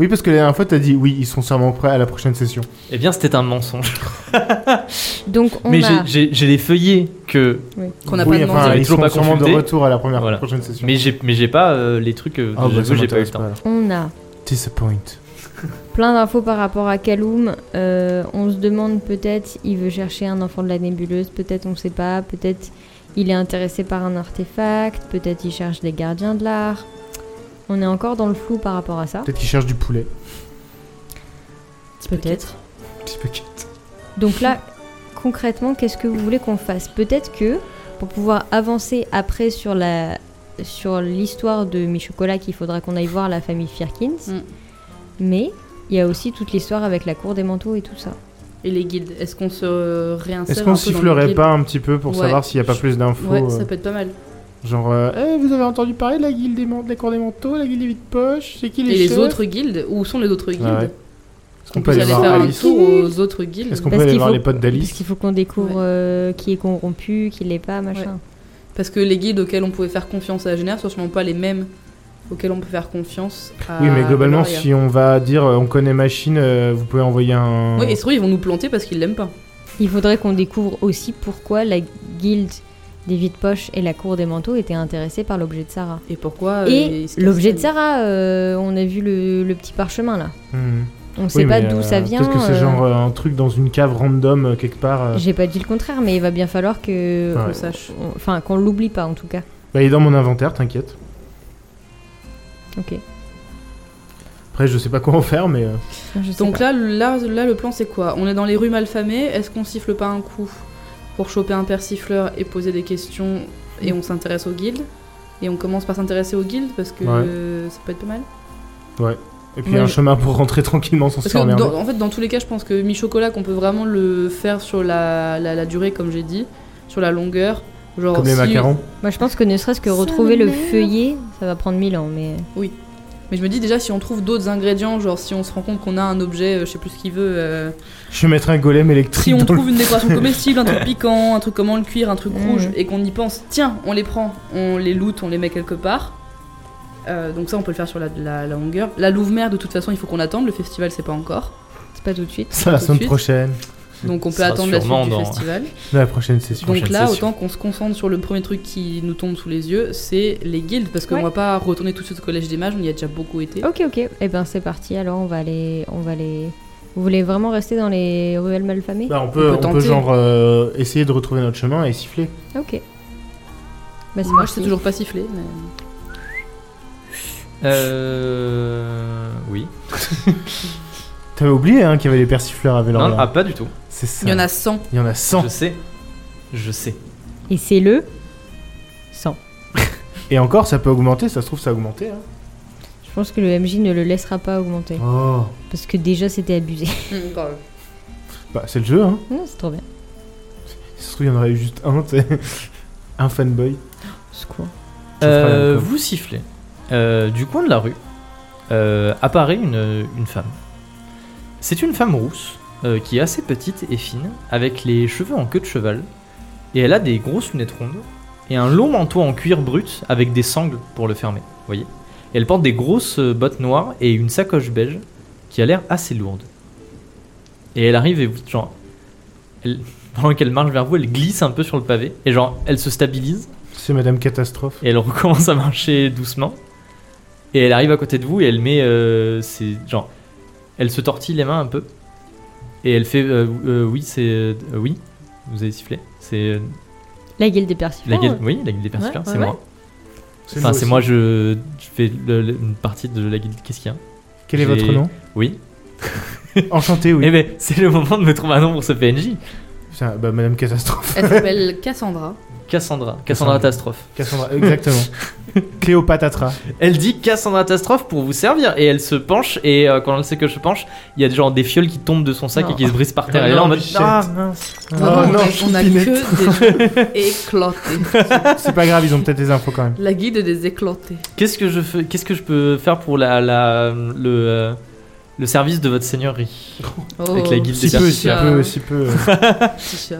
[SPEAKER 2] Oui, parce que la dernière fois, t'as dit oui, ils sont sûrement prêts à la prochaine session.
[SPEAKER 1] Eh bien, c'était un mensonge.
[SPEAKER 4] Donc on
[SPEAKER 1] mais
[SPEAKER 4] a.
[SPEAKER 1] j'ai- j'ai j'ai les feuillets que.
[SPEAKER 3] Qu'on n'a
[SPEAKER 2] oui,
[SPEAKER 3] pas
[SPEAKER 2] enfin,
[SPEAKER 3] demandé.
[SPEAKER 1] J'avais
[SPEAKER 2] ils
[SPEAKER 1] toujours
[SPEAKER 2] sont
[SPEAKER 1] pas
[SPEAKER 2] sûrement de
[SPEAKER 1] consulté.
[SPEAKER 2] retour à la première
[SPEAKER 1] Voilà.
[SPEAKER 2] prochaine session.
[SPEAKER 1] Mais j'ai mais j'ai pas euh, les trucs euh,
[SPEAKER 2] Ah,
[SPEAKER 1] de
[SPEAKER 2] bah,
[SPEAKER 1] jeu,
[SPEAKER 2] ça
[SPEAKER 1] j'ai pas eu le
[SPEAKER 2] m'intéresse
[SPEAKER 1] temps.
[SPEAKER 2] pas alors.
[SPEAKER 4] On a
[SPEAKER 2] Disappoint.
[SPEAKER 4] plein d'infos par rapport à Kaloum. Euh, on se demande peut-être il veut chercher un enfant de la nébuleuse, peut-être on sait pas, peut-être il est intéressé par un artefact, peut-être il cherche des gardiens de l'art. On est encore dans le flou par rapport à ça.
[SPEAKER 2] Peut-être qu'il cherche du poulet.
[SPEAKER 4] Peut-être.
[SPEAKER 2] Petit paquet.
[SPEAKER 4] Donc là, concrètement, qu'est-ce que vous voulez qu'on fasse Peut-être que pour pouvoir avancer après sur la sur l'histoire de Michocola, qu'il faudra qu'on aille voir la famille Firkins.
[SPEAKER 3] Mm.
[SPEAKER 4] Mais il y a aussi toute l'histoire avec la cour des manteaux et tout ça.
[SPEAKER 3] Et les guildes, est-ce qu'on se euh, réinsère
[SPEAKER 2] Est-ce
[SPEAKER 3] un
[SPEAKER 2] qu'on
[SPEAKER 3] peu dans les
[SPEAKER 2] sifflerait
[SPEAKER 3] guildes
[SPEAKER 2] pas un petit peu pour
[SPEAKER 3] Ouais.
[SPEAKER 2] savoir s'il n'y a pas plus d'infos
[SPEAKER 3] Ouais,
[SPEAKER 2] euh,
[SPEAKER 3] ça peut être pas mal.
[SPEAKER 2] Genre, euh, Eh, vous avez entendu parler de la guilde des, man- de la cour des manteaux, la guilde des vides poches C'est qui les
[SPEAKER 3] Et les
[SPEAKER 2] chefs
[SPEAKER 3] autres guildes Où sont les autres guildes
[SPEAKER 2] ouais. Est-ce qu'on peut
[SPEAKER 3] puisse
[SPEAKER 2] aller
[SPEAKER 3] aller
[SPEAKER 2] voir
[SPEAKER 3] faire un
[SPEAKER 2] Alice
[SPEAKER 3] tour aux autres guildes.
[SPEAKER 2] Est-ce qu'on peut
[SPEAKER 4] Parce
[SPEAKER 2] aller
[SPEAKER 4] qu'il
[SPEAKER 2] voir
[SPEAKER 4] faut-
[SPEAKER 2] les potes
[SPEAKER 4] Parce
[SPEAKER 2] d'Alice
[SPEAKER 4] qu'il faut qu'on découvre
[SPEAKER 3] Ouais.
[SPEAKER 4] euh, qui est corrompu, qui l'est pas, machin.
[SPEAKER 3] Parce que les guildes auxquels on pouvait faire confiance à la Génère sont sûrement pas les mêmes auxquels on peut faire confiance à
[SPEAKER 2] Oui, mais globalement,
[SPEAKER 3] Euh, Gloria.
[SPEAKER 2] si on va dire euh, on connaît Machine, euh, vous pouvez envoyer un.
[SPEAKER 3] Oui, et surtout, ils vont nous planter parce qu'ils l'aiment pas.
[SPEAKER 4] Il faudrait qu'on découvre aussi pourquoi la guilde des vides poches et la cour des manteaux étaient intéressées par l'objet de Sarah.
[SPEAKER 3] Et pourquoi euh,
[SPEAKER 4] et
[SPEAKER 3] ils se
[SPEAKER 4] l'objet de
[SPEAKER 3] cassent la
[SPEAKER 4] Sarah, euh, on a vu le, le petit parchemin là.
[SPEAKER 2] Hmm.
[SPEAKER 4] On sait
[SPEAKER 2] Oui,
[SPEAKER 4] pas
[SPEAKER 2] mais,
[SPEAKER 4] d'où
[SPEAKER 2] euh,
[SPEAKER 4] ça vient.
[SPEAKER 2] Peut-être que c'est
[SPEAKER 4] euh,
[SPEAKER 2] genre euh, un truc dans une cave random euh, quelque part. euh.
[SPEAKER 4] J'ai pas dit le contraire, mais il va bien falloir que.
[SPEAKER 2] Ouais.
[SPEAKER 3] gueule, qu'on sache.
[SPEAKER 4] on- Enfin, qu'on l'oublie pas en tout cas.
[SPEAKER 2] Bah, il est dans mon inventaire, t'inquiète.
[SPEAKER 4] Ok.
[SPEAKER 2] Après, je sais pas comment faire, mais. euh,
[SPEAKER 4] Je sais
[SPEAKER 3] Donc
[SPEAKER 4] pas.
[SPEAKER 3] là, le- là, là, le plan, c'est quoi On est dans les rues malfamées. Est-ce qu'on siffle pas un coup pour choper un persifleur et poser des questions Et on s'intéresse aux guildes Et on commence par s'intéresser aux guildes parce que
[SPEAKER 2] Ouais.
[SPEAKER 3] euh, ça peut être pas mal.
[SPEAKER 2] Et puis
[SPEAKER 4] Ouais,
[SPEAKER 2] un
[SPEAKER 4] je-
[SPEAKER 2] chemin pour rentrer tranquillement sans se
[SPEAKER 3] Parce
[SPEAKER 2] faire
[SPEAKER 3] que
[SPEAKER 2] emmerder.
[SPEAKER 3] dans- en fait, dans tous les cas, je pense que mi-chocolat, qu'on peut vraiment le faire sur la, la, la durée, comme j'ai dit, sur la longueur. Genre
[SPEAKER 2] Comme les
[SPEAKER 3] si-
[SPEAKER 2] macarons.
[SPEAKER 4] Moi je pense que ne serait-ce que
[SPEAKER 6] Ça
[SPEAKER 4] retrouver le
[SPEAKER 6] m'énerve.
[SPEAKER 4] feuillet, ça va prendre mille ans, mais.
[SPEAKER 3] Mais je me dis déjà, si on trouve d'autres ingrédients, genre si on se rend compte qu'on a un objet, euh, je sais plus ce qu'il veut. euh,
[SPEAKER 2] Je vais mettre un golem électrique.
[SPEAKER 3] si on
[SPEAKER 2] [LAUGHS] dans le-
[SPEAKER 3] trouve
[SPEAKER 1] [LAUGHS]
[SPEAKER 3] une décoration comestible, un truc piquant, un truc comment le cuire, un truc
[SPEAKER 4] Mhm.
[SPEAKER 3] rouge, et qu'on y pense, tiens, on les prend, on les loot, on les met quelque part. Euh, donc ça, on peut le faire sur la, la, la longueur. La Louve-Mère, de toute façon, il faut qu'on attende. Le festival, c'est pas encore.
[SPEAKER 4] C'est pas tout de suite.
[SPEAKER 2] Ça, la
[SPEAKER 3] tout de
[SPEAKER 2] semaine
[SPEAKER 3] suite.
[SPEAKER 2] prochaine.
[SPEAKER 3] Donc on peut
[SPEAKER 1] Hmm. Ça sera
[SPEAKER 3] attendre la
[SPEAKER 1] sûrement
[SPEAKER 3] suite du
[SPEAKER 1] dans-
[SPEAKER 3] festival.
[SPEAKER 2] Dans La prochaine session.
[SPEAKER 3] Donc
[SPEAKER 2] prochaine
[SPEAKER 3] là,
[SPEAKER 2] session.
[SPEAKER 3] autant qu'on se concentre sur le premier truc qui nous tombe sous les yeux, c'est les guildes, parce qu'on
[SPEAKER 4] Ouais.
[SPEAKER 3] va pas retourner tout de suite au collège des mages, on y a déjà beaucoup été.
[SPEAKER 4] Ok, ok. Et eh ben c'est parti. Alors on va aller, on va aller. Vous voulez vraiment rester dans les ruelles malfamées
[SPEAKER 2] Bah, on peut,
[SPEAKER 3] on
[SPEAKER 2] on
[SPEAKER 3] peut
[SPEAKER 2] peut,
[SPEAKER 3] tenter.
[SPEAKER 2] genre euh, essayer de retrouver notre chemin et siffler.
[SPEAKER 4] Ok. Bah c'est
[SPEAKER 3] Moi, je
[SPEAKER 4] parti.
[SPEAKER 3] sais toujours pas siffler. mais-
[SPEAKER 1] Euh. Oui.
[SPEAKER 2] T'avais oublié hein, qu'il y avait les persifleurs à Vélorla.
[SPEAKER 1] Non, ah, pas du tout.
[SPEAKER 2] C'est ça.
[SPEAKER 3] Il y en a 100.
[SPEAKER 2] Il y en a 100.
[SPEAKER 1] Je sais. Je sais.
[SPEAKER 4] Et c'est le 100.
[SPEAKER 2] Et encore, ça peut augmenter, ça se trouve, ça a augmenté. hein.
[SPEAKER 4] Je pense que le MJ ne le laissera pas augmenter.
[SPEAKER 2] Oh.
[SPEAKER 4] Parce que déjà c'était abusé. [LAUGHS]
[SPEAKER 2] Bah, c'est le jeu, hein.
[SPEAKER 4] non, c'est trop bien.
[SPEAKER 2] Si ça se trouve, il y en aurait eu juste un, tu sais. [LAUGHS] Un fanboy.
[SPEAKER 4] Secours.
[SPEAKER 2] Ça fera la même
[SPEAKER 1] Euh,
[SPEAKER 2] chose.
[SPEAKER 1] vous sifflez. Euh, du coin de la rue euh, apparaît une, une femme. C'est une femme rousse euh, qui est assez petite et fine, avec les cheveux en queue de cheval, et elle a des grosses lunettes rondes et un long manteau en cuir brut avec des sangles pour le fermer. Voyez. Et elle porte des grosses euh, bottes noires et une sacoche beige qui a l'air assez lourde. Et elle arrive et vous genre, elle- [LAUGHS] pendant qu'elle marche vers vous, elle glisse un peu sur le pavé et genre elle se stabilise
[SPEAKER 2] C'est Madame Catastrophe.
[SPEAKER 1] et elle [LAUGHS] recommence à marcher doucement. Et elle arrive à côté de vous et elle met euh, ses. Genre. Elle se tortille les mains un peu. Et elle fait. euh, euh, oui, c'est. euh, oui, vous avez sifflé. C'est. euh,
[SPEAKER 4] La guilde des persifleurs.
[SPEAKER 1] la guilde. Oui, la guilde des persifleurs,
[SPEAKER 4] Oh. ouais,
[SPEAKER 1] c'est
[SPEAKER 4] ouais.
[SPEAKER 1] moi. Enfin, c'est moi, je, je fais le- le- une partie de la guilde. Qu'est-ce qu'il y a
[SPEAKER 2] Quel est votre
[SPEAKER 1] j'ai- [LAUGHS]
[SPEAKER 2] nom
[SPEAKER 1] Oui.
[SPEAKER 2] Enchanté, oui.
[SPEAKER 1] Eh ben, c'est le moment de me trouver un nom pour ce PNJ.
[SPEAKER 2] Putain, bah, Madame Catastrophe. [LAUGHS]
[SPEAKER 3] Elle s'appelle Cassandra.
[SPEAKER 1] Cassandra. Cassandra
[SPEAKER 2] Cassandra.
[SPEAKER 1] Catastrophe.
[SPEAKER 2] Cassandra, exactement.
[SPEAKER 1] [LAUGHS]
[SPEAKER 2] Cléopatra.
[SPEAKER 1] Elle dit Cassandra Catastrophe pour vous servir et elle se penche et euh, quand elle sait que je penche, il y a genre des fioles qui tombent de son sac
[SPEAKER 3] Non.
[SPEAKER 1] et qui se brisent par terre.
[SPEAKER 2] Ah
[SPEAKER 1] elle est là en
[SPEAKER 2] non,
[SPEAKER 1] mode
[SPEAKER 2] Michette.
[SPEAKER 1] Ah,
[SPEAKER 2] Oh
[SPEAKER 3] Non, non,
[SPEAKER 2] non,
[SPEAKER 3] on a
[SPEAKER 2] Finette.
[SPEAKER 1] [LAUGHS]
[SPEAKER 3] que des gens éclatés.
[SPEAKER 2] C'est pas grave, ils ont peut-être des infos quand même.
[SPEAKER 3] La guide des éclatés.
[SPEAKER 1] Qu'est-ce que je fais Qu'est-ce que je peux faire pour la, la le euh, le service de votre seigneurie
[SPEAKER 3] Oh,
[SPEAKER 1] Avec la guilde
[SPEAKER 2] Si
[SPEAKER 1] des
[SPEAKER 2] peu, si
[SPEAKER 1] persifleurs.
[SPEAKER 2] peu, si peu. euh. [LAUGHS]
[SPEAKER 3] petit chat.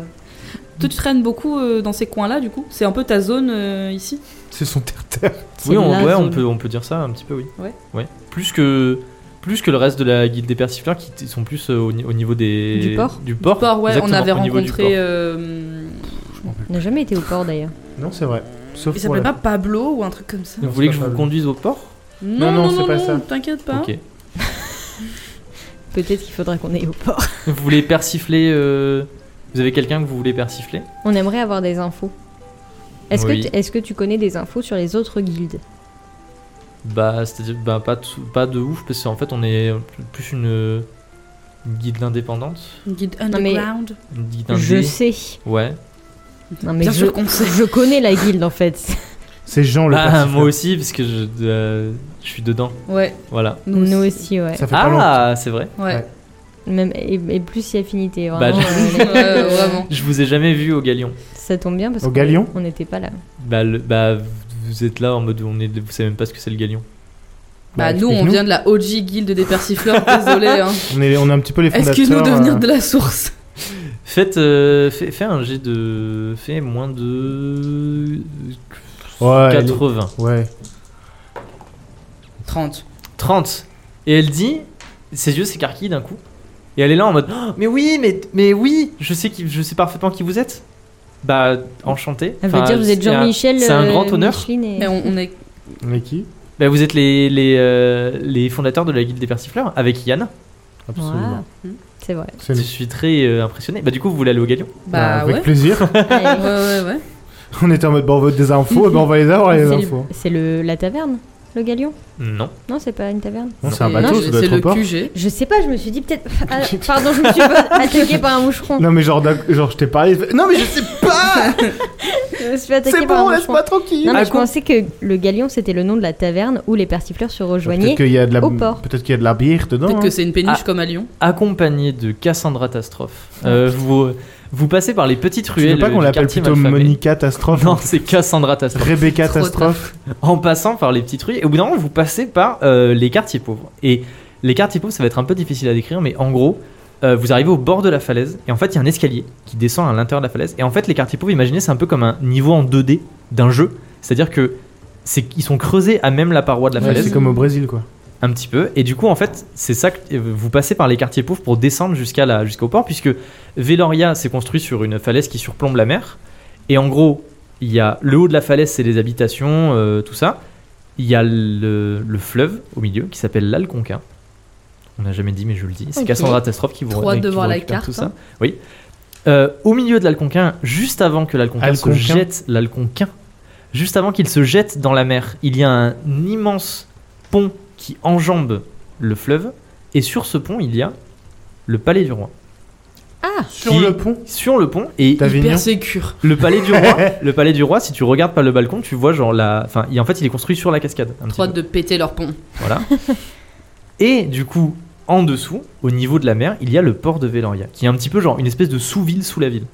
[SPEAKER 3] Toi, tu traînes beaucoup euh, dans ces coins-là, du coup C'est un peu ta zone euh, ici
[SPEAKER 1] Oh,
[SPEAKER 2] C'est son terre-terre.
[SPEAKER 4] C'est
[SPEAKER 1] Oui, on,
[SPEAKER 4] la
[SPEAKER 1] ouais, on
[SPEAKER 4] zone.
[SPEAKER 1] peut on peut dire ça un petit peu, oui.
[SPEAKER 3] Ouais.
[SPEAKER 1] Plus que plus que le reste de la guilde des persifleurs qui t- sont plus euh, au, ni- au niveau des
[SPEAKER 4] Du port
[SPEAKER 1] Du port,
[SPEAKER 3] Port, ouais, on
[SPEAKER 1] exactement,
[SPEAKER 3] avait
[SPEAKER 1] au niveau du
[SPEAKER 3] rencontré.
[SPEAKER 1] port.
[SPEAKER 3] euh,
[SPEAKER 4] On n'a jamais été au port d'ailleurs.
[SPEAKER 2] Non, c'est vrai. Sauf
[SPEAKER 3] il
[SPEAKER 2] pour euh,
[SPEAKER 3] s'appelait
[SPEAKER 2] la-
[SPEAKER 3] pas Pablo ou un truc comme ça
[SPEAKER 1] Vous voulez que je
[SPEAKER 2] c'est pas
[SPEAKER 1] vous
[SPEAKER 2] mal.
[SPEAKER 1] conduise au port
[SPEAKER 3] Non,
[SPEAKER 2] non,
[SPEAKER 3] non,
[SPEAKER 2] c'est
[SPEAKER 3] non,
[SPEAKER 2] pas
[SPEAKER 3] non,
[SPEAKER 2] ça.
[SPEAKER 3] t'inquiète pas.
[SPEAKER 1] Ok.
[SPEAKER 4] Peut-être qu'il faudra qu'on aille au port. [LAUGHS]
[SPEAKER 1] Vous voulez persifler euh, Vous avez quelqu'un que vous voulez persifler
[SPEAKER 4] On aimerait avoir des infos. Est-ce
[SPEAKER 1] Oui.
[SPEAKER 4] que, est que tu connais des infos sur les autres guildes
[SPEAKER 1] Bah, c'est-à-dire, bah, pas, tout- pas de ouf, parce qu'en fait, on est plus une, euh, une guilde indépendante.
[SPEAKER 3] Guide
[SPEAKER 4] mais-
[SPEAKER 3] underground.
[SPEAKER 1] Une guilde
[SPEAKER 4] Je
[SPEAKER 1] indé.
[SPEAKER 4] sais.
[SPEAKER 1] Ouais.
[SPEAKER 4] Non, mais
[SPEAKER 3] Bien
[SPEAKER 4] je,
[SPEAKER 3] sûr qu'on sait.
[SPEAKER 4] [LAUGHS] je connais la guilde en fait.
[SPEAKER 2] C'est Jean le
[SPEAKER 1] Ah,
[SPEAKER 2] persifleur.
[SPEAKER 1] moi aussi, parce que je, euh, je suis dedans.
[SPEAKER 3] Ouais,
[SPEAKER 1] Voilà.
[SPEAKER 3] nous,
[SPEAKER 4] Nous aussi,
[SPEAKER 3] aussi.
[SPEAKER 4] ouais.
[SPEAKER 2] Ça fait pas longtemps.
[SPEAKER 1] Ah, c'est vrai.
[SPEAKER 3] Ouais.
[SPEAKER 2] Ouais.
[SPEAKER 4] Même, et, et plus y affinité,
[SPEAKER 1] Bah,
[SPEAKER 4] vraiment.
[SPEAKER 1] [LAUGHS] je-
[SPEAKER 4] euh, les- euh,
[SPEAKER 3] Ouais, vraiment.
[SPEAKER 1] Je vous ai jamais vu au Galion.
[SPEAKER 4] Ça tombe bien parce
[SPEAKER 2] Au
[SPEAKER 4] qu'on-
[SPEAKER 2] Galion
[SPEAKER 4] on n'était pas là.
[SPEAKER 1] Bah, le- bah, vous êtes là en mode, on est, vous savez même pas ce que c'est le Galion.
[SPEAKER 3] Bah, nous, on
[SPEAKER 2] explique-nous.
[SPEAKER 3] vient de la OG guilde
[SPEAKER 2] [LAUGHS]
[SPEAKER 3] des persifleurs, désolé. hein.
[SPEAKER 2] On est, on est un petit peu les fondateurs.
[SPEAKER 3] Excuse-nous de
[SPEAKER 2] euh,
[SPEAKER 3] venir de la source.
[SPEAKER 1] Faites, euh, fais, fais un jet de. Fais moins de.
[SPEAKER 2] euh, Ouais,
[SPEAKER 1] 80.
[SPEAKER 2] Ouais.
[SPEAKER 3] 30.
[SPEAKER 1] 30. Et elle dit, ses yeux s'écarquillent d'un coup. Et elle est là en mode Oh, Mais oui, mais, mais oui, je sais, qui, je sais parfaitement qui vous êtes. Bah, enchanté.
[SPEAKER 4] Elle veut
[SPEAKER 1] Enfin,
[SPEAKER 4] dire vous êtes
[SPEAKER 1] c'est un-
[SPEAKER 4] Jean-Michel.
[SPEAKER 1] C'est un,
[SPEAKER 4] euh,
[SPEAKER 1] grand honneur.
[SPEAKER 4] Micheline et-
[SPEAKER 3] Et on, on est.
[SPEAKER 2] On est qui
[SPEAKER 1] Bah, vous êtes les, les, euh, les fondateurs de la Guilde des Persifleurs avec Yann.
[SPEAKER 2] Absolument.
[SPEAKER 4] Waouh. C'est vrai.
[SPEAKER 2] C'est
[SPEAKER 1] Je
[SPEAKER 2] nous.
[SPEAKER 1] suis très euh, impressionné. Bah, du coup, vous voulez aller au Galion
[SPEAKER 3] Bah,
[SPEAKER 2] Avec
[SPEAKER 3] ouais.
[SPEAKER 2] plaisir.
[SPEAKER 3] [LAUGHS] Ouais,
[SPEAKER 4] Allez.
[SPEAKER 3] ouais, ouais.
[SPEAKER 2] On était en mode, bon, on veut des infos, eh ben on va les avoir, les
[SPEAKER 4] C'est le-
[SPEAKER 2] infos.
[SPEAKER 4] C'est le la taverne, le Galion
[SPEAKER 1] Non.
[SPEAKER 4] Non, c'est pas une taverne.
[SPEAKER 2] Non, c'est un
[SPEAKER 3] Et
[SPEAKER 2] bateau, ça doit
[SPEAKER 3] C'est
[SPEAKER 2] être au
[SPEAKER 3] le
[SPEAKER 2] port.
[SPEAKER 3] QG.
[SPEAKER 4] Je sais pas, je me suis dit peut-être.
[SPEAKER 2] [LAUGHS]
[SPEAKER 4] Ah, pardon, je me suis pas attaquée par un moucheron.
[SPEAKER 2] Non, mais genre, d'ac- genre je t'ai parlé. je fais, Non, mais je sais pas
[SPEAKER 4] Je me suis attaquée
[SPEAKER 2] C'est
[SPEAKER 4] par
[SPEAKER 2] bon,
[SPEAKER 4] un moucheron.
[SPEAKER 2] laisse-moi tranquille
[SPEAKER 4] Non,
[SPEAKER 1] Ah,
[SPEAKER 4] mais je
[SPEAKER 1] quoi
[SPEAKER 4] pensais que le Galion c'était le nom de la taverne où les persifleurs se
[SPEAKER 2] Bah, Peut-être
[SPEAKER 4] rejoignaient.
[SPEAKER 2] qu'il y, a de la...
[SPEAKER 4] au port.
[SPEAKER 2] peut qu'il y a de la bière dedans.
[SPEAKER 3] Peut-être
[SPEAKER 2] hein.
[SPEAKER 3] que c'est une péniche
[SPEAKER 1] Ah.
[SPEAKER 3] comme à Lyon.
[SPEAKER 1] Accompagné de Cassandra Tastrophe, euh, vous, vous passez par les petites
[SPEAKER 2] Ah, Tu
[SPEAKER 1] ruelles.
[SPEAKER 2] veux pas qu'on
[SPEAKER 1] du
[SPEAKER 2] l'appelle
[SPEAKER 1] quartier
[SPEAKER 2] plutôt
[SPEAKER 1] malfamé.
[SPEAKER 2] Monica Catastrophe
[SPEAKER 1] Non, c'est Cassandra Tastrophe.
[SPEAKER 2] [LAUGHS] Rebecca
[SPEAKER 3] Trop
[SPEAKER 2] Catastrophe
[SPEAKER 1] [LAUGHS] en passant par les petites rues. Et au bout d'un moment, vous passez par euh, les quartiers pauvres. Et les quartiers pauvres, ça va être un peu difficile à décrire, mais en gros, euh, vous arrivez au bord de la falaise, et en fait, il y a un escalier qui descend à l'intérieur de la falaise. Et en fait, les quartiers pauvres, imaginez, c'est un peu comme un niveau en 2D d'un jeu. C'est-à-dire que c'est qu'ils sont creusés à même la paroi de la
[SPEAKER 2] Ouais,
[SPEAKER 1] falaise,
[SPEAKER 2] C'est comme au Brésil, quoi.
[SPEAKER 1] un petit peu. Et du coup, en fait, c'est ça que euh, vous passez par les quartiers pauvres pour descendre jusqu'à la- jusqu'au port, puisque Veloria s'est construit sur une falaise qui surplombe la mer. Et en gros, il y a le haut de la falaise, c'est les habitations, euh, tout ça. Il y a le, le fleuve au milieu qui s'appelle l'Alconquin. On n'a jamais dit, mais je le dis. C'est
[SPEAKER 4] Ok.
[SPEAKER 1] Cassandra Tastrophe qui vous
[SPEAKER 3] Trois
[SPEAKER 1] qui
[SPEAKER 3] de
[SPEAKER 1] vous
[SPEAKER 3] voir la
[SPEAKER 1] récupère
[SPEAKER 3] carte,
[SPEAKER 1] Tout
[SPEAKER 3] hein.
[SPEAKER 1] ça. Oui. Euh, au milieu de l'Alconquin, juste avant que l'Alconquin se
[SPEAKER 2] Alconquin.
[SPEAKER 1] jette, l'Alconquin, juste avant qu'il se jette dans la mer, il y a un immense pont qui enjambe le fleuve. Et sur ce pont, il y a le palais du roi.
[SPEAKER 2] Sur
[SPEAKER 1] Qui-
[SPEAKER 2] le pont
[SPEAKER 1] Sur le pont, et
[SPEAKER 2] D'Avignon
[SPEAKER 3] Hyper sécure.
[SPEAKER 1] le palais du roi, le palais du roi, si tu regardes par le balcon, tu vois genre la. Enfin, il- en fait, il est construit sur la cascade. un petit
[SPEAKER 3] Trop
[SPEAKER 1] peu.
[SPEAKER 3] hâte de péter leur pont.
[SPEAKER 1] Voilà. Et du coup, en dessous, au niveau de la mer, il y a le port de Veloria, qui est un petit peu genre une espèce de sous-ville sous la ville.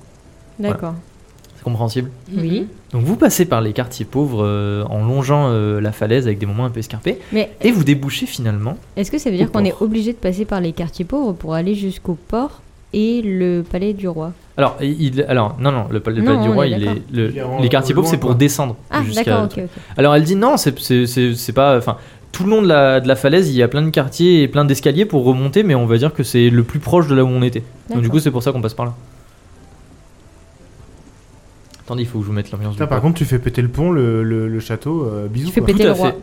[SPEAKER 4] D'accord.
[SPEAKER 1] C'est compréhensible.
[SPEAKER 4] Oui.
[SPEAKER 3] Mm-hmm.
[SPEAKER 1] Donc vous passez par les quartiers pauvres euh, en longeant euh, la falaise avec des moments un peu escarpés,
[SPEAKER 4] Mais
[SPEAKER 1] et vous débouchez finalement.
[SPEAKER 4] est-ce que ça veut
[SPEAKER 1] Au
[SPEAKER 4] dire qu'on est
[SPEAKER 1] port.
[SPEAKER 4] obligé de passer par les quartiers pauvres pour aller jusqu'au port et le palais du roi
[SPEAKER 1] Alors, il, alors non, non, le palais, le
[SPEAKER 4] Non,
[SPEAKER 1] palais du
[SPEAKER 4] on
[SPEAKER 1] roi,
[SPEAKER 4] est
[SPEAKER 1] il
[SPEAKER 4] d'accord.
[SPEAKER 1] est, le-
[SPEAKER 2] Il est en-
[SPEAKER 1] les
[SPEAKER 2] au
[SPEAKER 1] quartiers pauvres,
[SPEAKER 2] loin,
[SPEAKER 1] c'est pour
[SPEAKER 2] quoi.
[SPEAKER 1] descendre.
[SPEAKER 4] Ah,
[SPEAKER 1] jusqu'à-
[SPEAKER 4] d'accord, ok, ok.
[SPEAKER 1] Alors elle dit non, c'est- c'est c'est- c'est pas. Enfin, tout le long de la, de la falaise, il y a plein de quartiers et plein d'escaliers pour remonter, mais on va dire que c'est le plus proche de là où on était. Donc du coup, c'est pour ça qu'on passe par là. Attendez, il faut que je vous mette l'ambiance.
[SPEAKER 2] Putain,
[SPEAKER 1] du
[SPEAKER 2] par
[SPEAKER 1] port.
[SPEAKER 2] contre, tu fais péter le pont, le, le, le château, euh, bisous.
[SPEAKER 4] Tu fais
[SPEAKER 2] quoi.
[SPEAKER 4] péter
[SPEAKER 1] Tout
[SPEAKER 4] le
[SPEAKER 1] à
[SPEAKER 4] roi.
[SPEAKER 1] fait.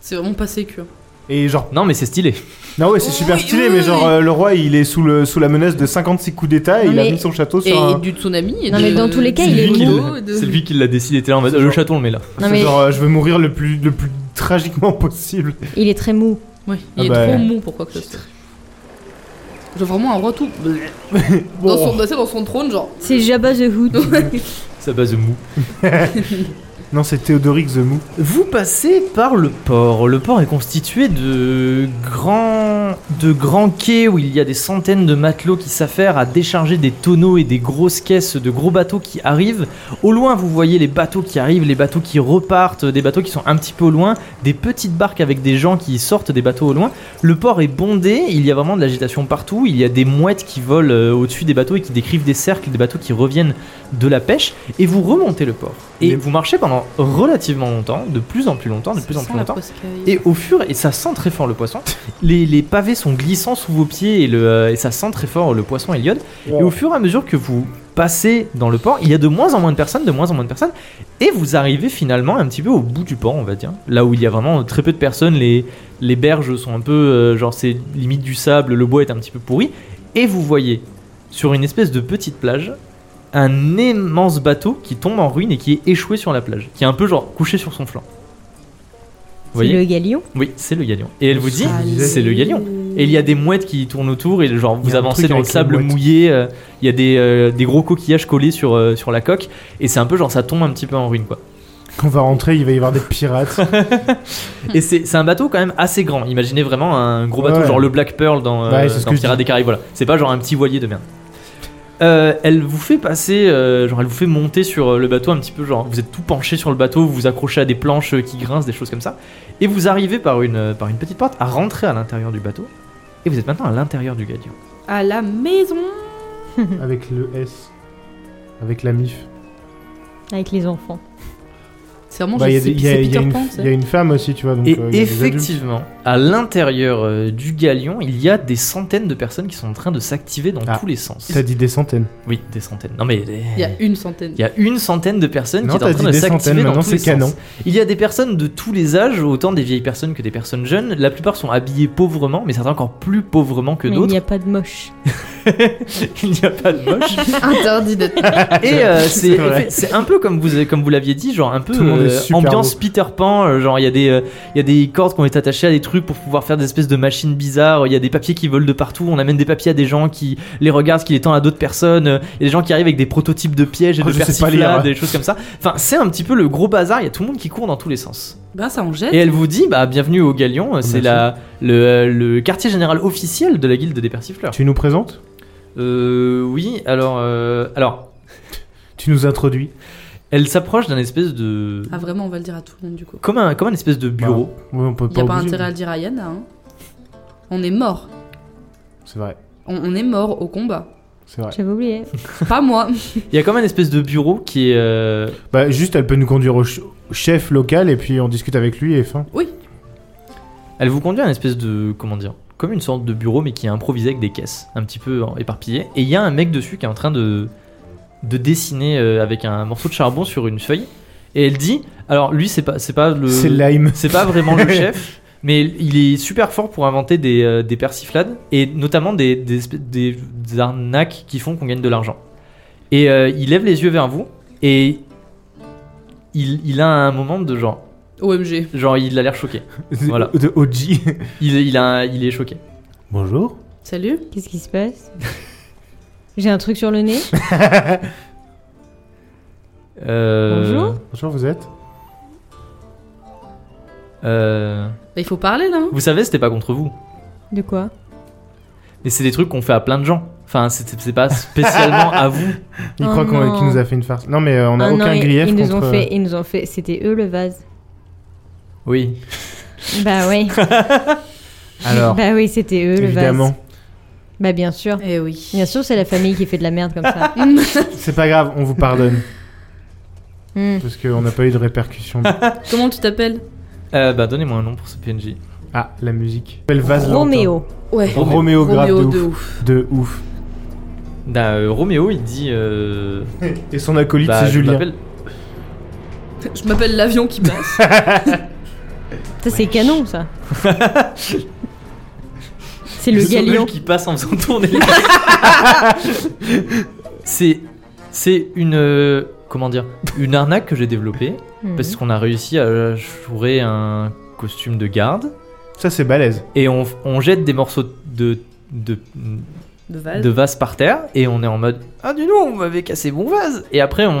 [SPEAKER 3] C'est vraiment pas sécure.
[SPEAKER 2] Et genre,
[SPEAKER 1] Non, mais c'est
[SPEAKER 4] [LAUGHS]
[SPEAKER 1] stylé.
[SPEAKER 2] non, ouais, c'est super
[SPEAKER 3] Oui,
[SPEAKER 2] stylé,
[SPEAKER 3] oui,
[SPEAKER 2] mais
[SPEAKER 3] oui.
[SPEAKER 2] genre, euh, le roi, il est sous, le, sous la menace de 56 coups d'état et
[SPEAKER 4] Non,
[SPEAKER 2] il a
[SPEAKER 4] mais-
[SPEAKER 2] mis son château
[SPEAKER 3] Et
[SPEAKER 2] sur un.
[SPEAKER 3] du tsunami. Et
[SPEAKER 4] Non,
[SPEAKER 3] de-
[SPEAKER 4] mais dans tous les cas,
[SPEAKER 3] du
[SPEAKER 4] il est
[SPEAKER 3] niveau,
[SPEAKER 1] lui qui
[SPEAKER 4] beau,
[SPEAKER 1] l'a-
[SPEAKER 3] de-
[SPEAKER 1] c'est lui qui l'a décidé. T'es là en mode,
[SPEAKER 2] Oh,
[SPEAKER 1] euh,
[SPEAKER 2] C'est
[SPEAKER 1] le
[SPEAKER 2] genre-
[SPEAKER 1] château, on le met là.
[SPEAKER 4] Non,
[SPEAKER 2] C'est
[SPEAKER 4] mais-
[SPEAKER 2] Genre, euh, je veux mourir le plus, le plus tragiquement [LAUGHS] possible.
[SPEAKER 4] Il est très mou.
[SPEAKER 3] Ouais,
[SPEAKER 2] Ah
[SPEAKER 3] il est
[SPEAKER 2] bah.
[SPEAKER 3] trop mou pour quoi que ce soit. Genre vraiment un
[SPEAKER 2] [LAUGHS]
[SPEAKER 3] retour dans,
[SPEAKER 2] Bon.
[SPEAKER 3] son, tu sais, dans son trône, genre.
[SPEAKER 4] C'est Jabba the Hutt.
[SPEAKER 1] Ça base de mou.
[SPEAKER 2] Non, c'est Théodoric the Mou.
[SPEAKER 1] Vous passez par le port. Le port est constitué de grands, de grands quais où il y a des centaines de matelots qui s'affairent à décharger des tonneaux et des grosses caisses de gros bateaux qui arrivent. Au loin, vous voyez les bateaux qui arrivent, les bateaux qui repartent, des bateaux qui sont un petit peu au loin, des petites barques avec des gens qui sortent des bateaux au loin. Le port est bondé, il y a vraiment de l'agitation partout, il y a des mouettes qui volent euh, au-dessus des bateaux et qui décrivent des cercles, des bateaux qui reviennent de la pêche, et vous remontez le port. Et
[SPEAKER 2] Mais-
[SPEAKER 1] vous marchez pendant relativement longtemps, de plus en plus longtemps, de plus en
[SPEAKER 3] Ça
[SPEAKER 1] plus
[SPEAKER 3] sent la
[SPEAKER 1] longtemps.
[SPEAKER 3] poiscaille.
[SPEAKER 1] Et au fur et ça sent très fort le poisson. Les, les pavés sont glissants sous vos pieds et, le, euh, et ça sent très fort le poisson et l'iode. Et au fur et à mesure que vous passez dans le port, il y a de moins en moins de personnes, de moins en moins de personnes, et vous arrivez finalement un petit peu au bout du port, on va dire. Là où il y a vraiment très peu de personnes, les, les berges sont un peu, euh, genre c'est limite du sable, le bois est un petit peu pourri, et vous voyez sur une espèce de petite plage un immense bateau qui tombe en ruine et qui est échoué sur la plage, qui est un peu genre couché sur son flanc.
[SPEAKER 4] C'est
[SPEAKER 1] voyez
[SPEAKER 4] le galion.
[SPEAKER 1] Oui, c'est le galion. Et elle vous dit,
[SPEAKER 3] Allez.
[SPEAKER 1] c'est le galion. Et il y a des mouettes qui tournent autour et genre
[SPEAKER 2] Il y
[SPEAKER 1] vous
[SPEAKER 2] a un
[SPEAKER 1] avancez
[SPEAKER 2] truc
[SPEAKER 1] dans le
[SPEAKER 2] avec les
[SPEAKER 1] sable
[SPEAKER 2] mouettes.
[SPEAKER 1] mouillé. euh, Il y a des, euh, des gros coquillages collés sur, euh, sur la coque et c'est un peu genre ça tombe un petit peu en ruine quoi.
[SPEAKER 2] Quand on va rentrer, il va y avoir des
[SPEAKER 3] [LAUGHS]
[SPEAKER 2] pirates.
[SPEAKER 1] Et c'est c'est un bateau quand même assez grand. Imaginez vraiment un gros bateau
[SPEAKER 2] Ouais. Bah
[SPEAKER 1] genre le Black Pearl dans, euh,
[SPEAKER 2] Ouais, c'est ce
[SPEAKER 1] dans
[SPEAKER 2] que je
[SPEAKER 1] Pirates
[SPEAKER 2] dis.
[SPEAKER 1] des Caraïbes. Voilà, c'est pas genre un petit voilier de merde. Euh, elle vous fait passer, euh, genre elle vous fait monter sur euh, le bateau un petit peu, genre vous êtes tout penché sur le bateau, vous vous accrochez à des planches euh, qui grincent, des choses comme ça, et vous arrivez par une, euh, par une petite porte à rentrer à l'intérieur du bateau, et vous êtes maintenant à l'intérieur du galion.
[SPEAKER 3] À la maison
[SPEAKER 2] avec le S. Avec la MIF.
[SPEAKER 4] Avec les enfants.
[SPEAKER 3] C'est vraiment
[SPEAKER 2] Bah, Il y, a
[SPEAKER 3] c'est-
[SPEAKER 2] des- il y a-
[SPEAKER 3] c'est
[SPEAKER 2] il y a
[SPEAKER 3] Peter
[SPEAKER 2] une-
[SPEAKER 3] Pan,
[SPEAKER 2] il y a
[SPEAKER 3] c'est
[SPEAKER 2] une femme aussi, tu vois. Donc,
[SPEAKER 1] Et
[SPEAKER 2] euh, il y a des adultes.
[SPEAKER 1] effectivement, à l'intérieur euh, du galion, il y a des centaines de personnes qui sont en train de s'activer dans
[SPEAKER 2] Ah.
[SPEAKER 1] tous les sens.
[SPEAKER 2] T'as dit des centaines.
[SPEAKER 1] Oui, des centaines. Non mais euh,
[SPEAKER 3] Il y a une centaine.
[SPEAKER 1] il y a une centaine de personnes
[SPEAKER 2] Non,
[SPEAKER 1] qui est en
[SPEAKER 2] t'as
[SPEAKER 1] train
[SPEAKER 2] dit
[SPEAKER 1] de
[SPEAKER 2] des centaines,
[SPEAKER 1] s'activer dans
[SPEAKER 2] maintenant,
[SPEAKER 1] tous les
[SPEAKER 2] c'est canon.
[SPEAKER 1] sens. Il y a des personnes de tous les âges, autant des vieilles personnes que des personnes jeunes. La plupart sont habillées pauvrement, mais certains encore plus pauvrement que
[SPEAKER 4] Mais il
[SPEAKER 1] d'autres.
[SPEAKER 4] n'y a pas de moche.
[SPEAKER 1] [LAUGHS] il n'y a pas de moche.
[SPEAKER 3] [LAUGHS] Interdit d'être.
[SPEAKER 1] Et euh, c'est
[SPEAKER 2] vrai.
[SPEAKER 1] c'est un peu comme vous euh, comme vous l'aviez dit, genre un peu
[SPEAKER 2] Tout le monde est
[SPEAKER 1] euh,
[SPEAKER 2] super
[SPEAKER 1] ambiance
[SPEAKER 2] beau.
[SPEAKER 1] Peter Pan. euh, Genre il y a des euh, il y a des cordes qui ont été attachées à des trucs pour pouvoir faire des espèces de machines bizarres. Il y a des papiers qui volent de partout. On amène des papiers à des gens qui les regardent, qui les tendent à d'autres personnes. euh, Il y a des gens qui arrivent avec des prototypes de pièges et
[SPEAKER 2] Oh,
[SPEAKER 1] de
[SPEAKER 2] je sais pas lire.
[SPEAKER 1] persiflades, des choses comme ça. Enfin c'est un petit peu le gros bazar. Il y a tout le monde qui court dans tous les sens.
[SPEAKER 3] Ben ça en
[SPEAKER 1] Et
[SPEAKER 3] jette.
[SPEAKER 1] elle vous dit bah bienvenue au Galion. euh,
[SPEAKER 2] Oh,
[SPEAKER 1] C'est
[SPEAKER 2] Merci.
[SPEAKER 1] la le, euh, le quartier général officiel de la guilde des persifleurs.
[SPEAKER 2] Tu nous présentes
[SPEAKER 1] Euh, oui alors euh, alors.
[SPEAKER 2] Tu nous introduis
[SPEAKER 1] Elle s'approche d'un espèce de
[SPEAKER 3] Ah vraiment, on va le dire à tout le monde du coup.
[SPEAKER 1] comme un, comme un espèce de bureau.
[SPEAKER 2] Ouais, on peut
[SPEAKER 3] Il y a pas
[SPEAKER 2] obliger.
[SPEAKER 3] intérêt à le dire à Yana. Hein. On est mort.
[SPEAKER 2] C'est vrai,
[SPEAKER 3] On, on est mort au combat.
[SPEAKER 2] c'est vrai.
[SPEAKER 4] J'avais oublié.
[SPEAKER 3] Pas moi.
[SPEAKER 1] Il y a comme un espèce de bureau qui est. euh,
[SPEAKER 2] Bah, juste, elle peut nous conduire au ch- au chef local et puis on discute avec lui et fin.
[SPEAKER 1] Elle vous conduit à un espèce de. Comment dire Comme une sorte de bureau, mais qui est improvisé avec des caisses, un petit peu en- éparpillées. Et il y a un mec dessus qui est en train de. de dessiner euh, avec un morceau de charbon sur une feuille. Et elle dit. Alors lui, c'est pas, c'est pas le.
[SPEAKER 2] C'est Lime. [LAUGHS]
[SPEAKER 1] C'est pas vraiment le chef, mais il est super fort pour inventer des, euh, des persiflades et notamment des, des, espè- des- des arnaques qui font qu'on gagne de l'argent. Et euh, il lève les yeux vers vous et il, il a un moment de genre.
[SPEAKER 3] OMG.
[SPEAKER 1] Genre, il a l'air choqué. Voilà.
[SPEAKER 2] De OG.
[SPEAKER 1] Il, il, a, il est choqué.
[SPEAKER 2] Bonjour.
[SPEAKER 3] Salut.
[SPEAKER 4] Qu'est-ce qui se passe J'ai un truc sur le nez.
[SPEAKER 1] Euh,
[SPEAKER 4] Bonjour.
[SPEAKER 2] Bonjour, vous êtes
[SPEAKER 1] euh,
[SPEAKER 3] Bah, il faut parler là. hein.
[SPEAKER 1] vous savez, c'était pas contre vous.
[SPEAKER 4] De quoi
[SPEAKER 1] Mais c'est des trucs qu'on fait à plein de gens. Enfin, c'est c'est- c'est pas spécialement à vous.
[SPEAKER 2] Il
[SPEAKER 4] Oh
[SPEAKER 2] croit qu'on-
[SPEAKER 4] non.
[SPEAKER 2] qu'il nous a fait une farce. Non, mais euh, on n'a
[SPEAKER 4] Ah non,
[SPEAKER 2] aucun
[SPEAKER 4] ils-
[SPEAKER 2] grief
[SPEAKER 4] ils nous
[SPEAKER 2] contre... euh,
[SPEAKER 4] ont fait, ils nous ont fait. C'était eux le vase.
[SPEAKER 1] Oui.
[SPEAKER 4] Bah ouais.
[SPEAKER 2] Alors,
[SPEAKER 4] bah oui, c'était eux le vase.
[SPEAKER 2] évidemment.
[SPEAKER 4] Bah bien sûr.
[SPEAKER 3] Eh oui.
[SPEAKER 4] Bien sûr, c'est la famille qui fait de la merde comme ça.
[SPEAKER 2] C'est pas grave, on vous pardonne. [LAUGHS]
[SPEAKER 4] Hmm.
[SPEAKER 2] parce qu'on n'a pas eu de répercussions.
[SPEAKER 3] [LAUGHS]
[SPEAKER 4] Ah.
[SPEAKER 3] Comment tu t'appelles
[SPEAKER 1] Euh, bah, donnez-moi un nom pour ce PNJ.
[SPEAKER 2] ah, la musique. Elle vase lente,
[SPEAKER 4] Roméo.
[SPEAKER 3] Ouais.
[SPEAKER 2] hein. Roméo grave
[SPEAKER 3] Roméo
[SPEAKER 2] de,
[SPEAKER 3] de
[SPEAKER 2] ouf.
[SPEAKER 3] ouf.
[SPEAKER 2] de ouf.
[SPEAKER 1] Bah, euh, Roméo, il dit. euh,
[SPEAKER 2] Et son acolyte,
[SPEAKER 1] bah,
[SPEAKER 2] c'est
[SPEAKER 1] je
[SPEAKER 2] Julien.
[SPEAKER 1] m'appelle-
[SPEAKER 3] Je m'appelle l'avion qui passe.
[SPEAKER 4] Ça c'est canon
[SPEAKER 1] [LAUGHS]
[SPEAKER 4] ça. c'est le
[SPEAKER 1] Le
[SPEAKER 4] galion.
[SPEAKER 1] galion qui passe en faisant tourner. les-
[SPEAKER 4] [LAUGHS]
[SPEAKER 1] c'est c'est une euh, comment dire une arnaque que j'ai développée
[SPEAKER 4] Hmm.
[SPEAKER 1] parce qu'on a réussi à chourer un costume de garde
[SPEAKER 2] Ça, c'est balèze.
[SPEAKER 1] et on, on jette des morceaux de de,
[SPEAKER 3] De vase.
[SPEAKER 1] de vase par terre et on est en mode ah du nom on m'avait cassé mon vase et après on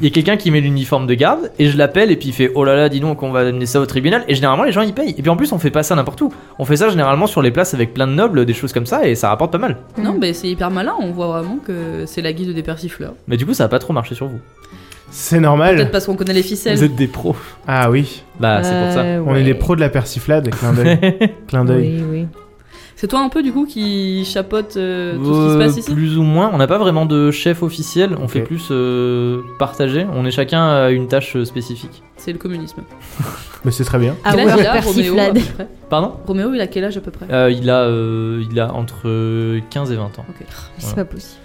[SPEAKER 1] il y a quelqu'un qui met l'uniforme de garde et je l'appelle et puis il fait oh là là dis donc on va amener ça au tribunal et généralement les gens ils payent et puis en plus on fait pas ça n'importe où on fait ça généralement sur les places avec plein de nobles des choses comme ça et ça rapporte pas mal
[SPEAKER 3] Non, mais c'est hyper malin. On voit vraiment que c'est la guide des persifleurs.
[SPEAKER 1] Mais du coup, ça a pas trop marché sur vous.
[SPEAKER 2] C'est normal.
[SPEAKER 3] Peut-être parce qu'on connaît les ficelles.
[SPEAKER 1] êtes des pros.
[SPEAKER 2] Ah oui,
[SPEAKER 1] Bah, c'est pour ça.
[SPEAKER 4] Euh,
[SPEAKER 2] on est
[SPEAKER 4] ouais.
[SPEAKER 2] des pros de la persiflade. Clin d'œil.
[SPEAKER 4] [LAUGHS]
[SPEAKER 2] Clin d'œil.
[SPEAKER 4] Oui, oui.
[SPEAKER 3] C'est toi un peu du coup qui chapote euh, tout ce qui se
[SPEAKER 1] Euh,
[SPEAKER 3] passe ici
[SPEAKER 1] Plus ou moins. On n'a pas vraiment de chef officiel. On fait
[SPEAKER 2] Ok.
[SPEAKER 1] plus euh, partager. On est chacun à une tâche euh, spécifique.
[SPEAKER 3] C'est le communisme.
[SPEAKER 2] Mais c'est très bien.
[SPEAKER 4] Ah
[SPEAKER 3] Quel
[SPEAKER 4] ouais,
[SPEAKER 3] âge
[SPEAKER 4] le
[SPEAKER 3] il a, Roméo, à
[SPEAKER 4] persiflade.
[SPEAKER 3] peu près
[SPEAKER 1] Pardon
[SPEAKER 3] Roméo, il a quel âge à peu près
[SPEAKER 1] Euh, il, a, euh, il a entre euh, 15 et 20 ans.
[SPEAKER 3] Ok.
[SPEAKER 4] C'est pas possible.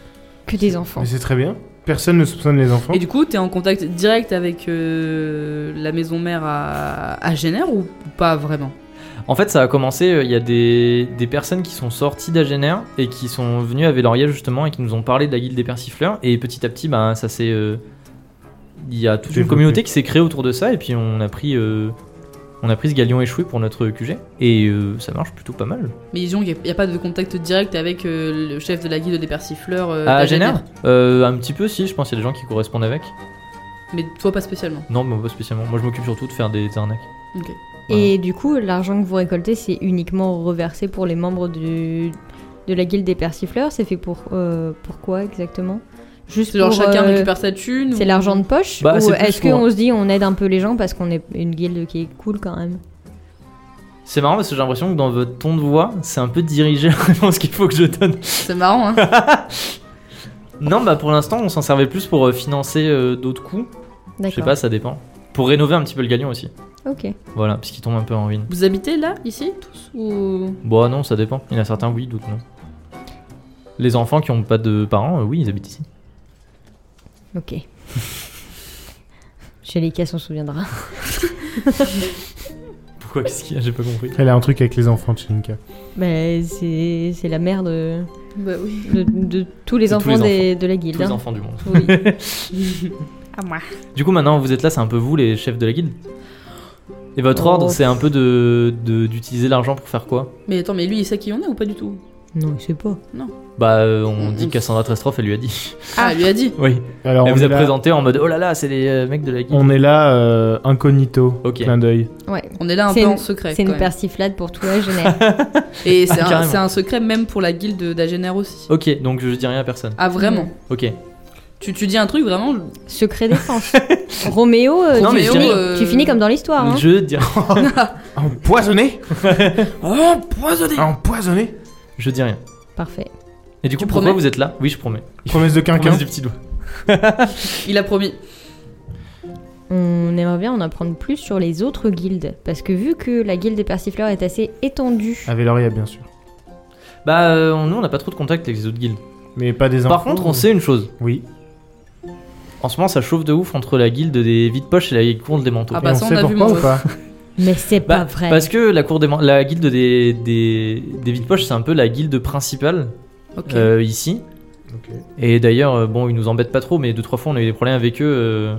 [SPEAKER 4] Que des enfants.
[SPEAKER 2] Mais c'est très bien. Personne ne soupçonne les enfants.
[SPEAKER 3] Et du coup, t'es en contact direct avec euh, la maison mère à, à Génère ou pas vraiment
[SPEAKER 1] En fait, ça a commencé. euh, Il y a des, des personnes qui sont sorties d'Agener et qui sont venues à Véloria justement et qui nous ont parlé de la guilde des persifleurs. Et petit à petit, bah, ça s'est. euh, il y a toute une
[SPEAKER 2] Développé.
[SPEAKER 1] communauté qui s'est créée autour de ça et puis on a pris. euh, On a pris ce galion échoué pour notre QG et euh, ça marche plutôt pas mal.
[SPEAKER 3] Mais disons qu'il n'y a, pas de contact direct avec euh, le chef de la guilde des persifleurs. euh,
[SPEAKER 1] ah,
[SPEAKER 3] d'Agener.
[SPEAKER 1] génère euh, Un petit peu, si, je pense qu'il y a des gens qui correspondent avec.
[SPEAKER 3] Mais toi, pas spécialement.
[SPEAKER 1] Non, mais pas spécialement. Moi, je m'occupe surtout de faire des arnaques.
[SPEAKER 3] Ok.
[SPEAKER 4] Et du coup, l'argent que vous récoltez, c'est uniquement reversé pour les membres du- de la guilde des persifleurs. C'est fait pour, euh, pour quoi exactement Juste
[SPEAKER 3] C'est genre
[SPEAKER 4] pour,
[SPEAKER 3] chacun
[SPEAKER 4] euh,
[SPEAKER 3] récupère sa thune.
[SPEAKER 4] C'est
[SPEAKER 3] ou-
[SPEAKER 4] l'argent de poche
[SPEAKER 1] Bah,
[SPEAKER 4] Ou
[SPEAKER 1] c'est plus
[SPEAKER 4] est-ce
[SPEAKER 1] pour-
[SPEAKER 4] qu'on se dit on aide un peu les gens parce qu'on est une guilde qui est cool quand même
[SPEAKER 1] C'est marrant parce que j'ai l'impression que dans votre ton de voix, c'est un peu dirigé [LAUGHS] la réponse qu'il faut que je donne.
[SPEAKER 3] C'est marrant, hein.
[SPEAKER 1] [LAUGHS] Non, bah pour l'instant, on s'en servait plus pour euh, financer euh, d'autres coûts. Je sais
[SPEAKER 4] D'accord.
[SPEAKER 1] pas, ça dépend. Pour rénover un petit peu le galion aussi.
[SPEAKER 4] Ok.
[SPEAKER 1] Voilà, parce qu'il tombe un peu en ruine.
[SPEAKER 3] Vous habitez là, ici, tous Ou.
[SPEAKER 1] Bon, ah non, ça dépend. Il y en a certains, oui, d'autres non. Les enfants qui ont pas de parents, euh, oui, ils habitent ici. [LAUGHS]
[SPEAKER 4] Ok. Chez s'en souviendra.
[SPEAKER 1] Pourquoi Qu'est-ce qu'il y a J'ai pas compris.
[SPEAKER 2] Elle a un truc avec les enfants de Shinka.
[SPEAKER 4] Mais Bah, c'est c'est la mère de,
[SPEAKER 3] Bah oui.
[SPEAKER 4] de, de tous les
[SPEAKER 1] De tous
[SPEAKER 4] enfants,
[SPEAKER 1] les
[SPEAKER 4] des- de la
[SPEAKER 1] Tous
[SPEAKER 4] guilde.
[SPEAKER 1] les
[SPEAKER 4] hein.
[SPEAKER 1] enfants du monde.
[SPEAKER 4] Oui.
[SPEAKER 1] [LAUGHS]
[SPEAKER 3] À moi.
[SPEAKER 1] Du coup, maintenant, vous êtes là, c'est un peu vous, les chefs de la guilde. Et votre
[SPEAKER 4] Oh.
[SPEAKER 1] ordre, c'est un peu de de- d'utiliser l'argent pour faire quoi
[SPEAKER 3] Mais attends, mais lui, il sait qui on est ou pas du tout
[SPEAKER 4] non, je sais pas.
[SPEAKER 1] Bah, euh, on
[SPEAKER 3] Mm,
[SPEAKER 1] dit
[SPEAKER 4] Mm-hmm.
[SPEAKER 3] mm.
[SPEAKER 1] Cassandra Trestroff, elle lui
[SPEAKER 2] [LAUGHS]
[SPEAKER 1] a dit.
[SPEAKER 3] Ah, elle lui a dit.
[SPEAKER 1] Oui.
[SPEAKER 2] Alors,
[SPEAKER 1] elle
[SPEAKER 2] on,
[SPEAKER 1] vous
[SPEAKER 2] est
[SPEAKER 1] a
[SPEAKER 2] là,
[SPEAKER 1] présenté en mode Oh là là, c'est les euh, mecs de la guilde.
[SPEAKER 2] on est là euh, incognito,
[SPEAKER 1] Ok.
[SPEAKER 2] clin d'œil.
[SPEAKER 4] Ouais.
[SPEAKER 3] On est là un
[SPEAKER 4] C'est
[SPEAKER 3] peu
[SPEAKER 4] une-
[SPEAKER 3] en secret.
[SPEAKER 4] C'est
[SPEAKER 3] quand
[SPEAKER 4] une
[SPEAKER 3] même.
[SPEAKER 4] persiflade pour
[SPEAKER 1] [LAUGHS]
[SPEAKER 4] toi, Génère.
[SPEAKER 3] Et c'est
[SPEAKER 1] Ah,
[SPEAKER 3] un,
[SPEAKER 1] carrément.
[SPEAKER 3] c'est un secret même pour la guilde d'Agener aussi.
[SPEAKER 1] Ok, donc je dis rien à personne.
[SPEAKER 3] Ah, vraiment
[SPEAKER 1] Ok.
[SPEAKER 3] tu, tu dis un truc vraiment.
[SPEAKER 4] Secret
[SPEAKER 1] [LAUGHS]
[SPEAKER 4] défense. Roméo, euh,
[SPEAKER 1] Non,
[SPEAKER 4] tu,
[SPEAKER 1] mais je
[SPEAKER 4] finis,
[SPEAKER 1] dirais-
[SPEAKER 4] tu finis comme dans l'histoire. Hein.
[SPEAKER 1] Je dis,
[SPEAKER 2] Empoisonné
[SPEAKER 3] Oh, poisonné
[SPEAKER 2] Empoisonné
[SPEAKER 1] je dis rien.
[SPEAKER 4] Parfait.
[SPEAKER 1] Et du coup,
[SPEAKER 3] Tu
[SPEAKER 1] pourquoi
[SPEAKER 3] promets
[SPEAKER 1] vous êtes là Oui, je promets.
[SPEAKER 2] Promesse de quinquin.
[SPEAKER 1] Promesse du petit doigt.
[SPEAKER 3] Il a promis.
[SPEAKER 4] On aimerait bien en apprendre plus sur les autres guildes. Parce que vu que la guilde des persifleurs est assez étendue.
[SPEAKER 1] Ah.
[SPEAKER 2] À Veloria, bien sûr.
[SPEAKER 1] Bah, euh, on- nous, on n'a pas trop de contact avec les autres guildes.
[SPEAKER 2] Mais pas des enfants.
[SPEAKER 1] Par contre, on sait une chose.
[SPEAKER 2] Oui.
[SPEAKER 1] En ce moment, ça chauffe de ouf entre la guilde des vides poches et la cour des manteaux.
[SPEAKER 3] Ah
[SPEAKER 2] Et
[SPEAKER 3] bah
[SPEAKER 2] on
[SPEAKER 3] ça, on
[SPEAKER 2] sait
[SPEAKER 3] a vu,
[SPEAKER 2] pourquoi
[SPEAKER 3] mon
[SPEAKER 2] ou
[SPEAKER 3] ref.
[SPEAKER 2] pas
[SPEAKER 4] Mais c'est
[SPEAKER 1] Bah,
[SPEAKER 4] pas vrai.
[SPEAKER 1] Parce que la cour des man- la guilde des, des, des vides poches, c'est un peu la guilde principale
[SPEAKER 3] Ok.
[SPEAKER 1] euh, ici.
[SPEAKER 2] Ok.
[SPEAKER 1] Et d'ailleurs, euh, bon, ils nous embêtent pas trop, mais deux trois fois, on a eu des problèmes avec eux. euh.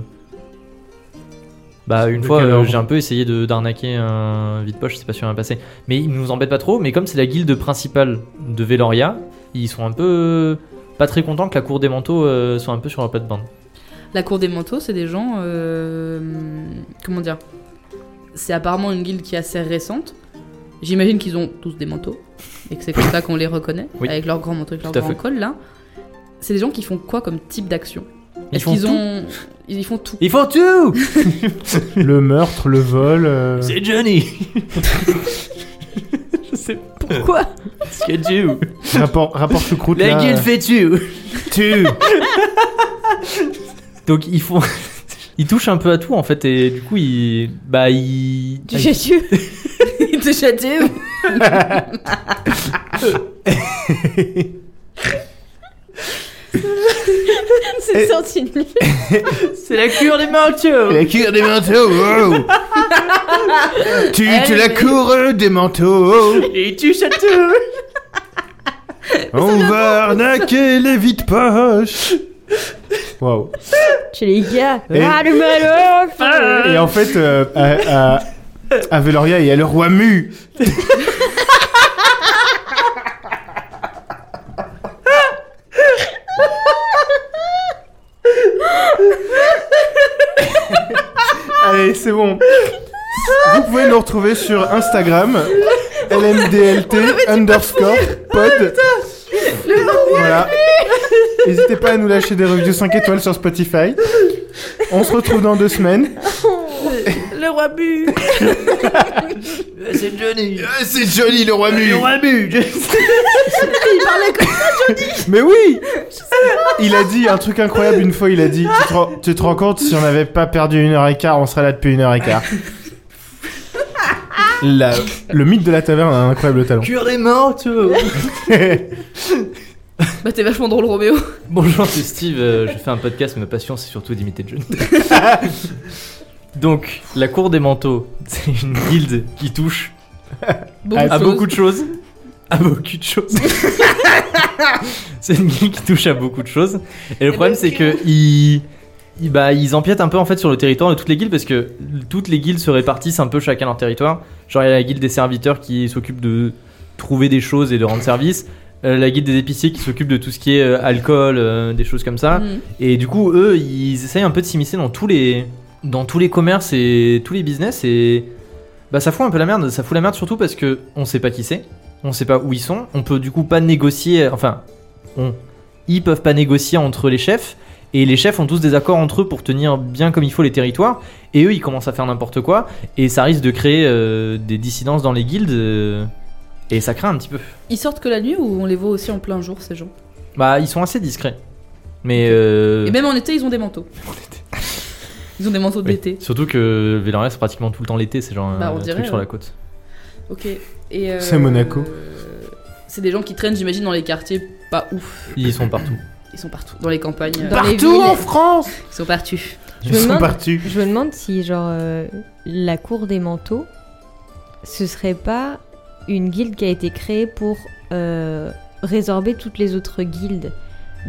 [SPEAKER 1] Bah, une
[SPEAKER 2] De
[SPEAKER 1] fois,
[SPEAKER 2] quel
[SPEAKER 1] euh,
[SPEAKER 2] ordre
[SPEAKER 1] j'ai un peu essayé de d'arnaquer un vide poche, c'est pas sûr rien passé. Mais ils nous embêtent pas trop, mais comme c'est la guilde principale de Veloria, ils sont un peu euh, pas très contents que la cour des manteaux euh, soit un peu sur la plate-bande.
[SPEAKER 3] La cour des manteaux, c'est des gens. euh, comment dire C'est apparemment une guilde qui est assez récente. J'imagine qu'ils ont tous des manteaux et que c'est comme ça qu'on les reconnaît,
[SPEAKER 1] Oui.
[SPEAKER 3] avec leur grand manteau, avec leur
[SPEAKER 1] Tout à
[SPEAKER 3] grand
[SPEAKER 1] fait.
[SPEAKER 3] col là. C'est des gens qui font quoi comme type d'action
[SPEAKER 1] Ils
[SPEAKER 3] Est-ce
[SPEAKER 1] font
[SPEAKER 3] qu'ils
[SPEAKER 1] tout.
[SPEAKER 3] ont Ils font tout.
[SPEAKER 1] Ils font tout
[SPEAKER 2] Le meurtre, le vol. euh,
[SPEAKER 1] C'est
[SPEAKER 2] [LAUGHS]
[SPEAKER 1] Johnny [LAUGHS] Je sais pas [LAUGHS]
[SPEAKER 4] Pourquoi
[SPEAKER 1] ce que tu.
[SPEAKER 2] Rapport, rapport choucroute.
[SPEAKER 1] La
[SPEAKER 2] là,
[SPEAKER 1] guilde
[SPEAKER 2] euh,
[SPEAKER 1] fait tu
[SPEAKER 2] tu
[SPEAKER 1] Donc ils font. [LAUGHS] Ils touchent un peu à tout en fait, et du coup, ils. Bah, ils.
[SPEAKER 4] Tu
[SPEAKER 1] [LAUGHS]
[SPEAKER 4] sais tu
[SPEAKER 3] Ils te châtient ou-
[SPEAKER 4] [LAUGHS] C'est sorti de lui.
[SPEAKER 1] C'est la cure des manteaux
[SPEAKER 2] La cure des manteaux
[SPEAKER 1] [LAUGHS]
[SPEAKER 2] wow. Tu
[SPEAKER 3] Elle
[SPEAKER 2] te la
[SPEAKER 3] est-
[SPEAKER 2] cour des manteaux oh.
[SPEAKER 1] Et tu touchent à tout
[SPEAKER 2] On va arnaquer les vides
[SPEAKER 1] [LAUGHS]
[SPEAKER 2] poches Waouh
[SPEAKER 4] Tu les gars.
[SPEAKER 2] Et-
[SPEAKER 4] Rallumez-le,
[SPEAKER 1] Ah,
[SPEAKER 4] enfin.
[SPEAKER 2] Et en fait, euh, à, à, à Veloria, il y a le roi Mu [LAUGHS] Allez, c'est bon. Vous pouvez nous retrouver sur Instagram, lmdlt underscore pod. Voilà. N'hésitez pas à nous lâcher des reviews 5 étoiles sur Spotify. On se retrouve dans deux semaines.
[SPEAKER 3] Le roi bu
[SPEAKER 1] C'est Johnny
[SPEAKER 2] c'est joli le roi Mu.
[SPEAKER 3] Il parlait comme
[SPEAKER 2] Mais oui [LAUGHS] Il a dit un truc incroyable une fois, il a dit Tu te, rends- tu te rends compte, si on n'avait pas perdu une heure et quart, on serait là depuis une heure et [LAUGHS] quart. La- le mythe de la taverne a un incroyable talent.
[SPEAKER 1] Cure des manteaux
[SPEAKER 3] Bah t'es vachement drôle, Roméo.
[SPEAKER 1] Bonjour, c'est Steve. euh, je fais un podcast, mais ma passion, c'est surtout d'imiter Johnny. Donc, la cour des manteaux, [LAUGHS] c'est une guilde qui touche
[SPEAKER 3] Beaucoup
[SPEAKER 1] à
[SPEAKER 3] de
[SPEAKER 1] Ah, beaucoup
[SPEAKER 3] choses.
[SPEAKER 1] de choses. À beaucoup de [LAUGHS] choses. c'est une guilde qui touche à beaucoup de choses. Et le problème, c'est que ils, ils- bah, ils empiètent un peu en fait sur le territoire de toutes les guildes parce que toutes les guildes se répartissent un peu chacun leur territoire. Genre il y a la guilde des serviteurs qui s'occupe de trouver des choses et de rendre service, euh, la guilde des épiciers qui s'occupe de tout ce qui est euh, alcool, euh, des choses comme ça.
[SPEAKER 3] Mm.
[SPEAKER 1] Et du coup, eux, ils essayent un peu de s'immiscer dans tous les dans tous les commerces et tous les business et bah ça fout un peu la merde. Ça fout la merde surtout parce que on sait pas qui c'est, on sait pas où ils sont, on peut du coup pas négocier. Enfin, on ils peuvent pas négocier entre les chefs et les chefs ont tous des accords entre eux pour tenir bien comme il faut les territoires et eux ils commencent à faire n'importe quoi et ça risque de créer euh, des dissidences dans les guildes euh, et ça craint un petit peu.
[SPEAKER 3] Ils sortent que la nuit ou on les voit aussi en plein jour, ces gens
[SPEAKER 1] Bah ils sont assez discrets. Mais euh,
[SPEAKER 3] Et même en été, ils ont des manteaux. Ils ont des manteaux
[SPEAKER 1] Oui.
[SPEAKER 3] d'été.
[SPEAKER 1] Surtout que Véloria c'est pratiquement tout le temps l'été, c'est genre
[SPEAKER 3] Bah,
[SPEAKER 1] un
[SPEAKER 3] on
[SPEAKER 1] truc
[SPEAKER 3] dirait,
[SPEAKER 1] sur
[SPEAKER 3] ouais.
[SPEAKER 1] la côte.
[SPEAKER 3] Ok. Et, euh,
[SPEAKER 2] C'est Monaco.
[SPEAKER 3] euh, C'est des gens qui traînent, j'imagine, dans les quartiers pas ouf.
[SPEAKER 1] Ils sont partout.
[SPEAKER 3] Ils sont partout. Dans les campagnes. euh,
[SPEAKER 4] Dans les
[SPEAKER 2] Partout en
[SPEAKER 4] villes.
[SPEAKER 2] France
[SPEAKER 3] Ils sont partus.
[SPEAKER 4] me
[SPEAKER 2] Ils sont
[SPEAKER 4] demande-
[SPEAKER 2] partis.
[SPEAKER 4] Je me demande si, genre, euh, la cour des manteaux, ce serait pas une guilde qui a été créée pour euh, résorber toutes les autres guildes.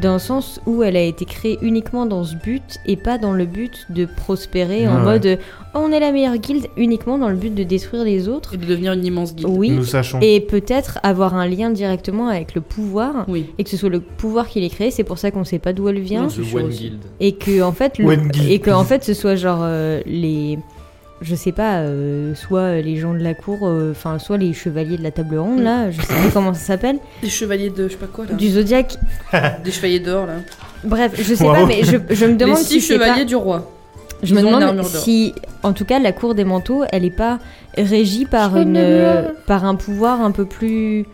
[SPEAKER 4] Dans le sens où elle a été créée uniquement dans ce but et pas dans le but de prospérer en
[SPEAKER 1] Ouais.
[SPEAKER 4] mode euh, Oh, on est la meilleure guilde uniquement dans le but de détruire les autres.
[SPEAKER 3] Et de devenir une immense guilde.
[SPEAKER 4] Oui.
[SPEAKER 2] Nous sachons.
[SPEAKER 4] Et peut-être avoir un lien directement avec le pouvoir
[SPEAKER 3] Oui.
[SPEAKER 4] et que ce soit le pouvoir qui l'ait créé. C'est pour ça qu'on sait pas d'où elle vient
[SPEAKER 3] Non, Ah, c'est sûr aussi.
[SPEAKER 4] et que en fait le-
[SPEAKER 2] Wendy.
[SPEAKER 4] et que en fait ce soit genre euh, les je sais pas euh, soit les gens de la cour euh, enfin soit les chevaliers de la table ronde là je sais pas comment ça s'appelle
[SPEAKER 3] Des chevaliers de. Je sais pas quoi là.
[SPEAKER 4] du zodiaque
[SPEAKER 3] Des chevaliers d'or là.
[SPEAKER 4] bref je sais
[SPEAKER 2] Bravo.
[SPEAKER 4] pas mais je, je me demande
[SPEAKER 3] les
[SPEAKER 4] si
[SPEAKER 3] six
[SPEAKER 4] c'est
[SPEAKER 3] chevaliers
[SPEAKER 4] pas-
[SPEAKER 3] du roi.
[SPEAKER 4] je me
[SPEAKER 3] ils ont une
[SPEAKER 4] demande
[SPEAKER 3] armure d'or.
[SPEAKER 4] si en tout cas la cour des manteaux elle est pas régie par une par un pouvoir un peu plus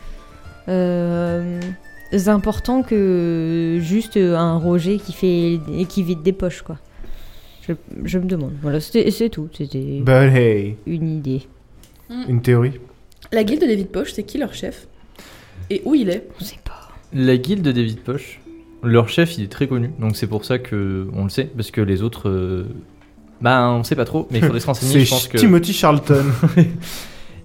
[SPEAKER 4] euh, important que juste un Roger qui fait et qui vide des poches quoi je, je me demande voilà c'était- c'est tout c'était
[SPEAKER 1] Bah.
[SPEAKER 2] But hey,
[SPEAKER 4] une idée.
[SPEAKER 2] une théorie.
[SPEAKER 3] La guilde des vides poches, c'est qui leur chef Et où il est
[SPEAKER 4] On sait pas.
[SPEAKER 1] La guilde des vides poches, leur chef il est très connu, donc c'est pour ça que on le sait, parce que les autres, euh, bah on sait pas trop, mais il [LAUGHS] faudrait se renseigner.
[SPEAKER 2] C'est
[SPEAKER 1] je pense que
[SPEAKER 2] Timothy Charlton.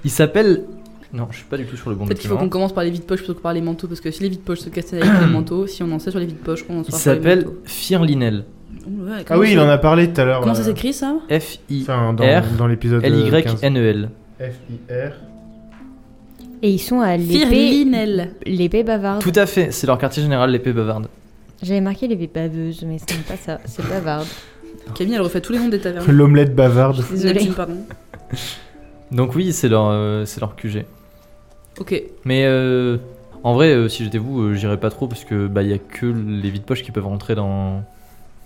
[SPEAKER 1] il s'appelle. Non, je suis pas du tout sur le bon
[SPEAKER 3] Peut-être qu'il faut
[SPEAKER 1] document.
[SPEAKER 3] qu'on commence par les vides poches plutôt que par les manteaux, parce que si les vides poches se cassent avec les manteaux, si on en sait sur les vides poches, on en
[SPEAKER 1] hein. Il
[SPEAKER 3] saura sur les
[SPEAKER 1] s'appelle
[SPEAKER 3] manteaux.
[SPEAKER 1] Firlinel.
[SPEAKER 3] Ouh, ouais,
[SPEAKER 2] Ah
[SPEAKER 3] comment
[SPEAKER 2] oui, il
[SPEAKER 3] ça-
[SPEAKER 2] en a parlé tout à l'heure.
[SPEAKER 3] Comment
[SPEAKER 2] euh,
[SPEAKER 3] ça s'écrit ça
[SPEAKER 1] F I
[SPEAKER 2] Enfin, dans,
[SPEAKER 1] R,
[SPEAKER 2] dans l'épisode euh,
[SPEAKER 1] L Y
[SPEAKER 2] 15.
[SPEAKER 1] N E L.
[SPEAKER 2] F-I-R.
[SPEAKER 4] Et ils sont à l'épée,
[SPEAKER 3] Firlinel.
[SPEAKER 4] l'épée bavarde.
[SPEAKER 3] Ah.
[SPEAKER 1] Tout à fait, c'est leur quartier général l'épée bavarde.
[SPEAKER 4] J'avais marqué l'épée baveuse, mais c'est pas ça, c'est bavarde.
[SPEAKER 3] Camille, elle refait tous les noms des tavernes.
[SPEAKER 2] L'omelette bavarde.
[SPEAKER 4] Désolée.
[SPEAKER 3] Neptune, pardon.
[SPEAKER 1] Donc oui, c'est leur, euh, c'est leur QG.
[SPEAKER 3] Ok.
[SPEAKER 1] Mais euh, en vrai, euh, si j'étais vous, euh, j'irais pas trop parce que bah y a que les vides poches qui peuvent rentrer dans.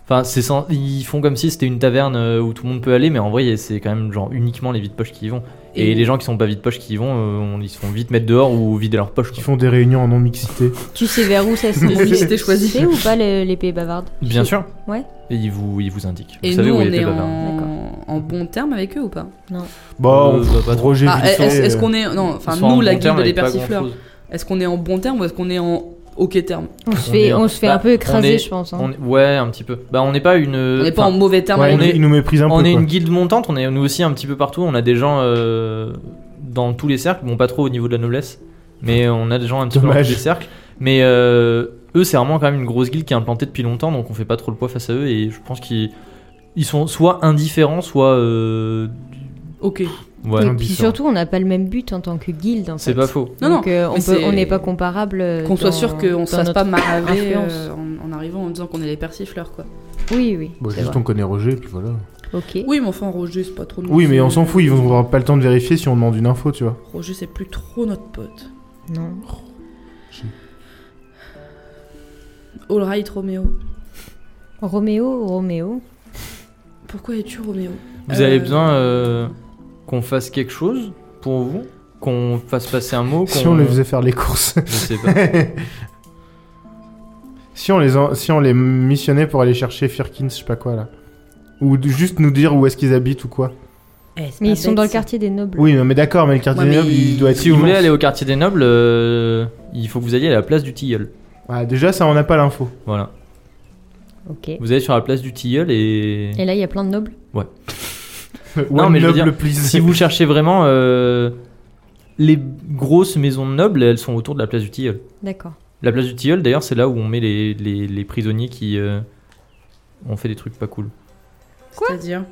[SPEAKER 1] Enfin, c'est sans- ils font comme si c'était une taverne euh, où tout le monde peut aller, mais en vrai, y a- c'est quand même genre uniquement les vides poches qui y vont. Et,
[SPEAKER 3] Et-
[SPEAKER 1] les gens qui sont pas vides poches qui y vont, euh, on- ils se font vite mettre dehors ou vider leurs poches.
[SPEAKER 2] Qui
[SPEAKER 1] quoi.
[SPEAKER 2] font des réunions en non-mixité.
[SPEAKER 4] [LAUGHS] Tu sais vers où ça se [LAUGHS]
[SPEAKER 3] Oui, c'était choisi.
[SPEAKER 4] C'est ou pas le- l'épée bavarde
[SPEAKER 1] Bien sûr.
[SPEAKER 4] Ouais.
[SPEAKER 1] Et ils vous, ils vous indiquent.
[SPEAKER 3] Et
[SPEAKER 1] vous savez
[SPEAKER 3] nous,
[SPEAKER 1] où
[SPEAKER 3] on
[SPEAKER 1] il était
[SPEAKER 3] est
[SPEAKER 1] Bavard.
[SPEAKER 3] en... en bon terme avec eux ou pas
[SPEAKER 2] Bon,
[SPEAKER 1] Euh, bah, pas trop.
[SPEAKER 2] Roger
[SPEAKER 3] Ah,
[SPEAKER 2] Vissot,
[SPEAKER 3] Est-ce est-ce
[SPEAKER 2] euh,
[SPEAKER 3] qu'on est. Non, enfin,
[SPEAKER 1] Ils sont en
[SPEAKER 3] nous,
[SPEAKER 1] bon
[SPEAKER 3] la
[SPEAKER 1] terme
[SPEAKER 3] guilde des
[SPEAKER 1] avec pas
[SPEAKER 3] persifleurs,
[SPEAKER 1] grand-chose.
[SPEAKER 3] est-ce qu'on est en bon terme ou est-ce qu'on est en ok terme
[SPEAKER 4] On se
[SPEAKER 1] On
[SPEAKER 4] fait,
[SPEAKER 1] est-
[SPEAKER 4] on se fait
[SPEAKER 1] bah,
[SPEAKER 4] un peu écraser,
[SPEAKER 1] on est-
[SPEAKER 4] je pense. hein.
[SPEAKER 1] On est- Ouais, un petit peu. Bah, on n'est pas une.
[SPEAKER 3] On n'est pas en
[SPEAKER 1] enfin,
[SPEAKER 3] mauvais terme
[SPEAKER 2] ouais,
[SPEAKER 3] avec
[SPEAKER 1] on est-
[SPEAKER 2] ils nous méprisent un peu.
[SPEAKER 1] on est
[SPEAKER 2] quoi.
[SPEAKER 1] une guilde montante, on est nous aussi un petit peu partout, on a des gens euh, dans tous les cercles, bon pas trop au niveau de la noblesse, mais on a des gens un petit peu dans
[SPEAKER 2] Dommage.
[SPEAKER 1] tous les cercles. Mais euh, eux c'est vraiment quand même une grosse guilde qui est implantée depuis longtemps, donc on fait pas trop le poids face à eux et je pense qu'ils ils sont soit indifférents, soit... euh,
[SPEAKER 3] Ok.
[SPEAKER 1] ouais,
[SPEAKER 4] Et
[SPEAKER 2] un hein.
[SPEAKER 4] puis
[SPEAKER 2] bisou.
[SPEAKER 4] surtout, on n'a pas le même but en tant que guilde. En
[SPEAKER 1] c'est
[SPEAKER 4] fait.
[SPEAKER 1] pas faux.
[SPEAKER 3] Non,
[SPEAKER 4] Donc,
[SPEAKER 3] non,
[SPEAKER 4] euh, on
[SPEAKER 3] mais
[SPEAKER 4] peut-
[SPEAKER 3] c'est-
[SPEAKER 4] on n'est pas comparable. euh,
[SPEAKER 3] Qu'on soit
[SPEAKER 4] dans-
[SPEAKER 3] sûr qu'on ne
[SPEAKER 4] dans
[SPEAKER 3] se fasse
[SPEAKER 4] notre-
[SPEAKER 3] pas maraver
[SPEAKER 4] influence.
[SPEAKER 3] euh, en, en arrivant en disant qu'on est les persifleurs, quoi.
[SPEAKER 4] Oui, oui.
[SPEAKER 2] Bon,
[SPEAKER 4] c'est
[SPEAKER 2] juste
[SPEAKER 4] vrai.
[SPEAKER 2] on connaît Roger, puis voilà.
[SPEAKER 4] Ok.
[SPEAKER 3] Oui, mais enfin, Roger, c'est pas trop nous.
[SPEAKER 2] Oui, mais on s'en fout, ils vont avoir pas le temps de vérifier si on demande une info, tu vois.
[SPEAKER 3] Roger, c'est plus trop notre pote.
[SPEAKER 4] Non.
[SPEAKER 3] All right, Roméo.
[SPEAKER 4] Roméo, Roméo.
[SPEAKER 3] Pourquoi es-tu Roméo
[SPEAKER 1] Vous
[SPEAKER 3] Euh,
[SPEAKER 1] avez besoin euh, qu'on fasse quelque chose pour vous Qu'on fasse passer un mot
[SPEAKER 2] Si
[SPEAKER 1] qu'on-
[SPEAKER 2] on les faisait faire les courses. [LAUGHS]
[SPEAKER 1] Je sais pas.
[SPEAKER 2] si, on les en- si on les missionnait pour aller chercher Firkins, je sais pas quoi, là. Ou d- juste nous dire où est-ce qu'ils habitent ou quoi.
[SPEAKER 3] Eh,
[SPEAKER 4] Mais ils sont dans le quartier des nobles.
[SPEAKER 2] Ah, ben, Oui, non, mais d'accord, mais le quartier
[SPEAKER 3] Ouais,
[SPEAKER 2] des
[SPEAKER 3] mais
[SPEAKER 2] nobles, il doit être.
[SPEAKER 1] si vous voulez
[SPEAKER 2] immense.
[SPEAKER 1] aller au quartier des nobles, euh, il faut que vous alliez à la place du Tilleul.
[SPEAKER 2] Ah, déjà, ça, on n'a pas l'info.
[SPEAKER 1] Voilà.
[SPEAKER 4] Ok.
[SPEAKER 1] Vous allez sur la place du Tilleul et.
[SPEAKER 4] Et là, il y a plein de nobles.
[SPEAKER 2] One
[SPEAKER 1] mais je
[SPEAKER 2] noble,
[SPEAKER 1] veux dire,
[SPEAKER 2] please.
[SPEAKER 1] Si vous cherchez vraiment. euh, les grosses maisons nobles, elles sont autour de la place du Tilleul.
[SPEAKER 4] D'accord.
[SPEAKER 1] La place du Tilleul, d'ailleurs, c'est là où on met les, les- les prisonniers qui. euh, on fait des trucs pas cool.
[SPEAKER 4] Quoi
[SPEAKER 3] C'est-à-dire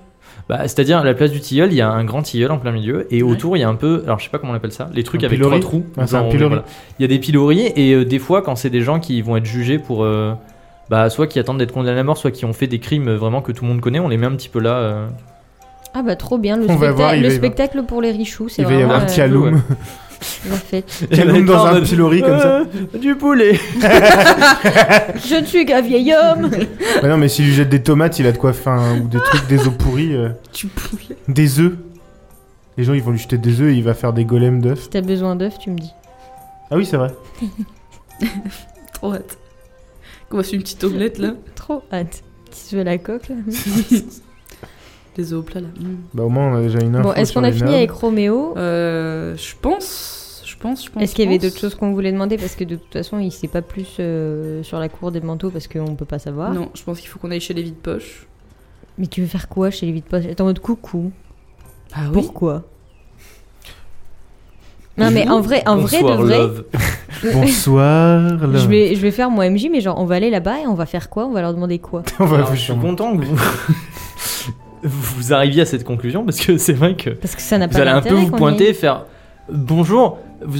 [SPEAKER 1] Bah, c'est-à-dire, à la place du tilleul, il y a un grand tilleul en plein milieu, et
[SPEAKER 3] Ouais.
[SPEAKER 1] autour, il y a un peu, alors je sais pas comment on appelle ça, les trucs
[SPEAKER 2] Un
[SPEAKER 1] avec
[SPEAKER 2] pilori.
[SPEAKER 1] trois trous.
[SPEAKER 2] Ouais, c'est un
[SPEAKER 1] Genre,
[SPEAKER 2] pilori.
[SPEAKER 1] Il y a des piloris, et euh, des fois, quand c'est des gens qui vont être jugés pour. euh, bah, soit qui attendent d'être condamnés à mort, soit qui ont fait des crimes euh, vraiment que tout le monde connaît, on les met un petit peu là. euh.
[SPEAKER 4] Ah bah trop bien, le,
[SPEAKER 2] On va
[SPEAKER 4] spectacle-
[SPEAKER 2] voir, il
[SPEAKER 4] le
[SPEAKER 2] va y avoir-
[SPEAKER 4] spectacle pour les richoux, c'est
[SPEAKER 2] Il va y
[SPEAKER 4] vraiment
[SPEAKER 2] avoir un
[SPEAKER 4] euh,
[SPEAKER 2] petit alloum.
[SPEAKER 4] la fête.
[SPEAKER 1] Et
[SPEAKER 2] Calme
[SPEAKER 1] là,
[SPEAKER 2] dans
[SPEAKER 1] en
[SPEAKER 2] un
[SPEAKER 1] mode,
[SPEAKER 2] pilori comme ça.
[SPEAKER 1] Euh, [LAUGHS] Du poulet
[SPEAKER 4] Je ne suis qu'un vieil homme [LAUGHS]
[SPEAKER 2] Bah non, mais s'il lui jette des tomates, il a de quoi faire. un- Ou des trucs, des œufs pourris. euh,
[SPEAKER 3] Tu poulet.
[SPEAKER 2] Des œufs. Les gens, ils vont lui jeter des œufs et il va faire des golems d'œufs.
[SPEAKER 4] Si t'as besoin d'œufs, tu me dis.
[SPEAKER 2] Ah oui, c'est vrai.
[SPEAKER 3] Trop hâte. Qu'on va se faire une petite
[SPEAKER 4] [LAUGHS]
[SPEAKER 3] omelette là.
[SPEAKER 4] Trop hâte. Qui se veut la coque là
[SPEAKER 3] Les œufs au plat là. Mm.
[SPEAKER 2] Bah au moins, on a déjà une info
[SPEAKER 4] Bon, est-ce
[SPEAKER 2] sur
[SPEAKER 4] qu'on a
[SPEAKER 2] les
[SPEAKER 4] fini
[SPEAKER 2] nerfs.
[SPEAKER 4] avec Roméo
[SPEAKER 3] Euh, je pense. Je pense, je pense.
[SPEAKER 4] Est-ce qu'il y
[SPEAKER 3] je
[SPEAKER 4] avait
[SPEAKER 3] pense.
[SPEAKER 4] d'autres choses qu'on voulait demander Parce que de toute façon, il sait pas plus euh, sur la cour des manteaux parce qu'on peut pas savoir.
[SPEAKER 3] Non, je pense qu'il faut qu'on aille chez les vides poches.
[SPEAKER 4] Mais tu veux faire quoi chez les vides poches T'es en mode coucou.
[SPEAKER 3] Ah
[SPEAKER 4] Pourquoi Non, mais en vrai, en vrai, de
[SPEAKER 1] Bonsoir,
[SPEAKER 4] vrai. euh,
[SPEAKER 1] love.
[SPEAKER 2] Bonsoir. là.
[SPEAKER 4] [LAUGHS] Je vais, je vais faire mon MJ, mais genre, on va aller là-bas et on va faire quoi On va leur demander quoi
[SPEAKER 2] On va
[SPEAKER 1] Alors,
[SPEAKER 2] vous
[SPEAKER 1] je suis content que vous... [LAUGHS] vous arriviez à cette conclusion, parce que c'est vrai que
[SPEAKER 4] Parce que ça n'a pas
[SPEAKER 1] vous allez un peu
[SPEAKER 4] d'intérêt
[SPEAKER 1] vous
[SPEAKER 4] qu'on y
[SPEAKER 1] pointer
[SPEAKER 4] aille.
[SPEAKER 1] et faire bonjour. Vous,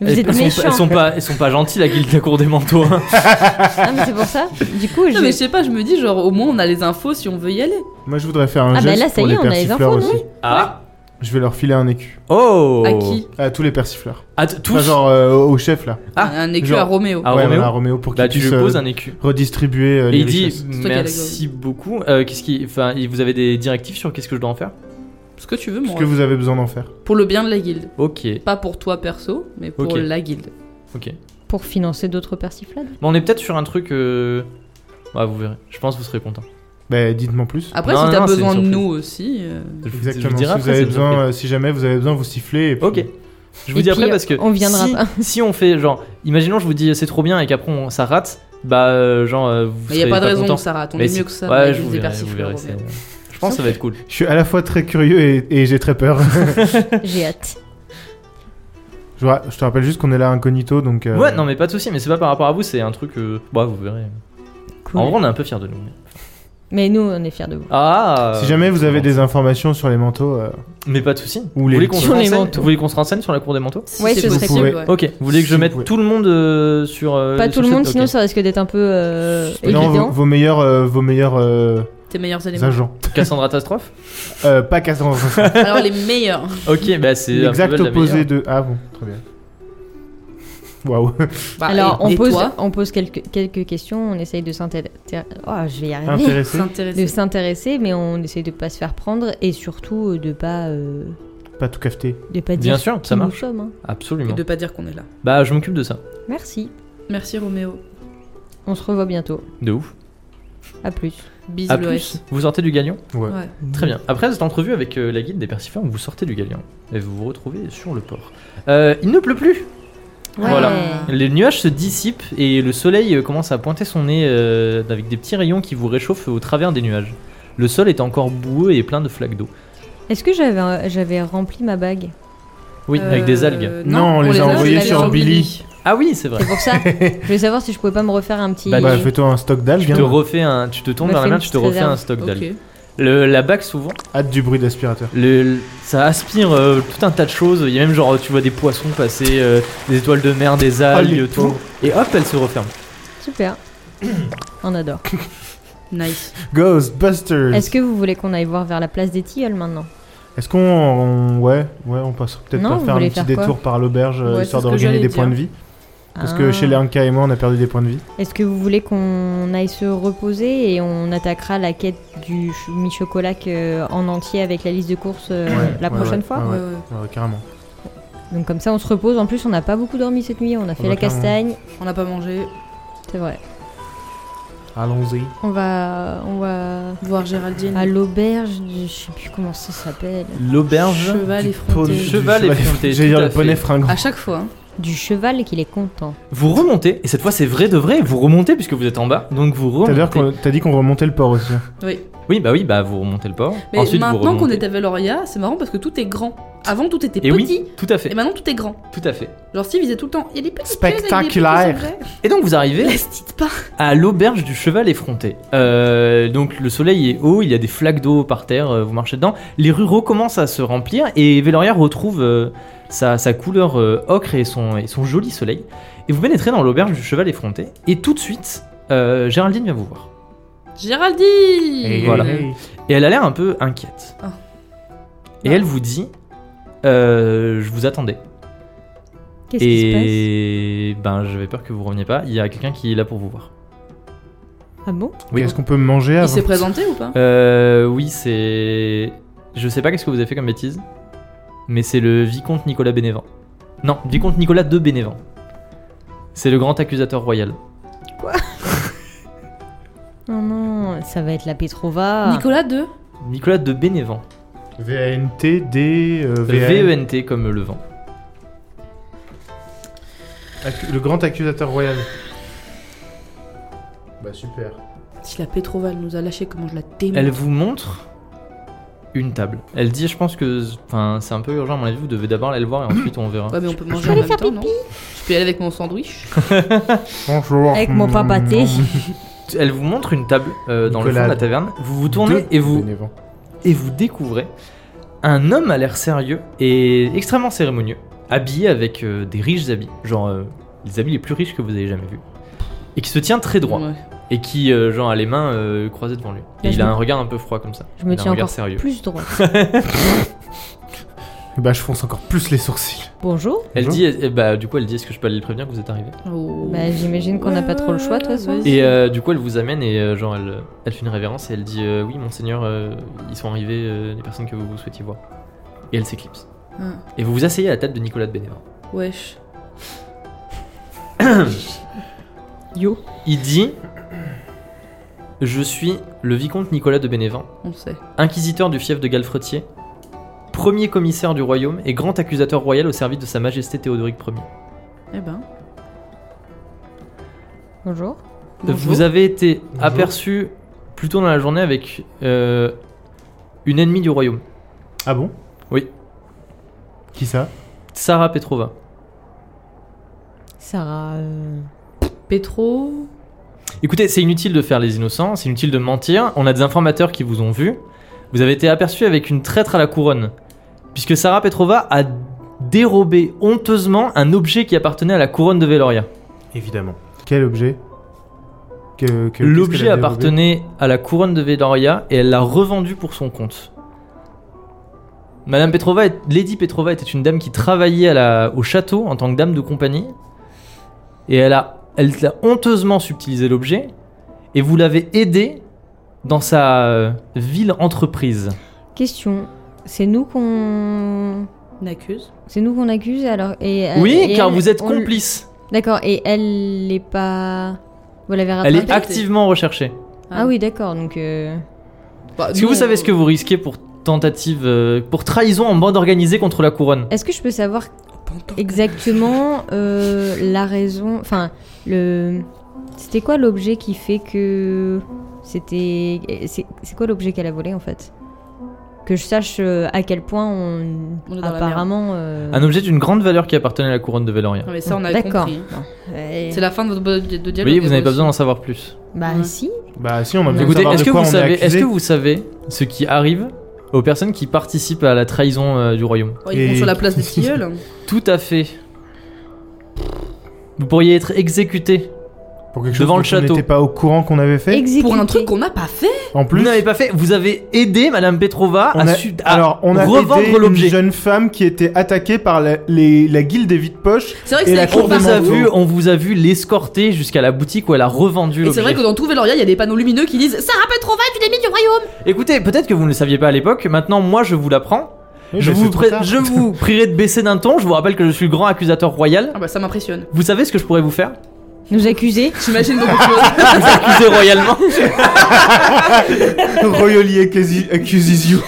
[SPEAKER 4] Vous êtes
[SPEAKER 1] elles, sont,
[SPEAKER 4] méchants.
[SPEAKER 1] elles sont pas, elles sont pas gentilles la guilde de la cour des manteaux. hein.
[SPEAKER 4] Ah, mais c'est pour ça
[SPEAKER 1] [LAUGHS]
[SPEAKER 4] Du coup, je.
[SPEAKER 3] Non, mais je sais pas, je me dis, genre, au moins on a les infos si on veut y aller.
[SPEAKER 2] Moi, je voudrais faire un
[SPEAKER 4] Ah, bah
[SPEAKER 2] geste
[SPEAKER 4] là, ça
[SPEAKER 2] pour
[SPEAKER 4] y est,
[SPEAKER 2] les
[SPEAKER 4] on a les
[SPEAKER 2] persifleurs
[SPEAKER 4] infos,
[SPEAKER 2] aussi.
[SPEAKER 1] Ah
[SPEAKER 2] Je vais leur filer un écu.
[SPEAKER 1] oh
[SPEAKER 3] À qui
[SPEAKER 2] À tous les persifleurs.
[SPEAKER 1] À t- tous
[SPEAKER 2] Enfin, genre euh, au au chef, là.
[SPEAKER 1] Ah,
[SPEAKER 3] Un écu
[SPEAKER 2] genre-
[SPEAKER 3] à Roméo.
[SPEAKER 1] Ah,
[SPEAKER 2] ouais,
[SPEAKER 1] Roméo
[SPEAKER 2] voilà, Roméo, pour qu'il
[SPEAKER 1] Là tu
[SPEAKER 2] puisse
[SPEAKER 1] lui poses
[SPEAKER 2] euh,
[SPEAKER 1] un écu.
[SPEAKER 2] redistribuer euh,
[SPEAKER 1] Et
[SPEAKER 2] les
[SPEAKER 1] il dit
[SPEAKER 2] richesses.
[SPEAKER 3] toi qui as la
[SPEAKER 1] merci beaucoup. Euh, qu'est-ce qui, enfin, vous avez des directives sur qu'est-ce que je dois en faire
[SPEAKER 3] Ce que tu veux,
[SPEAKER 2] Ce
[SPEAKER 3] moi.
[SPEAKER 2] que vous avez besoin d'en faire.
[SPEAKER 3] Pour le bien de la guilde.
[SPEAKER 1] Ok,
[SPEAKER 3] Pas pour toi perso, mais pour
[SPEAKER 1] Ok.
[SPEAKER 3] la guilde.
[SPEAKER 1] ok.
[SPEAKER 4] Pour financer d'autres persiflades
[SPEAKER 1] Bon, on est peut-être sur un truc. euh, ouais, vous verrez. Je pense que vous serez content.
[SPEAKER 2] Bah, dites-moi plus.
[SPEAKER 3] Après,
[SPEAKER 1] Non,
[SPEAKER 3] si
[SPEAKER 1] non,
[SPEAKER 3] t'as
[SPEAKER 1] non, c'est
[SPEAKER 3] besoin de
[SPEAKER 1] une surprise.
[SPEAKER 3] nous aussi. euh,
[SPEAKER 1] Je vous- je vous
[SPEAKER 2] Exactement.
[SPEAKER 1] dirai
[SPEAKER 2] si,
[SPEAKER 1] après,
[SPEAKER 2] vous
[SPEAKER 1] c'est
[SPEAKER 2] avez
[SPEAKER 1] une surprise.
[SPEAKER 2] besoin, euh, si jamais vous avez besoin, vous sifflez. Et puis-
[SPEAKER 1] Ok. Je vous
[SPEAKER 4] Et
[SPEAKER 1] dis après
[SPEAKER 4] puis,
[SPEAKER 1] parce que
[SPEAKER 4] on viendra
[SPEAKER 1] si,
[SPEAKER 4] pas.
[SPEAKER 1] si on fait genre, imaginons je vous dis c'est trop bien et qu'après on- ça rate, bah euh, genre euh, vous
[SPEAKER 3] Mais y
[SPEAKER 1] serez
[SPEAKER 3] a pas de raison
[SPEAKER 1] content.
[SPEAKER 3] que ça rate. On
[SPEAKER 1] Mais
[SPEAKER 3] est
[SPEAKER 1] si-
[SPEAKER 3] mieux que ça. la
[SPEAKER 1] Ouais, je
[SPEAKER 3] guilde
[SPEAKER 1] vous
[SPEAKER 3] des
[SPEAKER 1] verrai, je vous verrai,
[SPEAKER 3] persifleurs, Roméo.
[SPEAKER 1] c'est- Je pense que ça va être cool.
[SPEAKER 2] Je suis à la fois très curieux et, et j'ai très peur. [LAUGHS]
[SPEAKER 4] J'ai hâte.
[SPEAKER 2] je, vous ra- je te rappelle juste qu'on est là incognito, donc. euh,
[SPEAKER 1] Ouais, non mais pas de souci, mais c'est pas par rapport à vous, c'est un truc. euh, Bah vous verrez.
[SPEAKER 4] Cool.
[SPEAKER 1] En vrai, on est un peu fiers de nous. mais-
[SPEAKER 4] Mais nous, on est fiers de vous.
[SPEAKER 1] Ah.
[SPEAKER 2] Si jamais vous avez
[SPEAKER 1] bon.
[SPEAKER 2] des informations sur les manteaux, euh,
[SPEAKER 1] Mais pas de souci.
[SPEAKER 2] Ou
[SPEAKER 1] Vous
[SPEAKER 2] les
[SPEAKER 1] voulez qu'on se
[SPEAKER 4] Sur les
[SPEAKER 1] renseigne
[SPEAKER 4] manteaux.
[SPEAKER 1] Vous voulez qu'on se renseigne sur la cour des manteaux
[SPEAKER 3] Si
[SPEAKER 4] Ouais,
[SPEAKER 3] c'est
[SPEAKER 4] ce serait
[SPEAKER 3] possible,
[SPEAKER 2] cool.
[SPEAKER 3] ouais.
[SPEAKER 1] Ok. Vous voulez que je
[SPEAKER 2] Si,
[SPEAKER 1] mette
[SPEAKER 2] vous pouvez.
[SPEAKER 1] tout le monde euh, sur euh,
[SPEAKER 4] Pas tout
[SPEAKER 1] sur
[SPEAKER 4] le
[SPEAKER 1] cette-
[SPEAKER 4] monde,
[SPEAKER 1] ok.
[SPEAKER 4] sinon ça risque d'être un peu euh,
[SPEAKER 2] non, vos,
[SPEAKER 4] évident.
[SPEAKER 2] vos meilleurs, euh, vos meilleurs euh,
[SPEAKER 3] Tes meilleurs éléments.
[SPEAKER 2] agents.
[SPEAKER 1] Cassandra Catastrophe.
[SPEAKER 2] Euh, pas 400.
[SPEAKER 3] Alors les meilleurs.
[SPEAKER 1] Ok, bah [LAUGHS] c'est un peu
[SPEAKER 2] L'exact
[SPEAKER 1] la meilleure.
[SPEAKER 2] opposé de. Ah bon, très bien. Waouh.
[SPEAKER 3] Bah,
[SPEAKER 4] Alors,
[SPEAKER 1] Ah,
[SPEAKER 3] et-
[SPEAKER 4] on
[SPEAKER 3] et
[SPEAKER 4] pose,
[SPEAKER 3] toi
[SPEAKER 4] on pose quelques, quelques questions, on essaye de s'intéresser. Oh, je vais y arriver.
[SPEAKER 2] Intéressé.
[SPEAKER 4] De
[SPEAKER 3] S'intéresser.
[SPEAKER 4] s'intéresser, mais on essaye de pas se faire prendre et surtout euh, de pas, euh,
[SPEAKER 2] Pas tout cafeté.
[SPEAKER 4] de pas dire
[SPEAKER 1] Bien sûr,
[SPEAKER 4] qui
[SPEAKER 1] ça
[SPEAKER 4] nous
[SPEAKER 1] marche.
[SPEAKER 4] sommes. hein.
[SPEAKER 3] Et
[SPEAKER 1] Absolument.
[SPEAKER 3] de pas dire qu'on est là.
[SPEAKER 1] Bah je m'occupe de ça.
[SPEAKER 4] Merci.
[SPEAKER 3] Merci Roméo.
[SPEAKER 4] On se revoit bientôt.
[SPEAKER 1] De ouf.
[SPEAKER 4] À plus.
[SPEAKER 3] Bisous
[SPEAKER 1] À
[SPEAKER 3] l'OS.
[SPEAKER 1] plus. Vous sortez du galion
[SPEAKER 2] Ouais.
[SPEAKER 3] Ouais.
[SPEAKER 1] Très bien. Après cette entrevue avec euh, la guide des persifleurs, vous sortez du galion et vous vous retrouvez sur le port. Euh, il ne pleut plus. Voilà. Les nuages se dissipent et le soleil euh, commence à pointer son nez euh, avec des petits rayons qui vous réchauffent au travers des nuages. Le sol est encore boueux et plein de flaques d'eau.
[SPEAKER 4] Est-ce que j'avais, euh, j'avais rempli ma bague
[SPEAKER 1] Oui,
[SPEAKER 3] Euh,
[SPEAKER 1] avec des algues.
[SPEAKER 2] Non, on les a
[SPEAKER 4] envoyés
[SPEAKER 3] envoyés
[SPEAKER 4] sur
[SPEAKER 2] Billy.
[SPEAKER 1] Ah oui, c'est vrai.
[SPEAKER 4] C'est
[SPEAKER 2] [LAUGHS]
[SPEAKER 4] pour ça. je voulais savoir si je pouvais pas me refaire un petit.
[SPEAKER 1] Bah,
[SPEAKER 2] Bah, fais-toi un stock d'algues.
[SPEAKER 1] Tu te
[SPEAKER 2] hein.
[SPEAKER 1] refais un, tu te tombes
[SPEAKER 4] Me
[SPEAKER 1] dans
[SPEAKER 4] fais
[SPEAKER 1] la
[SPEAKER 4] une
[SPEAKER 1] main, tu te
[SPEAKER 4] petite
[SPEAKER 1] refais
[SPEAKER 4] réserve.
[SPEAKER 1] un stock d'algues.
[SPEAKER 3] Ok.
[SPEAKER 1] Le- La bague souvent,
[SPEAKER 2] Hâte du bruit d'aspirateur.
[SPEAKER 1] le, le- ça aspire euh, tout un tas de choses. Il y a même genre tu vois des poissons passer, euh, des étoiles de mer, des algues,
[SPEAKER 2] les
[SPEAKER 1] tout.
[SPEAKER 2] pauvres.
[SPEAKER 1] Et hop, elle se referme.
[SPEAKER 4] [CLEARS THROAT]
[SPEAKER 2] [COUGHS]
[SPEAKER 4] Super. on adore.
[SPEAKER 3] Nice.
[SPEAKER 2] Ghostbusters.
[SPEAKER 4] Est-ce que vous voulez qu'on aille voir vers la place des Tilleuls maintenant
[SPEAKER 2] Est-ce qu'on. on- Ouais, ouais, on passe peut-être
[SPEAKER 4] Non,
[SPEAKER 2] par
[SPEAKER 4] vous
[SPEAKER 2] faire un
[SPEAKER 4] voulez
[SPEAKER 2] petit
[SPEAKER 4] faire quoi
[SPEAKER 2] détour par l'auberge, euh,
[SPEAKER 3] Ouais,
[SPEAKER 2] histoire
[SPEAKER 3] c'est ce que
[SPEAKER 2] d'organiser des
[SPEAKER 3] j'allais
[SPEAKER 2] points de
[SPEAKER 3] dire.
[SPEAKER 2] vie. Parce que
[SPEAKER 4] Ah.
[SPEAKER 2] chez Lenka et moi, on a perdu des points de vie.
[SPEAKER 4] Est-ce que vous voulez qu'on aille se reposer et on attaquera la quête du ch- mi-chocolat que- en entier avec la liste de courses euh,
[SPEAKER 2] Ouais,
[SPEAKER 4] la
[SPEAKER 2] ouais,
[SPEAKER 4] prochaine
[SPEAKER 2] ouais,
[SPEAKER 4] fois
[SPEAKER 2] ouais.
[SPEAKER 3] ouais.
[SPEAKER 2] Ouais, carrément.
[SPEAKER 4] Donc comme ça on se repose. En plus on n'a pas beaucoup dormi cette nuit. On a fait
[SPEAKER 2] va
[SPEAKER 4] la
[SPEAKER 2] faire un-
[SPEAKER 4] castagne.
[SPEAKER 3] On n'a pas mangé.
[SPEAKER 4] C'est vrai.
[SPEAKER 2] Allons-y.
[SPEAKER 4] On va on va
[SPEAKER 3] Voir Géraldine.
[SPEAKER 4] à l'auberge. Je sais plus comment ça s'appelle.
[SPEAKER 1] L'auberge.
[SPEAKER 3] Cheval
[SPEAKER 2] Poney-
[SPEAKER 3] effronté.
[SPEAKER 2] du
[SPEAKER 1] Cheval effronté,
[SPEAKER 2] J'allais
[SPEAKER 1] tout
[SPEAKER 2] dire
[SPEAKER 1] à
[SPEAKER 2] le poney
[SPEAKER 1] fait.
[SPEAKER 2] fringant.
[SPEAKER 3] À chaque fois. hein.
[SPEAKER 4] Du cheval qu'il est content.
[SPEAKER 1] Vous remontez et cette fois c'est vrai de vrai. Vous remontez puisque vous êtes en bas, donc vous
[SPEAKER 2] T'as
[SPEAKER 1] remontez.
[SPEAKER 2] d'ailleurs qu'on- T'as dit qu'on remontait le port aussi.
[SPEAKER 3] Oui.
[SPEAKER 1] Oui, bah oui, bah vous remontez le port.
[SPEAKER 3] Mais
[SPEAKER 1] Ensuite vous
[SPEAKER 3] maintenant qu'on
[SPEAKER 1] remontez.
[SPEAKER 3] est à Veloria, c'est marrant parce que tout est grand. Avant, tout était
[SPEAKER 1] Et
[SPEAKER 3] petit. Eh
[SPEAKER 1] oui,
[SPEAKER 3] ben-
[SPEAKER 1] tout à fait,
[SPEAKER 3] Et maintenant, tout est grand.
[SPEAKER 1] tout à fait.
[SPEAKER 3] Genre, Steve, il disait tout le temps, il est petit.
[SPEAKER 2] Spectaculaire.
[SPEAKER 1] Et donc vous arrivez
[SPEAKER 3] Laisse-t-il pas.
[SPEAKER 1] à l'auberge du cheval effronté. Euh, donc le soleil est haut, il y a des flaques d'eau par terre, euh, vous marchez dedans. Les rues recommencent à se remplir et Veloria retrouve euh, sa, sa couleur euh, ocre et son, et son joli soleil. Et vous pénétrez dans l'auberge du cheval effronté et tout de suite, euh, Géraldine vient vous voir.
[SPEAKER 3] Géraldine
[SPEAKER 1] voilà. Et elle a l'air un peu inquiète.
[SPEAKER 3] Ah.
[SPEAKER 1] Et elle vous dit, euh, je vous attendais.
[SPEAKER 4] Qu'est-ce qui
[SPEAKER 1] Et ben j'avais peur que vous reveniez pas, il y a quelqu'un qui est là pour vous voir.
[SPEAKER 4] se passe Ah bon
[SPEAKER 1] Oui.
[SPEAKER 2] Est-ce qu'on peut manger
[SPEAKER 3] Il
[SPEAKER 2] avant
[SPEAKER 3] s'est présenté ou pas
[SPEAKER 1] Euh, oui, c'est. Je sais pas qu'est-ce que vous avez fait comme bêtise, mais c'est le vicomte Nicolas Bénévent. Non, vicomte Nicolas de Bénévent. C'est le grand accusateur royal.
[SPEAKER 4] Oh non, ça va être la Petrova.
[SPEAKER 3] Nicolas 2
[SPEAKER 1] Nicolas de Bénévent.
[SPEAKER 2] V-A-N-T, D, euh, V-A-N.
[SPEAKER 1] V-E-N-T comme le vent.
[SPEAKER 2] Accu- Le grand accusateur royal. Bah super.
[SPEAKER 3] Si la Petroval nous a lâché, comment je la
[SPEAKER 1] Elle
[SPEAKER 3] démonte
[SPEAKER 1] vous montre une table. Elle dit, je pense que enfin, c'est un peu urgent à mon avis, vous devez d'abord aller le voir et ensuite on verra.
[SPEAKER 3] Ouais, mais on peut manger en même temps, non Je peux y aller avec mon sandwich.
[SPEAKER 2] Bonjour. Mmh.
[SPEAKER 4] Avec mon pain pâté.
[SPEAKER 1] Elle vous montre une table euh, dans le
[SPEAKER 2] Nicolas
[SPEAKER 1] fond de la taverne. Vous vous tournez et vous
[SPEAKER 2] Bénévent.
[SPEAKER 1] et vous découvrez un homme à l'air sérieux et extrêmement cérémonieux, habillé avec euh, des riches habits, genre euh, les habits les plus riches que vous ayez jamais vus, et qui se tient très droit,
[SPEAKER 3] Ouais.
[SPEAKER 1] et qui euh, genre a les mains euh, croisées devant lui. Et
[SPEAKER 4] Là, je
[SPEAKER 1] il a
[SPEAKER 4] me-
[SPEAKER 1] un regard un peu froid comme ça.
[SPEAKER 4] Je me
[SPEAKER 1] Il a un
[SPEAKER 4] tiens
[SPEAKER 1] regard
[SPEAKER 4] encore
[SPEAKER 1] sérieux.
[SPEAKER 4] plus droite.
[SPEAKER 2] Bah je fonce encore plus les sourcils.
[SPEAKER 4] Bonjour.
[SPEAKER 1] Elle
[SPEAKER 2] Bonjour.
[SPEAKER 1] dit, eh, bah du coup elle dit, est-ce que je peux aller le prévenir que vous êtes arrivé
[SPEAKER 3] Oh.
[SPEAKER 4] Bah, j'imagine qu'on n'a pas trop le choix, de toute façon.
[SPEAKER 3] Vas-y.
[SPEAKER 1] Et euh, du coup elle vous amène et euh, genre elle, euh, elle fait une révérence et elle dit, euh, oui monseigneur, euh, ils sont arrivés euh, les personnes que vous souhaitiez voir. Et elle s'éclipse.
[SPEAKER 3] Ah,
[SPEAKER 1] Et vous vous asseyez à la table de Nicolas de Bénévent.
[SPEAKER 3] Wesh.
[SPEAKER 4] Yo.
[SPEAKER 1] Il dit Je suis le vicomte Nicolas de Bénévent,
[SPEAKER 3] On sait.
[SPEAKER 1] inquisiteur du fief de Galfretier, premier commissaire du royaume et grand accusateur royal au service de Sa Majesté Théodoric Ier.
[SPEAKER 3] Eh ben.
[SPEAKER 1] Euh,
[SPEAKER 4] Bonjour.
[SPEAKER 3] bonjour.
[SPEAKER 1] Vous avez été
[SPEAKER 2] Bonjour.
[SPEAKER 1] aperçu plus tôt dans la journée avec euh, une ennemie du royaume,
[SPEAKER 2] Ah bon
[SPEAKER 1] Oui.
[SPEAKER 2] Qui ça
[SPEAKER 1] Sarah Petrova.
[SPEAKER 4] Sarah. euh,
[SPEAKER 3] Petro.
[SPEAKER 1] Écoutez, c'est inutile de faire les innocents, c'est inutile de mentir, on a des informateurs qui vous ont vu. Vous avez été aperçu avec une traître à la couronne, puisque Sarah Petrova a dérobé honteusement un objet qui appartenait à la couronne de Veloria.
[SPEAKER 2] Évidemment. Quel objet Que- que- qu'est-ce
[SPEAKER 1] L'objet
[SPEAKER 2] qu'elle a dérobé
[SPEAKER 1] appartenait à la couronne de Veloria et elle l'a revendu pour son compte. Madame Petrova, est- Lady Petrova était une dame qui travaillait à la- au château en tant que dame de compagnie et elle a, elle a honteusement subtilisé l'objet et vous l'avez aidée dans sa euh, vile entreprise.
[SPEAKER 4] Question. C'est nous qu'on.
[SPEAKER 3] N'accuse.
[SPEAKER 4] C'est nous qu'on accuse alors et euh,
[SPEAKER 1] oui,
[SPEAKER 4] et
[SPEAKER 1] car
[SPEAKER 4] elle,
[SPEAKER 1] vous êtes
[SPEAKER 4] on-
[SPEAKER 1] complice.
[SPEAKER 4] D'accord. Et elle n'est pas. Vous l'avez
[SPEAKER 1] Elle
[SPEAKER 4] rattrapée
[SPEAKER 1] est activement recherchée.
[SPEAKER 4] Ah oui, d'accord. Donc. euh,
[SPEAKER 3] Bah,
[SPEAKER 1] Est-ce que vous
[SPEAKER 3] non,
[SPEAKER 1] savez ce que vous risquez pour tentative, euh, pour trahison en bande organisée contre la couronne
[SPEAKER 4] Est-ce que je peux savoir
[SPEAKER 3] euh, Pantone.
[SPEAKER 4] exactement euh, la raison Enfin, le. C'était quoi l'objet qui fait que c'était C'est c'est quoi l'objet qu'elle a volé en fait Que je sache euh, à quel point on,
[SPEAKER 3] On est dans la
[SPEAKER 4] apparemment. euh,
[SPEAKER 1] Un objet d'une grande valeur qui appartenait à la couronne de Veloria.
[SPEAKER 3] Non, mais ça, on a
[SPEAKER 4] D'accord.
[SPEAKER 3] compris.
[SPEAKER 4] euh,
[SPEAKER 3] C'est la fin de votre bo- de
[SPEAKER 1] Vous
[SPEAKER 3] dialogue.
[SPEAKER 1] voyez, vous n'avez pas
[SPEAKER 3] aussi.
[SPEAKER 1] besoin d'en savoir plus.
[SPEAKER 4] Bah
[SPEAKER 3] Ouais.
[SPEAKER 4] si.
[SPEAKER 2] Bah si, on a besoin de
[SPEAKER 1] Écoutez,
[SPEAKER 2] savoir
[SPEAKER 1] est-ce
[SPEAKER 2] de
[SPEAKER 1] que,
[SPEAKER 2] quoi
[SPEAKER 1] vous
[SPEAKER 2] on
[SPEAKER 1] savez,
[SPEAKER 2] est
[SPEAKER 1] est-ce
[SPEAKER 2] accusé.
[SPEAKER 1] que vous savez ce qui arrive aux personnes qui participent à la trahison euh, du royaume
[SPEAKER 3] Oh, ils vont
[SPEAKER 2] Et-
[SPEAKER 3] sur la place
[SPEAKER 1] [LAUGHS]
[SPEAKER 3] des tilleuls.
[SPEAKER 1] Tout à fait. Vous pourriez être exécuté.
[SPEAKER 2] Pour quelque
[SPEAKER 1] devant
[SPEAKER 2] dont
[SPEAKER 1] le château.
[SPEAKER 2] On n'était pas au courant qu'on avait fait.
[SPEAKER 4] Exécuté.
[SPEAKER 3] Pour un truc qu'on n'a pas fait.
[SPEAKER 2] En
[SPEAKER 1] Vous
[SPEAKER 2] plus,
[SPEAKER 1] n'avez pas fait. Vous avez aidé Madame Petrova
[SPEAKER 2] on
[SPEAKER 1] à,
[SPEAKER 2] a-
[SPEAKER 1] su- à
[SPEAKER 2] alors on a aidé
[SPEAKER 1] revendre
[SPEAKER 2] une
[SPEAKER 1] l'objet.
[SPEAKER 2] jeune femme qui était attaquée par la, les- la guilde des vides poches.
[SPEAKER 3] C'est vrai que
[SPEAKER 2] Et
[SPEAKER 3] c'est
[SPEAKER 2] la
[SPEAKER 3] écrit
[SPEAKER 1] On
[SPEAKER 2] cour de
[SPEAKER 1] vous
[SPEAKER 3] partout.
[SPEAKER 1] a
[SPEAKER 2] Vraiment.
[SPEAKER 1] vu, on vous a vu l'escorter jusqu'à la boutique où elle a revendu
[SPEAKER 3] Et c'est vrai
[SPEAKER 1] l'objet.
[SPEAKER 3] que dans tout Veloria, il y a des panneaux lumineux qui disent Sarah Petrova est une ennemie du royaume
[SPEAKER 1] Écoutez, peut-être que vous ne le saviez pas à l'époque. Maintenant, moi, je vous l'apprends.
[SPEAKER 2] Oui,
[SPEAKER 1] je,
[SPEAKER 2] mais
[SPEAKER 1] vous
[SPEAKER 2] c'est trop
[SPEAKER 1] pré-
[SPEAKER 2] tard.
[SPEAKER 1] je
[SPEAKER 2] [LAUGHS]
[SPEAKER 1] vous prierai de baisser d'un ton. Je vous rappelle que je suis le grand accusateur royal.
[SPEAKER 3] Ah bah ça m'impressionne.
[SPEAKER 1] Vous savez ce que je pourrais vous faire
[SPEAKER 4] Nous accuser.
[SPEAKER 3] J'imagine
[SPEAKER 1] [LAUGHS]
[SPEAKER 3] beaucoup de choses.
[SPEAKER 1] Vous accuser royalement.
[SPEAKER 2] Royoli accusi- accuses
[SPEAKER 1] [LAUGHS]
[SPEAKER 2] you.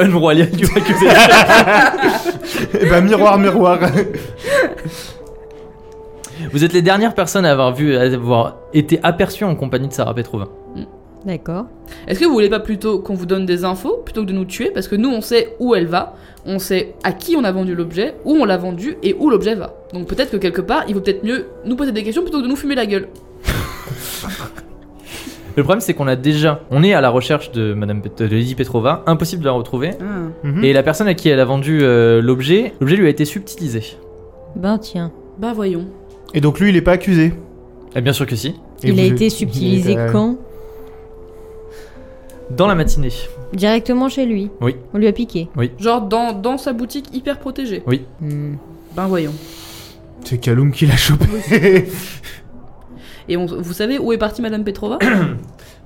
[SPEAKER 1] Un royal qui va [LAUGHS] accuser.
[SPEAKER 2] Et bah miroir, miroir.
[SPEAKER 1] Vous êtes les dernières personnes à avoir vu, à avoir été aperçues en compagnie de Sarah Petrova.
[SPEAKER 4] D'accord.
[SPEAKER 3] Est-ce que vous voulez pas plutôt qu'on vous donne des infos plutôt que de nous tuer Parce que nous, on sait où elle va, on sait à qui on a vendu l'objet, où on l'a vendu et où l'objet va. Donc peut-être que quelque part, il vaut peut-être mieux nous poser des questions plutôt que de nous fumer la gueule.
[SPEAKER 1] Le problème, c'est qu'on a déjà. On est à la recherche de Madame Pet- de Lady Petrova, impossible de la retrouver.
[SPEAKER 4] Ah.
[SPEAKER 2] Mhm.
[SPEAKER 1] Et la personne à qui elle a vendu euh, l'objet, l'objet lui a été subtilisé.
[SPEAKER 4] Ben tiens.
[SPEAKER 3] Bah voyons.
[SPEAKER 2] Et donc lui, il est pas accusé.
[SPEAKER 1] Eh bien sûr que si.
[SPEAKER 2] Et
[SPEAKER 4] il a
[SPEAKER 2] vous-
[SPEAKER 4] été subtilisé
[SPEAKER 2] il est, euh,
[SPEAKER 4] quand
[SPEAKER 1] Dans la matinée.
[SPEAKER 4] Directement chez lui.
[SPEAKER 1] Oui.
[SPEAKER 4] On lui a piqué.
[SPEAKER 3] Genre dans, dans sa boutique hyper protégée.
[SPEAKER 4] Hmm.
[SPEAKER 3] Ben voyons.
[SPEAKER 2] C'est Kaloum qui l'a [LAUGHS] chopé.
[SPEAKER 3] Et on- vous savez où est partie
[SPEAKER 4] [COUGHS]
[SPEAKER 3] Madame Petrova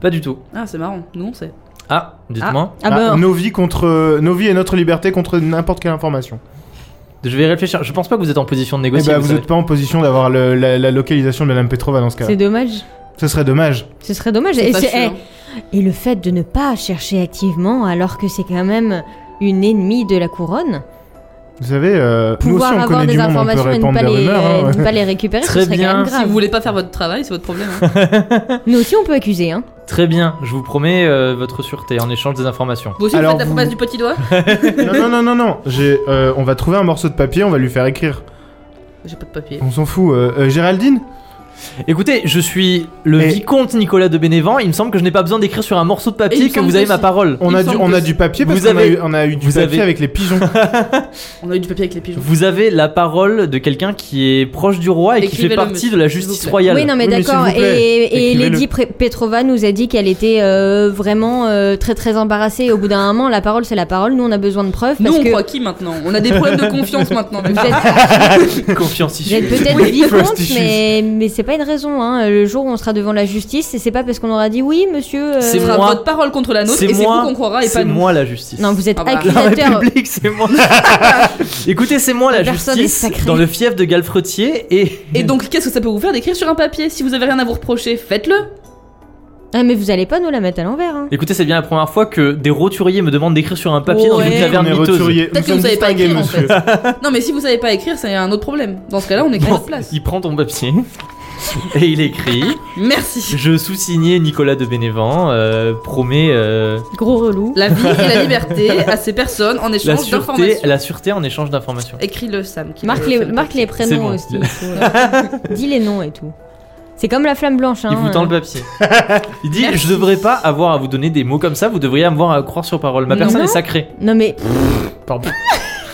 [SPEAKER 1] Pas du tout.
[SPEAKER 3] Ah, c'est marrant, nous on sait.
[SPEAKER 1] Ah, dites-moi.
[SPEAKER 4] Ah, ben.
[SPEAKER 2] nos vies contre euh, nos vies et notre liberté contre n'importe quelle information.
[SPEAKER 1] Je vais réfléchir. Je pense pas que vous êtes en position de
[SPEAKER 2] Eh
[SPEAKER 1] négocier.
[SPEAKER 2] ben,
[SPEAKER 1] vous
[SPEAKER 2] vous
[SPEAKER 1] savez.
[SPEAKER 2] n'êtes pas en position d'avoir le- la, la localisation de Madame Petrova dans ce cas.
[SPEAKER 4] C'est dommage.
[SPEAKER 2] Ce serait dommage.
[SPEAKER 4] Ce serait dommage.
[SPEAKER 3] C'est
[SPEAKER 4] Et,
[SPEAKER 3] pas
[SPEAKER 4] c'est-
[SPEAKER 3] sûr,
[SPEAKER 4] eh,
[SPEAKER 3] hein.
[SPEAKER 4] et le fait de ne pas chercher activement alors que c'est quand même une ennemie de la couronne,
[SPEAKER 2] Vous savez, euh, nous aussi
[SPEAKER 4] pouvoir
[SPEAKER 2] on
[SPEAKER 4] avoir
[SPEAKER 2] connaît
[SPEAKER 4] des
[SPEAKER 2] du monde, on peut
[SPEAKER 4] informations et ne
[SPEAKER 2] répandre
[SPEAKER 4] pas,
[SPEAKER 2] des
[SPEAKER 4] les,
[SPEAKER 2] rumeurs. hein.
[SPEAKER 4] ne pas les récupérer,
[SPEAKER 1] Très
[SPEAKER 4] ce serait
[SPEAKER 1] bien.
[SPEAKER 4] quand même
[SPEAKER 1] Si
[SPEAKER 4] grave.
[SPEAKER 3] Si vous voulez pas faire votre travail, c'est votre problème.
[SPEAKER 4] [LAUGHS]
[SPEAKER 3] hein.
[SPEAKER 4] Nous aussi on peut accuser, hein.
[SPEAKER 1] Très bien. Je vous promets euh, votre sûreté en échange des informations.
[SPEAKER 3] Vous aussi, vous
[SPEAKER 2] Alors,
[SPEAKER 3] faites la
[SPEAKER 2] vous-
[SPEAKER 3] promesse du petit doigt
[SPEAKER 4] [LAUGHS]
[SPEAKER 2] non, non, non, non, non. J'ai, euh, on va trouver un morceau de papier, on va lui faire écrire.
[SPEAKER 3] J'ai pas de papier.
[SPEAKER 2] On s'en fout. Euh, euh, Géraldine
[SPEAKER 1] Écoutez, je suis le
[SPEAKER 2] Et-
[SPEAKER 1] vicomte Nicolas de Bénévent. Il me semble que je n'ai pas besoin d'écrire sur un morceau de
[SPEAKER 3] Et il
[SPEAKER 1] papier
[SPEAKER 3] me
[SPEAKER 1] que
[SPEAKER 3] semble
[SPEAKER 1] vous avez
[SPEAKER 3] que
[SPEAKER 1] ma
[SPEAKER 3] si.
[SPEAKER 1] parole.
[SPEAKER 2] On
[SPEAKER 3] Il
[SPEAKER 2] a
[SPEAKER 3] me
[SPEAKER 2] du,
[SPEAKER 3] semble
[SPEAKER 2] on
[SPEAKER 3] que
[SPEAKER 2] a
[SPEAKER 3] si.
[SPEAKER 2] du papier parce
[SPEAKER 1] Vous
[SPEAKER 2] qu'on a
[SPEAKER 1] avez-
[SPEAKER 2] eu, on a eu du
[SPEAKER 1] vous
[SPEAKER 2] papier
[SPEAKER 1] avez-
[SPEAKER 2] avec les pigeons.
[SPEAKER 3] On a eu du papier avec les pigeons.
[SPEAKER 1] Vous avez la parole de quelqu'un qui est proche du roi et qui fait
[SPEAKER 3] Écrivez-le,
[SPEAKER 1] partie
[SPEAKER 3] monsieur,
[SPEAKER 1] de la
[SPEAKER 3] s'il vous
[SPEAKER 1] justice
[SPEAKER 3] plaît.
[SPEAKER 1] royale.
[SPEAKER 4] Oui, non, mais
[SPEAKER 2] Oui, mais
[SPEAKER 4] d'accord.
[SPEAKER 2] s'il vous plaît,
[SPEAKER 4] Et, et
[SPEAKER 2] écrivez-le.
[SPEAKER 4] Lady Pre- Petrova nous a dit qu'elle était euh, vraiment euh, très très embarrassée. Et au bout d'un moment, la parole c'est la parole. Nous, on a besoin de preuves
[SPEAKER 3] Nous,
[SPEAKER 4] parce
[SPEAKER 3] on
[SPEAKER 4] que
[SPEAKER 3] croit qui maintenant On a des problèmes de confiance maintenant.
[SPEAKER 4] vous
[SPEAKER 3] même.
[SPEAKER 1] [LAUGHS]
[SPEAKER 4] êtes,
[SPEAKER 1] Confiance
[SPEAKER 4] vous êtes
[SPEAKER 1] issue.
[SPEAKER 4] peut-être
[SPEAKER 2] Oui,
[SPEAKER 4] vicomte,
[SPEAKER 2] first issues.
[SPEAKER 4] mais, mais c'est pas une raison. Hein. Le jour où on sera devant la justice, et c'est pas parce qu'on aura dit oui, monsieur. euh,
[SPEAKER 1] C'est
[SPEAKER 3] Ce sera
[SPEAKER 1] moi.
[SPEAKER 3] votre parole contre la nôtre
[SPEAKER 1] C'est
[SPEAKER 3] et c'est vous
[SPEAKER 1] moi.
[SPEAKER 3] qu'on croira et Oh, pas
[SPEAKER 1] C'est
[SPEAKER 3] nous.
[SPEAKER 1] moi la justice.
[SPEAKER 4] Non, vous êtes
[SPEAKER 3] Ah
[SPEAKER 1] [LAUGHS]
[SPEAKER 3] bah.
[SPEAKER 1] La
[SPEAKER 4] accusateur.
[SPEAKER 1] République, c'est
[SPEAKER 4] [LAUGHS]
[SPEAKER 1] moi. Écoutez, c'est moi la
[SPEAKER 4] Personne
[SPEAKER 1] justice
[SPEAKER 4] n'est sacré.
[SPEAKER 1] dans le fief de Galfretier et
[SPEAKER 3] Et donc, qu'est-ce que ça peut vous faire d'écrire sur un papier Si vous avez rien à vous
[SPEAKER 1] [LAUGHS]
[SPEAKER 3] reprocher, faites-le.
[SPEAKER 4] Ah, mais vous allez pas nous la mettre à l'envers. Hein.
[SPEAKER 1] [LAUGHS] Écoutez, c'est bien la première fois que des roturiers me demandent d'écrire sur un papier dans une
[SPEAKER 3] Ouais.
[SPEAKER 1] taverne
[SPEAKER 2] on est
[SPEAKER 1] miteuse.
[SPEAKER 2] roturiers.
[SPEAKER 3] Peut-être que
[SPEAKER 2] sommes
[SPEAKER 3] vous savez pas
[SPEAKER 2] distingués,
[SPEAKER 3] écrire, en
[SPEAKER 2] monsieur.
[SPEAKER 3] Non, mais si vous savez pas écrire, c'est un autre problème. Dans ce cas-là, on écrit à
[SPEAKER 1] Bon,
[SPEAKER 3] votre place.
[SPEAKER 1] il prend ton papier [LAUGHS] et il écrit
[SPEAKER 3] Merci.
[SPEAKER 1] Je sous-signais Nicolas de Bénévent, euh, promet euh,
[SPEAKER 4] Gros relou.
[SPEAKER 3] La vie et la liberté à ces personnes en
[SPEAKER 1] la,
[SPEAKER 3] échange
[SPEAKER 1] sûreté,
[SPEAKER 3] d'informations.
[SPEAKER 1] la sûreté en échange d'informations.
[SPEAKER 3] Écris-le, Sam. qui
[SPEAKER 4] Marque
[SPEAKER 3] le
[SPEAKER 4] les,
[SPEAKER 3] fait le
[SPEAKER 4] marque
[SPEAKER 3] papier.
[SPEAKER 4] les prénoms
[SPEAKER 1] bon.
[SPEAKER 4] aussi. il faut- euh, Dis les noms et tout. C'est comme la flamme blanche. Hein,
[SPEAKER 1] Il vous tend le papier. [LAUGHS] Il dit
[SPEAKER 3] Merci.
[SPEAKER 1] Je devrais pas avoir à vous donner des mots comme ça, vous devriez avoir à croire sur parole. Ma
[SPEAKER 4] Non.
[SPEAKER 1] personne est sacrée.
[SPEAKER 4] euh. Non mais
[SPEAKER 1] Pardon.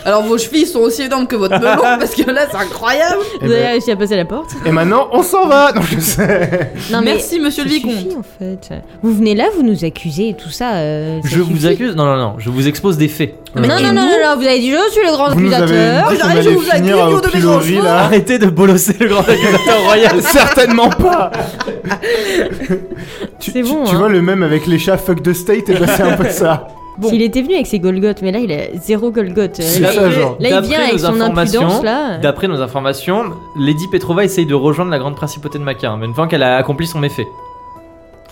[SPEAKER 3] Alors, vos chevilles sont aussi énormes que votre melon parce que là, c'est incroyable.
[SPEAKER 2] Eh
[SPEAKER 4] vous avez
[SPEAKER 2] ben,
[SPEAKER 4] réussi à passer la porte.
[SPEAKER 2] Et maintenant, on s'en va. Non, je sais.
[SPEAKER 4] Non mais
[SPEAKER 3] Merci, monsieur
[SPEAKER 4] ça
[SPEAKER 3] le vicomte.
[SPEAKER 4] suffit, en fait. Vous venez là, vous nous accusez et tout ça. euh, ça
[SPEAKER 1] [LAUGHS] Je vous
[SPEAKER 4] suffit.
[SPEAKER 1] accuse. Non, non, non, je vous expose des faits. Euh,
[SPEAKER 4] Mais non, non,
[SPEAKER 3] Et
[SPEAKER 4] non,
[SPEAKER 3] nous
[SPEAKER 4] non, non, vous avez dit je suis le grand
[SPEAKER 2] Vous nous avez
[SPEAKER 4] accusateur.
[SPEAKER 2] dit qu'on
[SPEAKER 3] J'arrive, je
[SPEAKER 2] allait
[SPEAKER 3] vous accuse,
[SPEAKER 2] finir
[SPEAKER 3] au
[SPEAKER 2] au
[SPEAKER 3] de mes
[SPEAKER 2] pilori,
[SPEAKER 3] grands
[SPEAKER 2] là.
[SPEAKER 1] Arrêtez de bolosser le grand accusateur royal.
[SPEAKER 2] Certainement
[SPEAKER 4] [LAUGHS]
[SPEAKER 2] pas. Tu, tu-
[SPEAKER 4] C'est bon,
[SPEAKER 2] tu
[SPEAKER 4] hein.
[SPEAKER 2] vois le même avec les chats fuck the state et ben c'est un peu ça.
[SPEAKER 3] Bon.
[SPEAKER 4] S'il était venu avec ses Golgoth, mais là il a zéro Golgoth.
[SPEAKER 2] C'est
[SPEAKER 4] Là,
[SPEAKER 2] ça,
[SPEAKER 4] il-
[SPEAKER 2] genre.
[SPEAKER 4] là, il vient
[SPEAKER 1] D'après
[SPEAKER 4] avec
[SPEAKER 1] nos
[SPEAKER 4] son
[SPEAKER 1] informations,
[SPEAKER 4] impudence là.
[SPEAKER 1] D'après nos informations, Lady Petrova essaye de rejoindre la grande principauté de Maca, même fois qu'elle a accompli son méfait.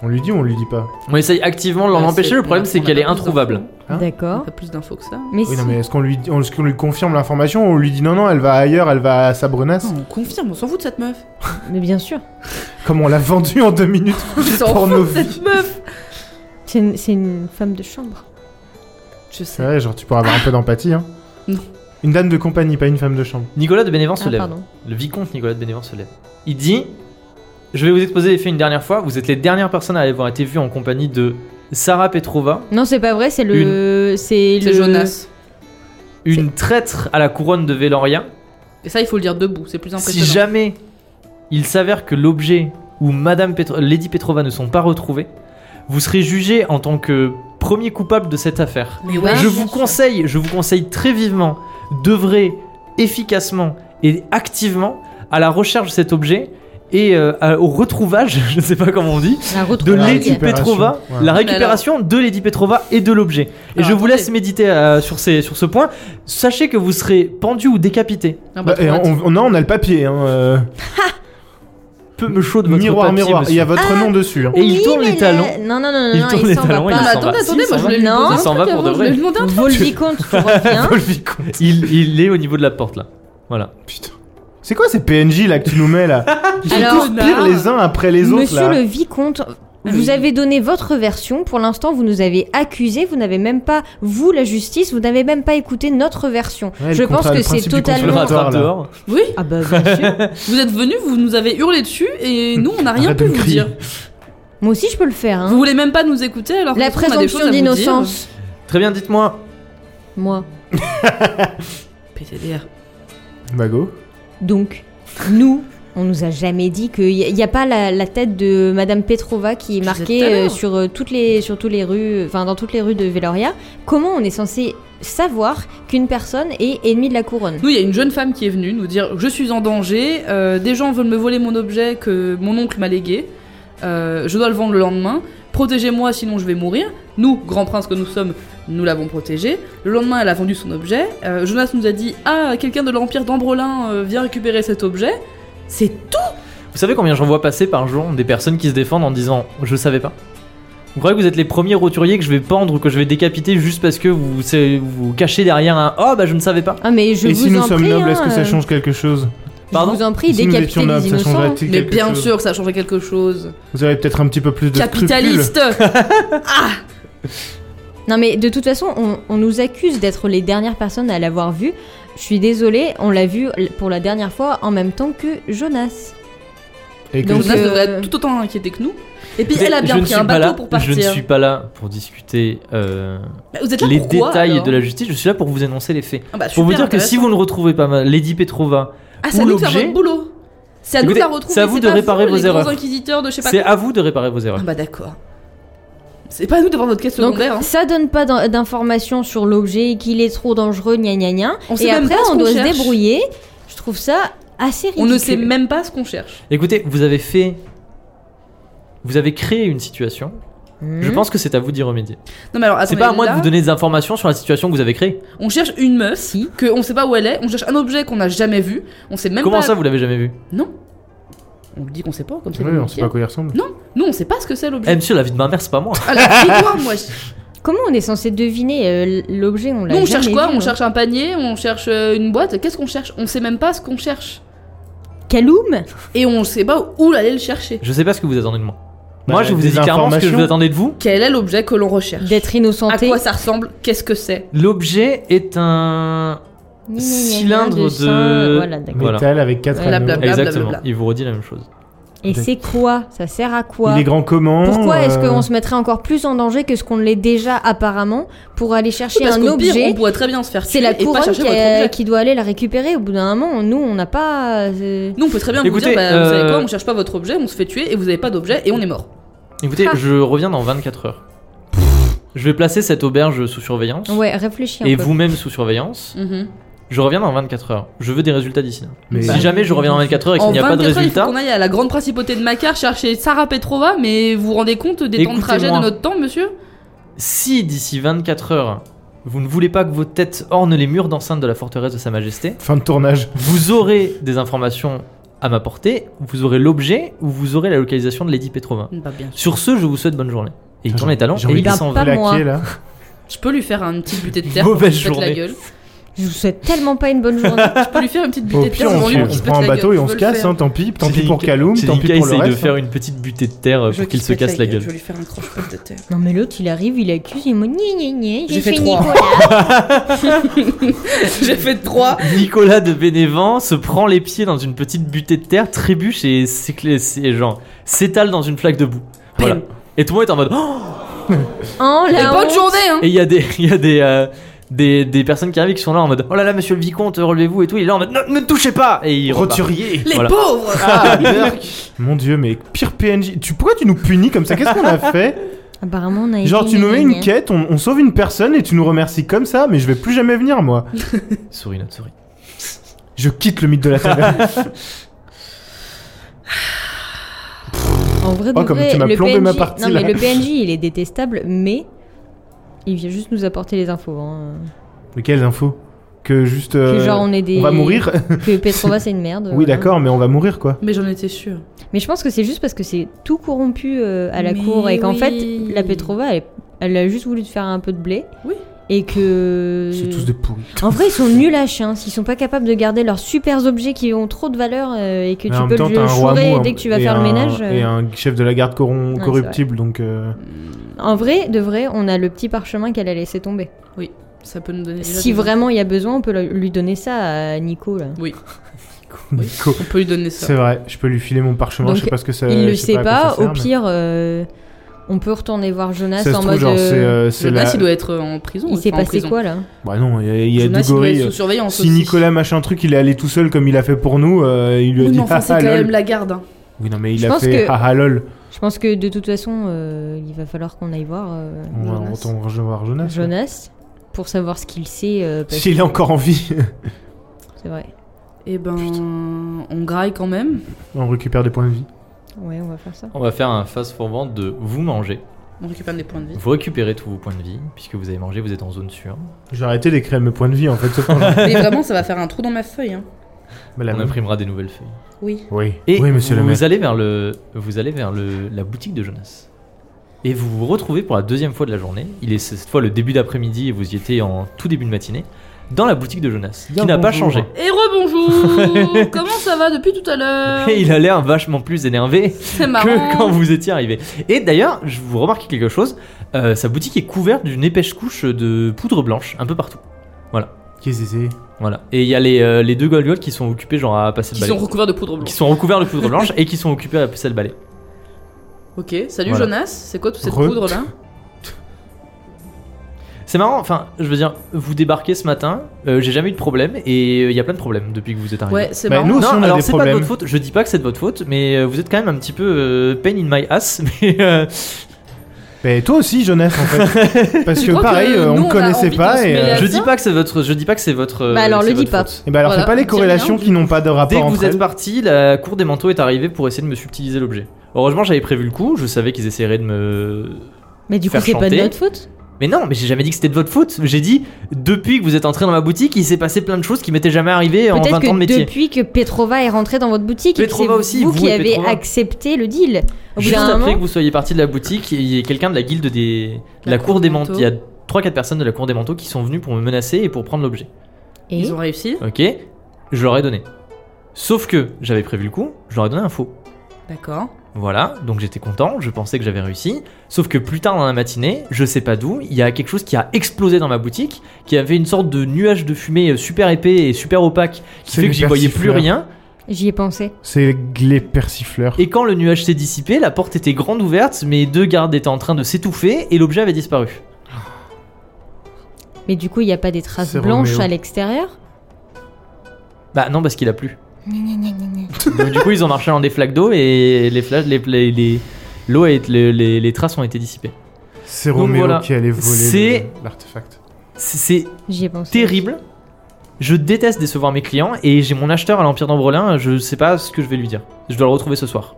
[SPEAKER 2] On lui dit ou on lui dit pas
[SPEAKER 1] On essaye activement de l'en
[SPEAKER 3] Euh,
[SPEAKER 1] empêcher,
[SPEAKER 3] c'est-
[SPEAKER 1] le problème
[SPEAKER 3] on a-
[SPEAKER 1] c'est
[SPEAKER 3] on a
[SPEAKER 1] qu'elle
[SPEAKER 3] pas
[SPEAKER 1] est
[SPEAKER 3] plus
[SPEAKER 1] introuvable.
[SPEAKER 3] d'infos.
[SPEAKER 2] Hein
[SPEAKER 3] On a
[SPEAKER 4] D'accord.
[SPEAKER 3] Pas plus d'infos que ça.
[SPEAKER 4] Mais
[SPEAKER 2] Oui
[SPEAKER 4] si.
[SPEAKER 2] non mais est-ce qu'on lui est-ce qu'on lui confirme l'information ou on lui dit non non elle va ailleurs elle va à Sabrenas
[SPEAKER 3] Non, Ah, on confirme, on s'en fout de
[SPEAKER 1] [LAUGHS]
[SPEAKER 3] cette meuf.
[SPEAKER 4] mais bien sûr.
[SPEAKER 2] comme on l'a vendu en deux minutes
[SPEAKER 3] On s'en
[SPEAKER 2] pour
[SPEAKER 3] fout
[SPEAKER 2] nos
[SPEAKER 3] de cette meuf.
[SPEAKER 4] C'est une, c'est une femme de chambre.
[SPEAKER 3] Je
[SPEAKER 2] C'est
[SPEAKER 3] sais.
[SPEAKER 2] vrai genre tu pourras avoir un peu d'empathie hein.
[SPEAKER 3] Non.
[SPEAKER 2] Une dame de compagnie pas une femme de chambre.
[SPEAKER 1] Nicolas de Bénévent se
[SPEAKER 4] Ah,
[SPEAKER 1] lève.
[SPEAKER 4] pardon.
[SPEAKER 1] Le vicomte Nicolas de Bénévent se lève. Il dit Je vais vous exposer les faits une dernière fois, vous êtes les dernières personnes à avoir été vues en compagnie de Sarah Petrova,
[SPEAKER 4] Non, c'est pas vrai, c'est le. C'est
[SPEAKER 3] C'est
[SPEAKER 4] le.
[SPEAKER 3] Jonas.
[SPEAKER 1] une traître à la couronne de Véloria.
[SPEAKER 3] Et ça, il faut le dire debout, c'est plus
[SPEAKER 1] Si
[SPEAKER 3] impressionnant.
[SPEAKER 1] jamais il s'avère que l'objet ou Madame Petro- Lady Petrova ne sont pas retrouvés, vous serez jugé en tant que premier coupable de cette affaire.
[SPEAKER 3] Mais ouais,
[SPEAKER 1] je
[SPEAKER 3] bien
[SPEAKER 1] vous
[SPEAKER 3] sûr.
[SPEAKER 1] conseille, je vous conseille très vivement d'œuvrer efficacement et activement à la recherche de cet objet et euh, à- au retrouvage, [LAUGHS] je ne sais pas comment on dit,
[SPEAKER 4] La
[SPEAKER 1] de
[SPEAKER 4] retrouvaille.
[SPEAKER 2] La
[SPEAKER 1] Lady
[SPEAKER 2] récupération,
[SPEAKER 1] Petrova,
[SPEAKER 2] ouais.
[SPEAKER 1] la récupération de Lady Petrova et de l'objet. Et
[SPEAKER 3] Alors,
[SPEAKER 1] je vous
[SPEAKER 3] attendez.
[SPEAKER 1] laisse méditer euh, sur, ces, sur ce point. Sachez que vous serez pendu ou décapité.
[SPEAKER 3] Non,
[SPEAKER 2] Bah,
[SPEAKER 3] bah,
[SPEAKER 2] et
[SPEAKER 3] trop hâte.
[SPEAKER 2] on, on- non on a le papier hein. euh,
[SPEAKER 1] Peu me chaud de votre
[SPEAKER 2] miroir
[SPEAKER 1] papier,
[SPEAKER 2] miroir il y
[SPEAKER 1] [LAUGHS] monsieur.
[SPEAKER 2] a votre
[SPEAKER 4] Ah.
[SPEAKER 2] nom dessus. hein.
[SPEAKER 1] Et il
[SPEAKER 4] Oui,
[SPEAKER 1] tourne
[SPEAKER 4] mais
[SPEAKER 1] les
[SPEAKER 4] le-
[SPEAKER 1] talons.
[SPEAKER 4] Non, non, non, non,
[SPEAKER 1] Il
[SPEAKER 4] non,
[SPEAKER 1] tourne les
[SPEAKER 4] s'en va
[SPEAKER 1] talons,
[SPEAKER 4] pas.
[SPEAKER 1] il
[SPEAKER 3] Non,
[SPEAKER 1] s'en
[SPEAKER 3] mais
[SPEAKER 1] va.
[SPEAKER 3] Ah, bah,
[SPEAKER 1] Si,
[SPEAKER 3] attendez, attendez,
[SPEAKER 1] il
[SPEAKER 3] moi
[SPEAKER 1] s'en
[SPEAKER 3] je
[SPEAKER 1] va.
[SPEAKER 3] voulais lui
[SPEAKER 4] Non.
[SPEAKER 3] demander un
[SPEAKER 1] Il s'en
[SPEAKER 3] truc
[SPEAKER 1] va pour de
[SPEAKER 3] avant, je voulais
[SPEAKER 1] vrai.
[SPEAKER 3] lui demander un
[SPEAKER 4] Vaut le vicomte,
[SPEAKER 1] [LAUGHS]
[SPEAKER 4] tu reviens.
[SPEAKER 2] Oh, le vicomte.
[SPEAKER 1] Il, il est au niveau de la porte là. Voilà.
[SPEAKER 2] Putain.
[SPEAKER 4] [LAUGHS]
[SPEAKER 2] C'est quoi ces PNJ là que tu nous mets là Ils sont
[SPEAKER 4] Alors,
[SPEAKER 2] tous pires les uns après les autres
[SPEAKER 4] Monsieur
[SPEAKER 2] là.
[SPEAKER 4] le vicomte, Vous avez donné votre version, pour l'instant vous nous avez accusés, vous n'avez même pas, vous la justice, vous n'avez même pas écouté notre version.
[SPEAKER 2] Ouais, le
[SPEAKER 4] Je pense
[SPEAKER 2] contrat-
[SPEAKER 4] que
[SPEAKER 2] le
[SPEAKER 4] c'est
[SPEAKER 2] principe du
[SPEAKER 1] Je le
[SPEAKER 4] totalement...
[SPEAKER 2] conservatoire.
[SPEAKER 1] rattrape
[SPEAKER 2] là.
[SPEAKER 1] dehors. [LAUGHS]
[SPEAKER 3] Oui,
[SPEAKER 4] Ah bah bien sûr.
[SPEAKER 3] vous êtes venus, vous nous avez hurlé dessus
[SPEAKER 1] [LAUGHS]
[SPEAKER 3] et nous on n'a rien
[SPEAKER 2] Arrête
[SPEAKER 3] pu
[SPEAKER 2] de me
[SPEAKER 3] vous
[SPEAKER 2] crier.
[SPEAKER 3] dire.
[SPEAKER 4] Moi aussi je peux le faire. hein.
[SPEAKER 3] Vous voulez même pas nous écouter alors que
[SPEAKER 4] La
[SPEAKER 3] nous, on a des choses à
[SPEAKER 4] présomption
[SPEAKER 3] vous
[SPEAKER 4] d'innocence.
[SPEAKER 1] Très bien, dites-moi.
[SPEAKER 4] Moi.
[SPEAKER 3] dire. PTDR.
[SPEAKER 2] Mago
[SPEAKER 4] Donc, nous, on nous a jamais dit qu'il n'y a, pas la, la tête de Madame Petrova qui est
[SPEAKER 3] Je
[SPEAKER 4] marquée
[SPEAKER 3] disais tout à
[SPEAKER 4] euh,
[SPEAKER 3] l'heure.
[SPEAKER 4] sur, euh, toutes les, sur toutes les rues, enfin dans toutes les rues de Veloria. Comment on est censé savoir qu'une personne est ennemie de la couronne
[SPEAKER 3] Nous, il y a une jeune femme qui est venue nous dire Je suis en danger, euh, des gens veulent me voler mon objet que mon oncle m'a légué, euh, je dois le vendre le lendemain, protégez-moi sinon je vais mourir. Nous, grand prince que nous sommes, nous l'avons protégée. Le lendemain, elle a vendu son objet. Euh, Jonas nous a dit Ah, quelqu'un de l'Empire d'Ambrelin euh, vient récupérer cet objet. C'est tout
[SPEAKER 1] Vous savez combien j'en vois passer par jour des personnes qui se défendent en disant je savais pas Vous croyez que vous êtes les premiers roturiers que je vais pendre ou que je vais décapiter juste parce que vous c'est- vous, vous cachez derrière un oh bah je ne savais pas
[SPEAKER 4] Ah mais je
[SPEAKER 2] Et
[SPEAKER 4] vous
[SPEAKER 2] si nous
[SPEAKER 4] en
[SPEAKER 2] sommes
[SPEAKER 4] prie,
[SPEAKER 2] nobles,
[SPEAKER 4] hein,
[SPEAKER 2] est-ce que ça
[SPEAKER 4] euh,
[SPEAKER 2] change quelque chose
[SPEAKER 1] Pardon
[SPEAKER 4] Je vous en prie,
[SPEAKER 2] Si nous
[SPEAKER 4] décapitez
[SPEAKER 2] étions nobles,
[SPEAKER 4] les
[SPEAKER 2] ça
[SPEAKER 4] innocents.
[SPEAKER 2] changerait-il
[SPEAKER 3] Mais
[SPEAKER 2] quelque
[SPEAKER 3] bien
[SPEAKER 2] chose
[SPEAKER 3] sûr que ça changerait quelque chose.
[SPEAKER 2] Vous aurez peut-être un petit peu plus de scrupules. [LAUGHS]
[SPEAKER 3] Capitaliste
[SPEAKER 4] Non mais de toute façon, on, on nous accuse d'être les dernières personnes à l'avoir vu. Je suis désolée, on l'a vu l- pour la dernière fois en même temps que Jonas.
[SPEAKER 2] Et que
[SPEAKER 4] Donc,
[SPEAKER 3] Jonas
[SPEAKER 4] euh,
[SPEAKER 3] devrait être tout autant inquiété que nous. Et puis,
[SPEAKER 1] Écoutez,
[SPEAKER 3] elle a bien
[SPEAKER 1] je ne
[SPEAKER 3] pris
[SPEAKER 1] suis
[SPEAKER 3] un
[SPEAKER 1] pas
[SPEAKER 3] bateau
[SPEAKER 1] là,
[SPEAKER 3] pour
[SPEAKER 1] Je ne
[SPEAKER 3] partir.
[SPEAKER 1] suis pas là pour discuter euh,
[SPEAKER 3] Bah, Vous êtes là
[SPEAKER 1] les
[SPEAKER 3] pour quoi,
[SPEAKER 1] détails
[SPEAKER 3] alors
[SPEAKER 1] de la justice, je suis là pour vous énoncer les faits.
[SPEAKER 3] Ah bah,
[SPEAKER 1] Pour vous
[SPEAKER 3] super
[SPEAKER 1] dire que si vous ne retrouvez pas ma- Lady Petrova,
[SPEAKER 3] Ah, c'est à
[SPEAKER 1] Ou
[SPEAKER 3] nous de faire
[SPEAKER 1] l'objet.
[SPEAKER 3] votre boulot. C'est à nous de
[SPEAKER 1] Écoutez,
[SPEAKER 3] la retrouver.
[SPEAKER 1] c'est à vous de
[SPEAKER 3] pas
[SPEAKER 1] réparer
[SPEAKER 3] les
[SPEAKER 1] vos
[SPEAKER 3] grands
[SPEAKER 1] erreurs.
[SPEAKER 3] inquisiteurs de je sais pas
[SPEAKER 1] c'est
[SPEAKER 3] quoi.
[SPEAKER 1] à vous de réparer vos erreurs.
[SPEAKER 3] Ah bah d'accord. C'est pas à nous d'avoir votre quête
[SPEAKER 4] Donc
[SPEAKER 3] secondaire. hein.
[SPEAKER 4] ça donne pas d'in- d'informations sur l'objet, qu'il est trop dangereux, gna gna gna.
[SPEAKER 3] On sait
[SPEAKER 4] et
[SPEAKER 3] même
[SPEAKER 4] après
[SPEAKER 3] pas ce
[SPEAKER 4] on
[SPEAKER 3] qu'on
[SPEAKER 4] doit
[SPEAKER 3] cherche.
[SPEAKER 4] se débrouiller. Je trouve ça assez ridicule.
[SPEAKER 3] On ne sait même pas ce qu'on cherche.
[SPEAKER 1] Écoutez, vous avez fait. Vous avez créé une situation.
[SPEAKER 4] Hmm.
[SPEAKER 1] Je pense que c'est à vous d'y remédier.
[SPEAKER 3] Non Ah, mais alors attendez,
[SPEAKER 1] C'est pas à moi
[SPEAKER 3] là,
[SPEAKER 1] de vous donner des informations sur la situation que vous avez créée.
[SPEAKER 3] On cherche une meuf que on sait pas où elle est. On cherche un objet qu'on n'a jamais vu. On sait même
[SPEAKER 1] Comment
[SPEAKER 3] pas.
[SPEAKER 1] ça, vous l'avez jamais vu
[SPEAKER 3] Non. On dit qu'on sait pas comme ça.
[SPEAKER 2] Oui, on sait pas à quoi il ressemble.
[SPEAKER 3] Nous on sait pas ce que c'est
[SPEAKER 1] Eh
[SPEAKER 3] l'objet.
[SPEAKER 1] monsieur, la vie de ma mère, c'est pas moi.
[SPEAKER 3] Ah, la figure, moi. je-
[SPEAKER 4] Comment on est censé deviner euh, l'objet [LAUGHS] On l'a
[SPEAKER 3] Nous on
[SPEAKER 4] jamais
[SPEAKER 3] cherche quoi
[SPEAKER 4] vu,
[SPEAKER 3] On
[SPEAKER 4] hein.
[SPEAKER 3] cherche un panier. On cherche euh, une boîte. Qu'est-ce qu'on cherche On sait même pas ce qu'on cherche.
[SPEAKER 4] Kaloum
[SPEAKER 3] Et on sait pas où aller le chercher.
[SPEAKER 1] Je sais pas ce que vous attendez de moi.
[SPEAKER 2] Bah,
[SPEAKER 1] moi, je vous
[SPEAKER 2] des
[SPEAKER 1] ai dit clairement ce que je
[SPEAKER 2] informations.
[SPEAKER 1] vous attendez de vous.
[SPEAKER 3] Quel est l'objet que l'on recherche
[SPEAKER 4] d'être
[SPEAKER 3] À
[SPEAKER 4] innocenté.
[SPEAKER 3] quoi ça ressemble Qu'est-ce que c'est
[SPEAKER 1] L'objet est un
[SPEAKER 4] Gna gna gna gna
[SPEAKER 1] cylindre
[SPEAKER 4] de
[SPEAKER 1] de-
[SPEAKER 4] sein. Voilà, d'accord.
[SPEAKER 1] Voilà.
[SPEAKER 2] Métal avec quatre
[SPEAKER 3] Ouais,
[SPEAKER 2] anneaux.
[SPEAKER 3] blablabla.
[SPEAKER 1] exactement.
[SPEAKER 3] blablabla.
[SPEAKER 1] Il vous redit la même chose.
[SPEAKER 4] Et c'est quoi Ça sert à quoi
[SPEAKER 2] Il est grand comment
[SPEAKER 4] Pourquoi est-ce
[SPEAKER 2] euh,
[SPEAKER 4] qu'on se mettrait encore plus en danger que ce qu'on l'est déjà apparemment pour aller chercher
[SPEAKER 3] Parce
[SPEAKER 4] un
[SPEAKER 3] qu'au pire, on
[SPEAKER 4] objet
[SPEAKER 3] pourrait très bien se faire tuer
[SPEAKER 4] C'est la
[SPEAKER 3] et pas
[SPEAKER 4] couronne
[SPEAKER 3] chercher
[SPEAKER 4] qui,
[SPEAKER 3] votre
[SPEAKER 4] a-
[SPEAKER 3] objet.
[SPEAKER 4] qui doit aller la récupérer. Au bout d'un moment, nous, on n'a pas. euh,
[SPEAKER 3] Nous, on peut très bien
[SPEAKER 1] Écoutez,
[SPEAKER 3] vous dire, bah, vous savez quoi,
[SPEAKER 1] euh,
[SPEAKER 3] on cherche pas votre objet, on se fait tuer et vous avez pas d'objet et on est mort.
[SPEAKER 1] Écoutez,
[SPEAKER 4] Ah.
[SPEAKER 1] je reviens dans 24 heures. Je vais placer cette auberge sous surveillance.
[SPEAKER 4] Ouais, réfléchis un
[SPEAKER 1] Et
[SPEAKER 4] peu.
[SPEAKER 1] vous-même sous surveillance.
[SPEAKER 3] Mhm.
[SPEAKER 1] Je reviens dans 24 heures. Je veux des résultats d'ici là.
[SPEAKER 2] Mais- bah,
[SPEAKER 1] Si jamais je reviens dans 24 heures et qu'il
[SPEAKER 3] En
[SPEAKER 1] n'y a pas de
[SPEAKER 3] 24 heures, il faut
[SPEAKER 1] résultats,
[SPEAKER 3] qu'on aille à la grande principauté de Makar chercher Sarah Petrova, mais vous vous rendez compte des temps de trajet de
[SPEAKER 1] Écoutez-moi.
[SPEAKER 3] notre temps, monsieur
[SPEAKER 1] si d'ici 24 heures vous ne voulez pas que vos têtes ornent les murs d'enceinte de la forteresse de Sa Majesté,
[SPEAKER 2] Fin de tournage.
[SPEAKER 1] vous aurez des informations à m'apporter, vous aurez l'objet ou vous aurez la localisation de Lady Petrova.
[SPEAKER 3] Bah, bien sûr.
[SPEAKER 1] Sur ce, je vous souhaite bonne journée. Et il
[SPEAKER 2] Ah, J'ai-
[SPEAKER 1] tourne les talons
[SPEAKER 2] j'ai
[SPEAKER 1] et
[SPEAKER 2] envie
[SPEAKER 1] il
[SPEAKER 2] de
[SPEAKER 1] s'en
[SPEAKER 4] Pas
[SPEAKER 1] va.
[SPEAKER 2] Laqué,
[SPEAKER 4] moi.
[SPEAKER 2] là
[SPEAKER 3] Je peux lui faire un petit butée de terre pour
[SPEAKER 1] Mauvaise
[SPEAKER 3] qu'il se pète la
[SPEAKER 1] journée.
[SPEAKER 3] gueule.
[SPEAKER 4] Je vous souhaite tellement pas une bonne
[SPEAKER 3] [LAUGHS]
[SPEAKER 4] journée.
[SPEAKER 3] Je peux lui faire une petite
[SPEAKER 2] Au
[SPEAKER 3] butée de
[SPEAKER 2] pire,
[SPEAKER 3] terre
[SPEAKER 2] on,
[SPEAKER 3] devant lui
[SPEAKER 2] on
[SPEAKER 3] pour qu'il se pète
[SPEAKER 2] prend un
[SPEAKER 3] la gueule.
[SPEAKER 2] bateau et on se
[SPEAKER 3] Je peux le
[SPEAKER 2] casse,
[SPEAKER 3] faire.
[SPEAKER 2] hein, tant pis. Tant pis
[SPEAKER 1] Cédric-
[SPEAKER 2] pour Kaloum, tant
[SPEAKER 1] Cédric
[SPEAKER 2] pis pour le
[SPEAKER 1] essaye de
[SPEAKER 2] reste.
[SPEAKER 1] faire une petite butée de terre
[SPEAKER 3] Je veux
[SPEAKER 1] pour qu'il se
[SPEAKER 3] pète
[SPEAKER 1] casse la gueule.
[SPEAKER 3] Je vais lui faire un croche-pète de terre.
[SPEAKER 4] non mais l'autre, il arrive, il accuse, il me dit gna gna gna.
[SPEAKER 3] J'ai fait trois. [LAUGHS] [LAUGHS] J'ai fait trois.
[SPEAKER 1] Nicolas de Bénévent se prend les pieds dans une petite butée de terre, trébuche et s'éclé- c'est- genre, s'étale dans une flaque de boue. Voilà. Et tout le monde est en mode. Oh
[SPEAKER 4] Oh
[SPEAKER 3] Et
[SPEAKER 4] là
[SPEAKER 3] bonne journée, hein
[SPEAKER 1] et il y a des, [LAUGHS] il y a des, euh, des, des personnes qui arrivent qui sont là en mode Oh là là, monsieur le vicomte, relevez-vous et tout. Il est là en mode Ne, ne me touchez pas Et il repart.
[SPEAKER 2] Roturier
[SPEAKER 3] Les
[SPEAKER 1] Voilà.
[SPEAKER 3] pauvres
[SPEAKER 2] Ah, Dirk. Mon dieu, mais pire PNJ. Tu, pourquoi tu nous punis comme ça Qu'est-ce qu'on a fait
[SPEAKER 4] Apparemment, on a
[SPEAKER 2] Genre,
[SPEAKER 4] été
[SPEAKER 2] tu nous
[SPEAKER 4] gna
[SPEAKER 2] mets
[SPEAKER 4] gna
[SPEAKER 2] une
[SPEAKER 4] gna.
[SPEAKER 2] quête, on, on sauve une personne et tu nous remercies comme ça, mais je vais plus jamais venir, moi.
[SPEAKER 1] Souris, notre souris.
[SPEAKER 2] Je quitte le mythe de la taverne.
[SPEAKER 4] En vrai, de
[SPEAKER 2] Oh, comme
[SPEAKER 4] vrai,
[SPEAKER 2] tu m'as
[SPEAKER 4] le
[SPEAKER 2] plombé
[SPEAKER 4] PNJ...
[SPEAKER 2] ma partie,
[SPEAKER 4] Non
[SPEAKER 2] là.
[SPEAKER 4] mais le PNJ, il est détestable, mais il vient juste nous apporter les infos. hein.
[SPEAKER 2] [LAUGHS] mais quelles infos Que juste. euh,
[SPEAKER 4] Que genre on est des.
[SPEAKER 2] va mourir
[SPEAKER 4] [LAUGHS] Que Petrova c'est une merde.
[SPEAKER 2] Oui,
[SPEAKER 4] voilà.
[SPEAKER 2] d'accord, mais on va mourir, quoi.
[SPEAKER 3] Mais j'en étais sûre.
[SPEAKER 4] Mais je pense que c'est juste parce que c'est tout corrompu euh, à la
[SPEAKER 3] Mais
[SPEAKER 4] cour et qu'en fait
[SPEAKER 3] oui.
[SPEAKER 4] la Petrova elle, elle a juste voulu te faire un peu de blé.
[SPEAKER 3] Oui.
[SPEAKER 4] et que.
[SPEAKER 2] C'est tous des pourris.
[SPEAKER 4] Euh, [LAUGHS] En vrai, ils sont nuls à chien. S'ils sont pas capables de garder leurs super objets qui ont trop de valeur euh, et que
[SPEAKER 2] Mais en
[SPEAKER 4] tu peux
[SPEAKER 2] même temps,
[SPEAKER 4] le
[SPEAKER 2] t'as un roi
[SPEAKER 4] chourer
[SPEAKER 2] mou,
[SPEAKER 4] dès que tu vas
[SPEAKER 2] et
[SPEAKER 4] faire
[SPEAKER 2] un-
[SPEAKER 4] le ménage. euh,
[SPEAKER 2] Et un chef de la garde corrom-
[SPEAKER 4] Ouais, c'est
[SPEAKER 2] corruptible, donc.
[SPEAKER 4] [LAUGHS]
[SPEAKER 2] euh,
[SPEAKER 4] En vrai, de vrai, on a le petit parchemin qu'elle a laissé tomber.
[SPEAKER 3] Ça peut nous donner. déjà
[SPEAKER 4] Si
[SPEAKER 3] des-
[SPEAKER 4] vraiment il y a besoin, on peut le- lui donner ça à Nico. Là.
[SPEAKER 2] [LAUGHS] Nico.
[SPEAKER 3] On peut lui donner ça.
[SPEAKER 2] C'est vrai, je peux lui filer mon parchemin,
[SPEAKER 4] Donc,
[SPEAKER 2] je sais pas ce que ça.
[SPEAKER 4] il
[SPEAKER 2] je
[SPEAKER 4] le
[SPEAKER 2] sais
[SPEAKER 4] sait
[SPEAKER 2] à quoi
[SPEAKER 4] pas,
[SPEAKER 2] ça sert,
[SPEAKER 4] au
[SPEAKER 2] mais-
[SPEAKER 4] pire, euh, on peut retourner voir Jonas
[SPEAKER 2] Ça se
[SPEAKER 4] en
[SPEAKER 2] trouve,
[SPEAKER 4] mode.
[SPEAKER 2] genre, c'est.
[SPEAKER 4] euh,
[SPEAKER 2] euh, c'est
[SPEAKER 3] Jonas,
[SPEAKER 2] la-
[SPEAKER 3] il doit être en prison.
[SPEAKER 4] il s'est
[SPEAKER 3] enfin, en
[SPEAKER 4] passé
[SPEAKER 3] prison.
[SPEAKER 4] quoi là
[SPEAKER 2] Bah non, il y a, il y a
[SPEAKER 3] Jonas,
[SPEAKER 2] des
[SPEAKER 3] il doit être
[SPEAKER 2] gorilles.
[SPEAKER 3] sous surveillance
[SPEAKER 2] Si
[SPEAKER 3] aussi.
[SPEAKER 2] Nicolas machin truc, il est allé tout seul comme il a fait pour nous, euh, il lui a
[SPEAKER 3] Oui,
[SPEAKER 2] dit
[SPEAKER 3] mais enfin, c'est
[SPEAKER 2] ah, ah,
[SPEAKER 3] quand
[SPEAKER 2] lol.
[SPEAKER 3] même la garde. hein.
[SPEAKER 2] Oui, non, mais il
[SPEAKER 4] Je
[SPEAKER 2] a
[SPEAKER 4] pense
[SPEAKER 2] fait
[SPEAKER 4] que-
[SPEAKER 2] ah, ah lol.
[SPEAKER 4] Je pense que de toute façon, euh, il va falloir qu'on aille voir euh,
[SPEAKER 2] On va-
[SPEAKER 3] Jonas.
[SPEAKER 2] on retourne revoir Jonas.
[SPEAKER 4] Jonas pour savoir ce qu'il sait. euh, parce-
[SPEAKER 2] S'il est encore en vie, [LAUGHS]
[SPEAKER 4] C'est vrai.
[SPEAKER 3] Eh ben, on graille quand même.
[SPEAKER 2] on récupère des points de vie.
[SPEAKER 4] Ouais, on va faire ça.
[SPEAKER 1] On va faire un fast forward de vous mangez.
[SPEAKER 3] On récupère des
[SPEAKER 2] [LAUGHS]
[SPEAKER 3] points de vie.
[SPEAKER 1] Vous récupérez tous vos points de vie puisque vous avez mangé, vous êtes en zone sûre.
[SPEAKER 2] J'ai arrêté d'écrire mes points de vie en fait,
[SPEAKER 4] [LAUGHS]
[SPEAKER 2] sauf quand j'en-
[SPEAKER 3] Mais vraiment, ça va faire un trou dans ma feuille. Hein.
[SPEAKER 2] Mais la
[SPEAKER 1] On
[SPEAKER 2] même-
[SPEAKER 1] imprimera des nouvelles feuilles.
[SPEAKER 3] Oui.
[SPEAKER 2] Oui,
[SPEAKER 1] Et
[SPEAKER 2] oui, monsieur le
[SPEAKER 1] vous
[SPEAKER 2] maire.
[SPEAKER 1] allez vers le, vous allez vers le, la boutique de Jonas. Et vous vous retrouvez pour la deuxième fois de la journée. Il est cette fois le début d'après-midi et vous y étiez en tout début de matinée dans la boutique de Jonas, qui
[SPEAKER 2] Bien
[SPEAKER 1] n'a pas
[SPEAKER 2] bonjour.
[SPEAKER 1] changé. [LAUGHS]
[SPEAKER 3] Et
[SPEAKER 2] [LAUGHS]
[SPEAKER 3] rebonjour Comment ça va depuis tout à l'heure
[SPEAKER 1] Et il a l'air vachement plus énervé
[SPEAKER 3] C'est
[SPEAKER 1] que quand
[SPEAKER 3] marrant.
[SPEAKER 1] vous étiez arrivé. Et d'ailleurs, je vous remarque quelque chose. euh, sa boutique est couverte d'une épaisse couche de poudre blanche un peu partout.
[SPEAKER 2] Qu'est-ce que c'est
[SPEAKER 1] Voilà. Et il y a les, euh, les deux Golgols qui sont occupés genre à passer le
[SPEAKER 3] Qui
[SPEAKER 2] Bah,
[SPEAKER 1] balai.
[SPEAKER 3] sont recouverts de poudre
[SPEAKER 1] qui
[SPEAKER 3] blanche.
[SPEAKER 1] sont recouverts de poudre blanche et qui sont occupés à passer le balai.
[SPEAKER 3] Ok, salut
[SPEAKER 1] Voilà.
[SPEAKER 3] Jonas, c'est quoi toute cette
[SPEAKER 2] Re-
[SPEAKER 3] poudre là
[SPEAKER 1] C'est marrant, enfin, je veux dire, vous débarquez ce matin, euh, j'ai jamais eu de problème et euh, il y a plein de problèmes depuis que vous êtes arrivé.
[SPEAKER 3] Ouais, c'est
[SPEAKER 2] Bah,
[SPEAKER 3] marrant.
[SPEAKER 2] nous aussi,
[SPEAKER 1] non,
[SPEAKER 2] on a
[SPEAKER 1] alors
[SPEAKER 2] des
[SPEAKER 1] c'est pas de
[SPEAKER 2] problèmes.
[SPEAKER 1] votre faute, je dis pas que c'est de votre faute, mais euh, vous êtes quand même un petit peu euh, pain in my ass, [LAUGHS] mais euh,
[SPEAKER 2] Mais toi aussi, Jonas, en fait. Parce
[SPEAKER 3] Tu
[SPEAKER 2] que
[SPEAKER 3] crois que
[SPEAKER 2] pareil, euh,
[SPEAKER 3] nous,
[SPEAKER 2] on
[SPEAKER 3] on a
[SPEAKER 2] connaissait
[SPEAKER 3] envie de
[SPEAKER 2] pas
[SPEAKER 3] se
[SPEAKER 2] et.
[SPEAKER 3] mêler
[SPEAKER 2] euh,
[SPEAKER 3] à-
[SPEAKER 1] je
[SPEAKER 3] ça
[SPEAKER 1] dis pas que c'est votre, je dis pas que c'est votre. euh,
[SPEAKER 4] Bah alors,
[SPEAKER 1] c'est
[SPEAKER 4] le dis
[SPEAKER 1] votre
[SPEAKER 4] pas.
[SPEAKER 1] faute.
[SPEAKER 2] Et bah alors,
[SPEAKER 3] Voilà,
[SPEAKER 2] c'est pas les
[SPEAKER 3] on dit rien,
[SPEAKER 2] corrélations
[SPEAKER 3] du
[SPEAKER 2] qui n'ont Ah, pas de rapport
[SPEAKER 1] Dès que
[SPEAKER 2] entre
[SPEAKER 1] vous
[SPEAKER 2] elles.
[SPEAKER 1] êtes parti, la cour des manteaux est arrivée pour essayer de me subtiliser l'objet. Heureusement, j'avais prévu le coup, je savais qu'ils essaieraient de me
[SPEAKER 4] Mais du coup,
[SPEAKER 1] Faire
[SPEAKER 4] c'est pas de
[SPEAKER 1] chanter.
[SPEAKER 4] notre faute.
[SPEAKER 1] Mais non, mais j'ai jamais dit que c'était de votre faute. J'ai dit, depuis que vous êtes entré dans ma boutique, il s'est passé plein de choses qui m'étaient jamais arrivées en
[SPEAKER 4] Peut-être
[SPEAKER 1] 20 ans de
[SPEAKER 4] que
[SPEAKER 1] métier.
[SPEAKER 4] depuis que Petrova est rentrée dans votre boutique, et que
[SPEAKER 1] Petrova
[SPEAKER 4] c'est
[SPEAKER 1] aussi,
[SPEAKER 4] vous,
[SPEAKER 1] vous
[SPEAKER 4] qui
[SPEAKER 1] et
[SPEAKER 4] avez
[SPEAKER 1] Petrova.
[SPEAKER 4] accepté le deal. Au bout
[SPEAKER 1] Juste
[SPEAKER 4] d'un
[SPEAKER 1] après
[SPEAKER 4] moment,
[SPEAKER 1] que vous soyez parti de la boutique, il y a quelqu'un de la guilde des. de la cour des manteaux. Il y a 3-4 personnes de la cour des manteaux qui sont venues pour me menacer et pour prendre l'objet.
[SPEAKER 4] et
[SPEAKER 3] Ils ont réussi
[SPEAKER 1] Ok Je leur ai donné. Sauf que j'avais prévu le coup, je leur ai donné un faux.
[SPEAKER 3] D'accord.
[SPEAKER 1] Voilà, donc j'étais content, je pensais que j'avais réussi. Sauf que plus tard dans la matinée, je sais pas d'où, il y a quelque chose qui a explosé dans ma boutique, qui avait une sorte de nuage de fumée euh, super épais et super opaque, qui
[SPEAKER 2] C'est
[SPEAKER 1] fait
[SPEAKER 2] le
[SPEAKER 1] que j'y voyais plus
[SPEAKER 2] persifleur.
[SPEAKER 1] rien.
[SPEAKER 4] j'y ai pensé.
[SPEAKER 2] C'est les persifleurs.
[SPEAKER 1] Et quand le nuage s'est dissipé, la porte était grande ouverte, mes deux gardes étaient en train de s'étouffer et l'objet avait disparu.
[SPEAKER 4] Mais du coup, il n'y a pas des traces
[SPEAKER 2] C'est
[SPEAKER 4] blanches
[SPEAKER 2] Roméo.
[SPEAKER 4] à l'extérieur
[SPEAKER 1] Bah non, parce qu'il a plu. [LAUGHS] Donc du coup, ils ont marché dans des flaques d'eau et les flaques, les, les, les- l'eau et les, les- les traces ont été dissipées.
[SPEAKER 2] C'est
[SPEAKER 1] Donc
[SPEAKER 2] Roméo
[SPEAKER 1] voilà.
[SPEAKER 2] qui allait voler
[SPEAKER 1] C'est-
[SPEAKER 2] le- l'artefact. [LAUGHS]
[SPEAKER 1] C'est- C'est
[SPEAKER 4] J'y ai pensé.
[SPEAKER 1] terrible. Je déteste décevoir mes clients et j'ai mon acheteur à l'Empire d'Ambrelin, je sais pas ce que je vais lui dire. Je dois le retrouver ce soir.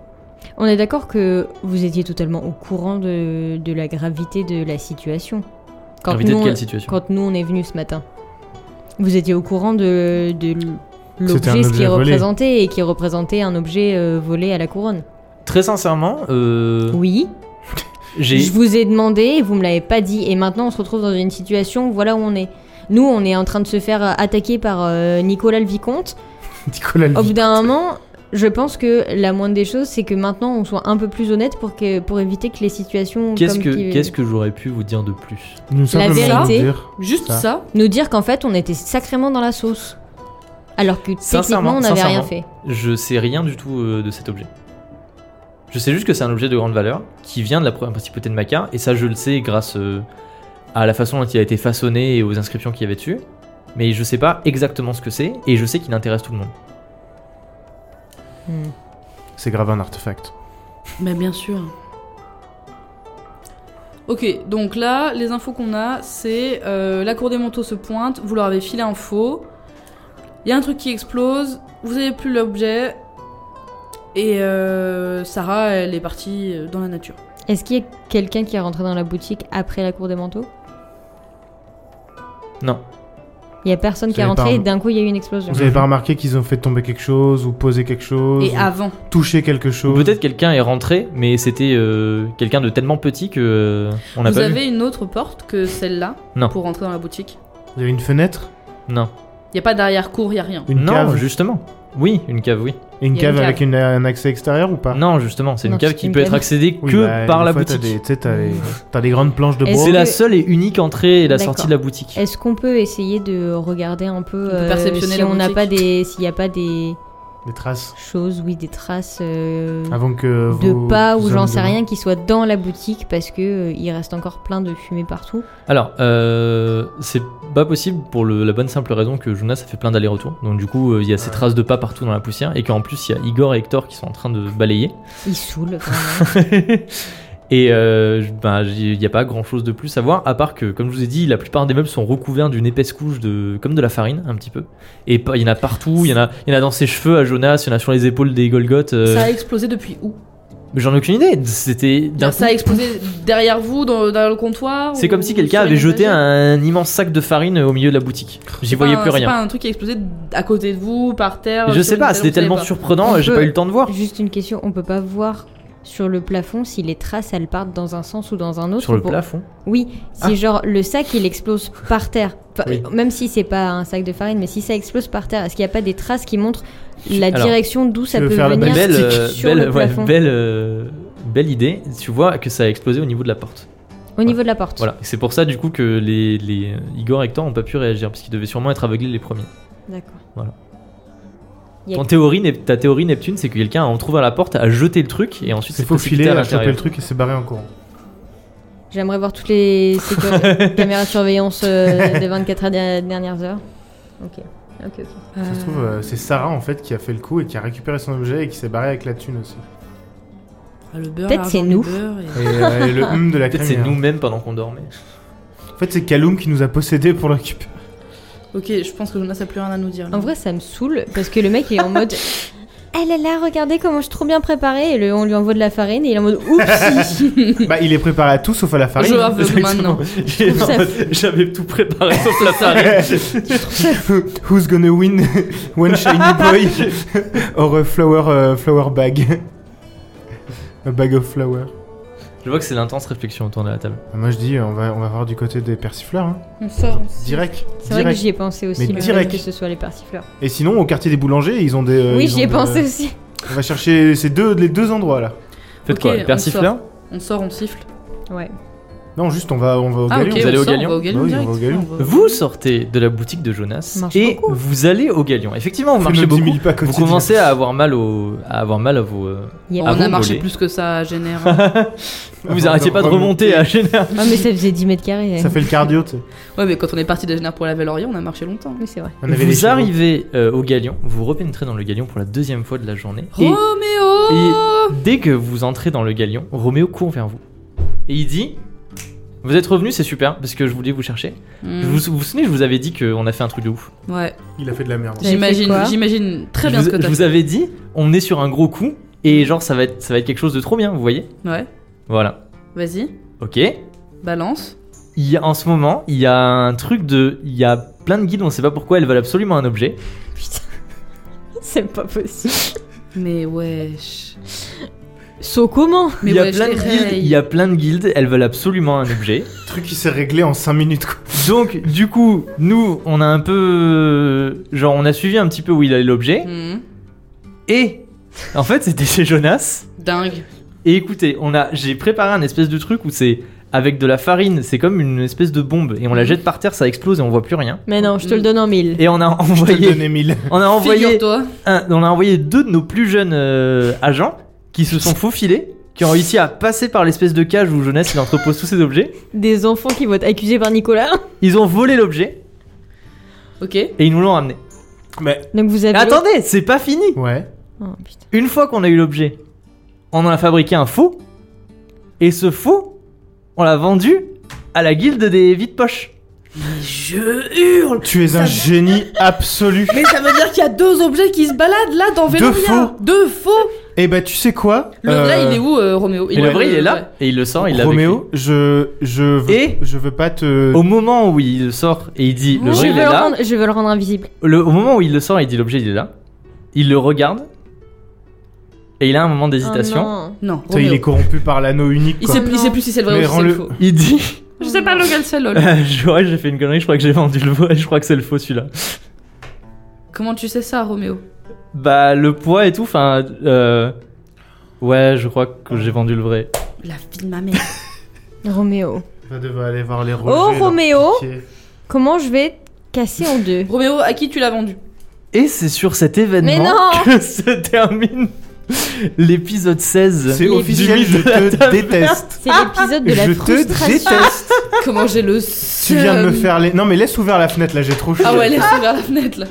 [SPEAKER 4] On est d'accord que vous étiez totalement au courant de, de la gravité de la situation. Quand
[SPEAKER 1] Gravité
[SPEAKER 4] nous,
[SPEAKER 1] de
[SPEAKER 4] on-
[SPEAKER 1] quelle situation
[SPEAKER 4] quand nous, on est venus ce matin. Vous étiez au courant de, de l-
[SPEAKER 2] C'était un
[SPEAKER 4] l'objet, ce qui
[SPEAKER 2] objet volé.
[SPEAKER 4] représentait, et qui représentait un objet euh, volé à la couronne.
[SPEAKER 1] Très sincèrement, euh,
[SPEAKER 4] Oui,
[SPEAKER 1] j'ai
[SPEAKER 4] je vous ai demandé, et vous me l'avez pas dit, et maintenant on se retrouve dans une situation, voilà où on est. Nous, on est en train de se faire euh, attaquer par euh, Nicolas le Vicomte.
[SPEAKER 2] Nicolas
[SPEAKER 4] Au bout d'un moment, je pense que la moindre des choses, c'est que maintenant on soit un peu plus honnête pour, que, pour éviter que les situations.
[SPEAKER 1] qu'est-ce
[SPEAKER 4] comme
[SPEAKER 1] que
[SPEAKER 4] qui-
[SPEAKER 1] qu'est-ce que j'aurais pu vous dire de plus
[SPEAKER 2] Nous simplement
[SPEAKER 4] vérité.
[SPEAKER 2] dire-
[SPEAKER 3] Juste
[SPEAKER 2] Ça.
[SPEAKER 3] ça,
[SPEAKER 4] Nous dire qu'en fait, on était sacrément dans la sauce. Alors que techniquement,
[SPEAKER 1] Sincèrement,
[SPEAKER 4] on n'avait rien
[SPEAKER 1] sincèrement.
[SPEAKER 4] fait.
[SPEAKER 1] Je sais rien du tout euh, de cet objet. Je sais juste que c'est un objet de grande valeur qui vient de la première principauté de Maca et ça je le sais grâce euh, à la façon dont il a été façonné et aux inscriptions qu'il y avait dessus. Mais je sais pas exactement ce que c'est et je sais qu'il intéresse tout le monde.
[SPEAKER 4] Hmm.
[SPEAKER 2] C'est grave un artefact.
[SPEAKER 3] Mais Bah, bien sûr. Ok, donc là, les infos qu'on a, c'est euh, la cour des manteaux se pointe, vous leur avez filé un faux, il y a un truc qui explose, vous avez plus l'objet, et euh, Sarah, elle est partie euh, dans la nature.
[SPEAKER 4] Est-ce qu'il y a quelqu'un qui est rentré dans la boutique après la cour des manteaux
[SPEAKER 1] Non.
[SPEAKER 4] Il y a personne
[SPEAKER 2] Vous
[SPEAKER 4] qui est
[SPEAKER 2] avez pas
[SPEAKER 4] rentré et
[SPEAKER 2] un-
[SPEAKER 4] d'un coup il y a eu une explosion.
[SPEAKER 2] Vous avez pas remarqué qu'ils ont fait tomber quelque chose ou posé quelque chose
[SPEAKER 3] Et
[SPEAKER 2] ou
[SPEAKER 3] avant.
[SPEAKER 2] touché quelque
[SPEAKER 1] Ou
[SPEAKER 2] chose
[SPEAKER 1] peut-être quelqu'un est rentré, mais c'était euh, quelqu'un de tellement petit que euh, on n'a
[SPEAKER 3] Vous
[SPEAKER 1] pas vu.
[SPEAKER 3] avez une autre porte que celle-là
[SPEAKER 1] Non.
[SPEAKER 3] pour rentrer dans la boutique.
[SPEAKER 2] Il y a une fenêtre
[SPEAKER 1] Non.
[SPEAKER 3] Il y a pas d'arrière-cour, il y a rien.
[SPEAKER 2] Une
[SPEAKER 1] non,
[SPEAKER 2] cave
[SPEAKER 1] justement. Oui, une cave, oui.
[SPEAKER 2] Et une
[SPEAKER 3] Il y a une
[SPEAKER 2] cave avec une- un accès extérieur ou pas
[SPEAKER 1] Non, justement, c'est une
[SPEAKER 4] Non,
[SPEAKER 1] cave
[SPEAKER 4] c'est
[SPEAKER 1] qui
[SPEAKER 4] une
[SPEAKER 1] peut
[SPEAKER 4] cave.
[SPEAKER 1] être accédée
[SPEAKER 2] Oui,
[SPEAKER 1] que
[SPEAKER 2] bah,
[SPEAKER 1] par
[SPEAKER 2] des
[SPEAKER 1] la
[SPEAKER 2] fois, t'as
[SPEAKER 1] boutique.
[SPEAKER 2] des- Tu sais, t'as les- t'as des grandes planches de
[SPEAKER 4] Et
[SPEAKER 2] bois.
[SPEAKER 1] C'est la
[SPEAKER 4] que-
[SPEAKER 1] seule et unique entrée et la sortie
[SPEAKER 4] D'accord.
[SPEAKER 1] de la boutique.
[SPEAKER 4] Est-ce qu'on peut essayer de regarder un peu euh,
[SPEAKER 3] peut perceptionner
[SPEAKER 4] si
[SPEAKER 3] la
[SPEAKER 4] on n'a
[SPEAKER 3] boutique.
[SPEAKER 4] pas des s'il n'y a pas des
[SPEAKER 2] Des traces.
[SPEAKER 4] choses, oui, des traces euh,
[SPEAKER 1] Ah,
[SPEAKER 2] Avant que vos
[SPEAKER 4] de pas ou
[SPEAKER 2] hommes
[SPEAKER 4] j'en sais
[SPEAKER 2] de-
[SPEAKER 4] rien qui soient dans la boutique parce que euh, il reste encore plein de fumée partout.
[SPEAKER 1] Alors, euh, c'est pas possible pour le- la bonne simple raison que Jonas a fait plein d'allers-retours. Donc du coup, euh, il y a ces
[SPEAKER 3] Ah.
[SPEAKER 2] Ouais.
[SPEAKER 1] traces de pas partout dans la poussière et qu'en plus, il y a Igor et Hector qui sont en train de
[SPEAKER 3] [LAUGHS]
[SPEAKER 1] balayer.
[SPEAKER 4] Il saoule.
[SPEAKER 1] [LAUGHS]
[SPEAKER 4] vraiment.
[SPEAKER 1] et euh, je- ben, j'ai- il n'y a pas grand-chose de plus à voir, à part que, comme je vous ai dit, la plupart des meubles sont recouverts d'une épaisse couche de, comme de la farine, un petit peu. Et pas- il y en a partout, il y en a, il y en a dans ses cheveux à Jonas, il y en a sur les épaules des Golgoth. euh,
[SPEAKER 3] Ça a explosé depuis où
[SPEAKER 1] mais J'en ai aucune idée. C'était d'un
[SPEAKER 3] Ça a
[SPEAKER 1] coup-
[SPEAKER 3] explosé derrière vous, dans, dans le comptoir
[SPEAKER 1] C'est
[SPEAKER 3] ou
[SPEAKER 1] comme si quelqu'un
[SPEAKER 3] sur
[SPEAKER 1] avait
[SPEAKER 3] une
[SPEAKER 1] jeté
[SPEAKER 3] étagère
[SPEAKER 1] un immense sac de farine au milieu de la boutique. J'y
[SPEAKER 3] C'est
[SPEAKER 1] voyais
[SPEAKER 3] pas un-
[SPEAKER 1] plus rien.
[SPEAKER 3] C'est pas un truc qui a explosé à côté de vous, par
[SPEAKER 4] Ah,
[SPEAKER 3] terre.
[SPEAKER 1] Je
[SPEAKER 3] sur
[SPEAKER 1] sais
[SPEAKER 3] une
[SPEAKER 1] pas,
[SPEAKER 3] table,
[SPEAKER 1] c'était
[SPEAKER 3] vous savez
[SPEAKER 1] tellement
[SPEAKER 3] pas.
[SPEAKER 1] surprenant, euh,
[SPEAKER 4] On
[SPEAKER 1] j'ai
[SPEAKER 4] peut-
[SPEAKER 1] pas eu le temps de voir.
[SPEAKER 4] Juste une question, on peut pas voir sur le plafond si les traces elles partent dans un sens ou dans un autre.
[SPEAKER 1] Sur le
[SPEAKER 4] pour-
[SPEAKER 1] plafond.
[SPEAKER 4] Oui, si
[SPEAKER 1] Ah.
[SPEAKER 4] genre le sac il explose par terre, Enfin,
[SPEAKER 1] Oui.
[SPEAKER 4] même si c'est pas un sac de farine, mais si ça explose par terre, est-ce qu'il n'y a pas des traces qui montrent la
[SPEAKER 1] Alors,
[SPEAKER 4] direction d'où ça
[SPEAKER 2] tu
[SPEAKER 4] peut
[SPEAKER 2] veux faire la
[SPEAKER 4] venir
[SPEAKER 1] Belle, euh,
[SPEAKER 4] sur
[SPEAKER 1] belle,
[SPEAKER 4] le
[SPEAKER 1] ouais,
[SPEAKER 4] plafond
[SPEAKER 1] belle, euh, belle idée. Tu vois que ça a explosé au niveau de la porte.
[SPEAKER 4] Au niveau de la porte.
[SPEAKER 1] Voilà. C'est pour ça du coup que les, les euh, Igor et Hector ont pas pu réagir parce qu'ils devaient sûrement être aveuglés les premiers.
[SPEAKER 4] D'accord. Y a-
[SPEAKER 1] Ton théorie, Nep- ta théorie Neptune, c'est que quelqu'un en trouvant la porte a jeté le truc et ensuite
[SPEAKER 2] C'est
[SPEAKER 1] s'est
[SPEAKER 2] faux
[SPEAKER 1] précipité
[SPEAKER 2] filer,
[SPEAKER 1] à
[SPEAKER 2] a chopé le
[SPEAKER 1] l'intérieur.
[SPEAKER 2] truc et s'est barré en courant.
[SPEAKER 4] J'aimerais voir toutes les
[SPEAKER 2] [LAUGHS]
[SPEAKER 4] sécu- caméras de surveillance euh, des 24 dernières- dernières heures. Ok. Ok, ok.
[SPEAKER 2] Ça se trouve, euh, c'est Sarah en fait qui a fait le coup et qui a récupéré son objet et qui s'est barré avec la thune aussi.
[SPEAKER 3] Ah, le beurre,
[SPEAKER 4] Peut-être
[SPEAKER 3] l'argent
[SPEAKER 4] c'est
[SPEAKER 3] du
[SPEAKER 4] nous.
[SPEAKER 3] beurre et-
[SPEAKER 2] Et, euh, et
[SPEAKER 4] [LAUGHS]
[SPEAKER 2] le hum de la
[SPEAKER 1] Peut-être
[SPEAKER 2] crème.
[SPEAKER 1] c'est
[SPEAKER 2] hein.
[SPEAKER 1] nous-mêmes pendant qu'on dormait.
[SPEAKER 2] [LAUGHS] En fait, c'est Kaloum qui nous a possédés pour l'occuper.
[SPEAKER 3] Ok, je pense que Jonas a plus rien à nous dire. là.
[SPEAKER 4] En vrai, ça me saoule parce que le mec il est en mode. [LAUGHS] Ah là là, regardez comment je suis trop bien préparée. Et le- on lui envoie de la farine et il est en mode
[SPEAKER 2] [LAUGHS]
[SPEAKER 4] oups.
[SPEAKER 2] bah, il est préparé à tout sauf à la farine.
[SPEAKER 3] Je aveugle maintenant.
[SPEAKER 1] J'ai-
[SPEAKER 4] trouve ça
[SPEAKER 1] J'avais tout préparé
[SPEAKER 2] [LAUGHS]
[SPEAKER 1] sauf la farine.
[SPEAKER 2] Who's gonna
[SPEAKER 4] [LAUGHS]
[SPEAKER 2] win One shiny boy or a flower, euh, flower bag A bag of flower.
[SPEAKER 1] Je vois que c'est l'intense réflexion autour de la table.
[SPEAKER 2] Ah, Moi je dis, on va, on va voir du côté des persifleurs. hein.
[SPEAKER 3] On sort.
[SPEAKER 2] Direct.
[SPEAKER 4] C'est vrai que
[SPEAKER 2] direct.
[SPEAKER 4] j'y ai pensé aussi,
[SPEAKER 2] Mais
[SPEAKER 4] le fait
[SPEAKER 2] direct.
[SPEAKER 4] que ce soit les persifleurs.
[SPEAKER 2] Et sinon, au quartier des boulangers, ils ont des. euh,
[SPEAKER 4] oui,
[SPEAKER 2] ils
[SPEAKER 4] j'y
[SPEAKER 2] ont
[SPEAKER 4] ai
[SPEAKER 2] des-
[SPEAKER 4] pensé aussi.
[SPEAKER 2] On va chercher ces deux, les deux endroits là.
[SPEAKER 1] Faites
[SPEAKER 3] Ok,
[SPEAKER 1] quoi
[SPEAKER 3] on
[SPEAKER 1] Le persifleur
[SPEAKER 3] On sort, on siffle.
[SPEAKER 4] Ouais.
[SPEAKER 2] Non, juste on va, on va au
[SPEAKER 3] Ah,
[SPEAKER 2] galion.
[SPEAKER 3] ok,
[SPEAKER 1] vous allez
[SPEAKER 3] on
[SPEAKER 1] au
[SPEAKER 3] sort,
[SPEAKER 1] Galion
[SPEAKER 3] on va au Galion
[SPEAKER 2] Bah oui, on
[SPEAKER 3] direct.
[SPEAKER 2] va au Galion.
[SPEAKER 3] Ouais, on va au-
[SPEAKER 1] Vous sortez de la boutique de Jonas
[SPEAKER 4] Marche
[SPEAKER 1] et
[SPEAKER 4] beaucoup.
[SPEAKER 1] vous allez au Galion. Effectivement, vous
[SPEAKER 2] Fais nos
[SPEAKER 1] marchez
[SPEAKER 2] 10 000
[SPEAKER 1] beaucoup.
[SPEAKER 2] pas
[SPEAKER 1] Vous
[SPEAKER 2] quotidiens.
[SPEAKER 1] commencez à avoir mal au, à avoir mal à vos. euh,
[SPEAKER 4] Il y a-
[SPEAKER 1] Ah
[SPEAKER 3] On
[SPEAKER 1] bon,
[SPEAKER 3] a marché
[SPEAKER 1] volé.
[SPEAKER 3] plus que ça, génère.
[SPEAKER 1] [LAUGHS] Vous arrêtiez pas de remonter euh. à Génère.
[SPEAKER 4] Ah, mais ça faisait 10 mètres carrés. hein.
[SPEAKER 2] Ça fait le cardio, tu sais.
[SPEAKER 3] ouais, mais quand on est parti d'Agener pour la Véloria, on a marché longtemps.
[SPEAKER 4] Oui, c'est vrai. [LAUGHS]
[SPEAKER 2] On avait les
[SPEAKER 1] Vous
[SPEAKER 2] cheveux.
[SPEAKER 1] arrivez euh, au Galion. Vous repénétrez dans le Galion pour la deuxième fois de la journée. Et
[SPEAKER 3] Oh Roméo
[SPEAKER 1] dès que vous entrez dans le Galion, Roméo court vers vous et il dit. Vous êtes revenu, c'est super, parce que je voulais vous chercher.
[SPEAKER 3] Hmm,
[SPEAKER 1] Vous, vous vous souvenez, je vous avais dit qu'on a fait un truc de ouf.
[SPEAKER 3] Ouais,
[SPEAKER 2] Il a fait de la merde.
[SPEAKER 4] fait quoi
[SPEAKER 3] j'imagine, j'imagine très bien
[SPEAKER 1] je vous,
[SPEAKER 3] ce que
[SPEAKER 1] je
[SPEAKER 3] t'as
[SPEAKER 1] vous
[SPEAKER 3] fait.
[SPEAKER 1] avais dit, on est sur un gros coup et genre ça va être, ça va être quelque chose de trop bien, vous voyez
[SPEAKER 3] Ouais,
[SPEAKER 1] Voilà.
[SPEAKER 3] vas-y,
[SPEAKER 1] Ok.
[SPEAKER 3] balance.
[SPEAKER 1] Il y a, en ce moment, il y a un truc de, il y a plein de guides, on sait pas pourquoi, elles veulent absolument un objet.
[SPEAKER 4] C'est pas possible.
[SPEAKER 3] Mais wesh.
[SPEAKER 4] Saut comment
[SPEAKER 3] Mais
[SPEAKER 1] il y a
[SPEAKER 3] ouais, je
[SPEAKER 1] plein de
[SPEAKER 3] les
[SPEAKER 1] guildes,
[SPEAKER 3] raye.
[SPEAKER 1] il y a plein de guildes, elles veulent absolument un objet.
[SPEAKER 2] Le truc qui s'est réglé en 5 minutes quoi.
[SPEAKER 1] Donc du coup, nous, on a un peu, genre, on a suivi un petit peu où il allait l'objet
[SPEAKER 3] Hmm,
[SPEAKER 1] et, en fait, c'était chez Jonas.
[SPEAKER 3] Dingue.
[SPEAKER 1] Et écoutez, on a, j'ai préparé un espèce de truc où c'est avec de la farine, c'est comme une espèce de bombe et on la jette par terre, ça explose et on voit plus rien.
[SPEAKER 4] Mais non, je te le donne en mille.
[SPEAKER 1] Et on a
[SPEAKER 2] [LAUGHS] Je te le
[SPEAKER 1] envoyé,
[SPEAKER 2] donnais 1000.
[SPEAKER 1] on a envoyé,
[SPEAKER 3] Figure-toi.
[SPEAKER 1] un- on a envoyé deux de nos plus jeunes euh, agents qui se sont faufilés, qui ont réussi à passer par l'espèce de cage où Jonas il entrepose tous ses objets.
[SPEAKER 4] Des enfants qui vont être accusés par Nicolas.
[SPEAKER 1] Ils ont volé l'objet
[SPEAKER 3] Ok.
[SPEAKER 1] et ils nous l'ont ramené.
[SPEAKER 2] Mais.
[SPEAKER 4] Donc vous avez.
[SPEAKER 1] Mais attendez, c'est pas fini.
[SPEAKER 2] Ouais.
[SPEAKER 4] Oh, putain.
[SPEAKER 1] Une fois qu'on a eu l'objet, on en a fabriqué un faux et ce faux, on l'a vendu à la guilde des vides poches.
[SPEAKER 3] Je hurle
[SPEAKER 2] Tu es un génie absolu.
[SPEAKER 3] Mais ça veut dire qu'il y a deux objets qui se baladent là dans
[SPEAKER 2] Deux
[SPEAKER 3] Veloria
[SPEAKER 2] faux.
[SPEAKER 3] Deux faux
[SPEAKER 2] Eh ben, tu sais quoi
[SPEAKER 3] Le
[SPEAKER 2] Euh,
[SPEAKER 3] vrai, il est où, euh, Roméo
[SPEAKER 1] Et le vrai, il est
[SPEAKER 3] ouais.
[SPEAKER 1] là, et il le sort, il l'a avec lui.
[SPEAKER 2] Roméo, je, je, veux,
[SPEAKER 1] Et
[SPEAKER 2] je veux pas te.
[SPEAKER 1] Au moment où il le sort et il dit le
[SPEAKER 4] je,
[SPEAKER 1] vrai,
[SPEAKER 4] veux
[SPEAKER 1] il
[SPEAKER 4] le
[SPEAKER 1] est là.
[SPEAKER 4] rendre, je veux le rendre invisible.
[SPEAKER 1] Le- au moment où il le sort et il dit l'objet, il est là. Il le regarde. Et il a un moment
[SPEAKER 4] Oh
[SPEAKER 1] d'hésitation.
[SPEAKER 4] non.
[SPEAKER 3] Non.
[SPEAKER 2] Putain, il est corrompu par l'anneau unique.
[SPEAKER 3] Il
[SPEAKER 2] quoi.
[SPEAKER 3] sait, il sait plus si c'est le vrai
[SPEAKER 2] Mais
[SPEAKER 3] ou si c'est le
[SPEAKER 2] rends-le-
[SPEAKER 3] faux.
[SPEAKER 1] il dit [LAUGHS] Euh,
[SPEAKER 3] Je sais pas lequel c'est, lol.
[SPEAKER 1] Je vois, j'ai fait une connerie, je crois que j'ai vendu le faux, [LAUGHS] je crois que c'est le faux celui-là.
[SPEAKER 3] [LAUGHS] Comment tu sais ça, Roméo
[SPEAKER 1] Bah, le poids et tout, enfin. euh, Ouais, je crois que j'ai vendu le vrai.
[SPEAKER 3] La vie de ma mère.
[SPEAKER 4] Roméo.
[SPEAKER 2] Va devoir aller voir les Roger,
[SPEAKER 4] Oh,
[SPEAKER 2] leur
[SPEAKER 4] Roméo.
[SPEAKER 2] pitié.
[SPEAKER 4] Comment je vais casser en [LAUGHS] deux
[SPEAKER 3] Roméo, à qui tu l'as vendu
[SPEAKER 1] Et c'est sur cet
[SPEAKER 4] Mais
[SPEAKER 1] événement
[SPEAKER 4] non
[SPEAKER 1] que [LAUGHS] se termine l'épisode 16.
[SPEAKER 2] C'est
[SPEAKER 4] Les
[SPEAKER 2] officiel,
[SPEAKER 1] bijoux
[SPEAKER 2] je
[SPEAKER 1] de la
[SPEAKER 2] te
[SPEAKER 1] taverne.
[SPEAKER 2] déteste.
[SPEAKER 4] C'est l'épisode de la
[SPEAKER 2] je te
[SPEAKER 4] frustration.
[SPEAKER 2] déteste.
[SPEAKER 3] Comment j'ai le
[SPEAKER 2] Tu
[SPEAKER 3] seum.
[SPEAKER 2] viens de me faire les. Non, mais laisse ouvert la fenêtre là, j'ai trop chaud.
[SPEAKER 3] Euh, Ah ouais, laisse vers la fenêtre là.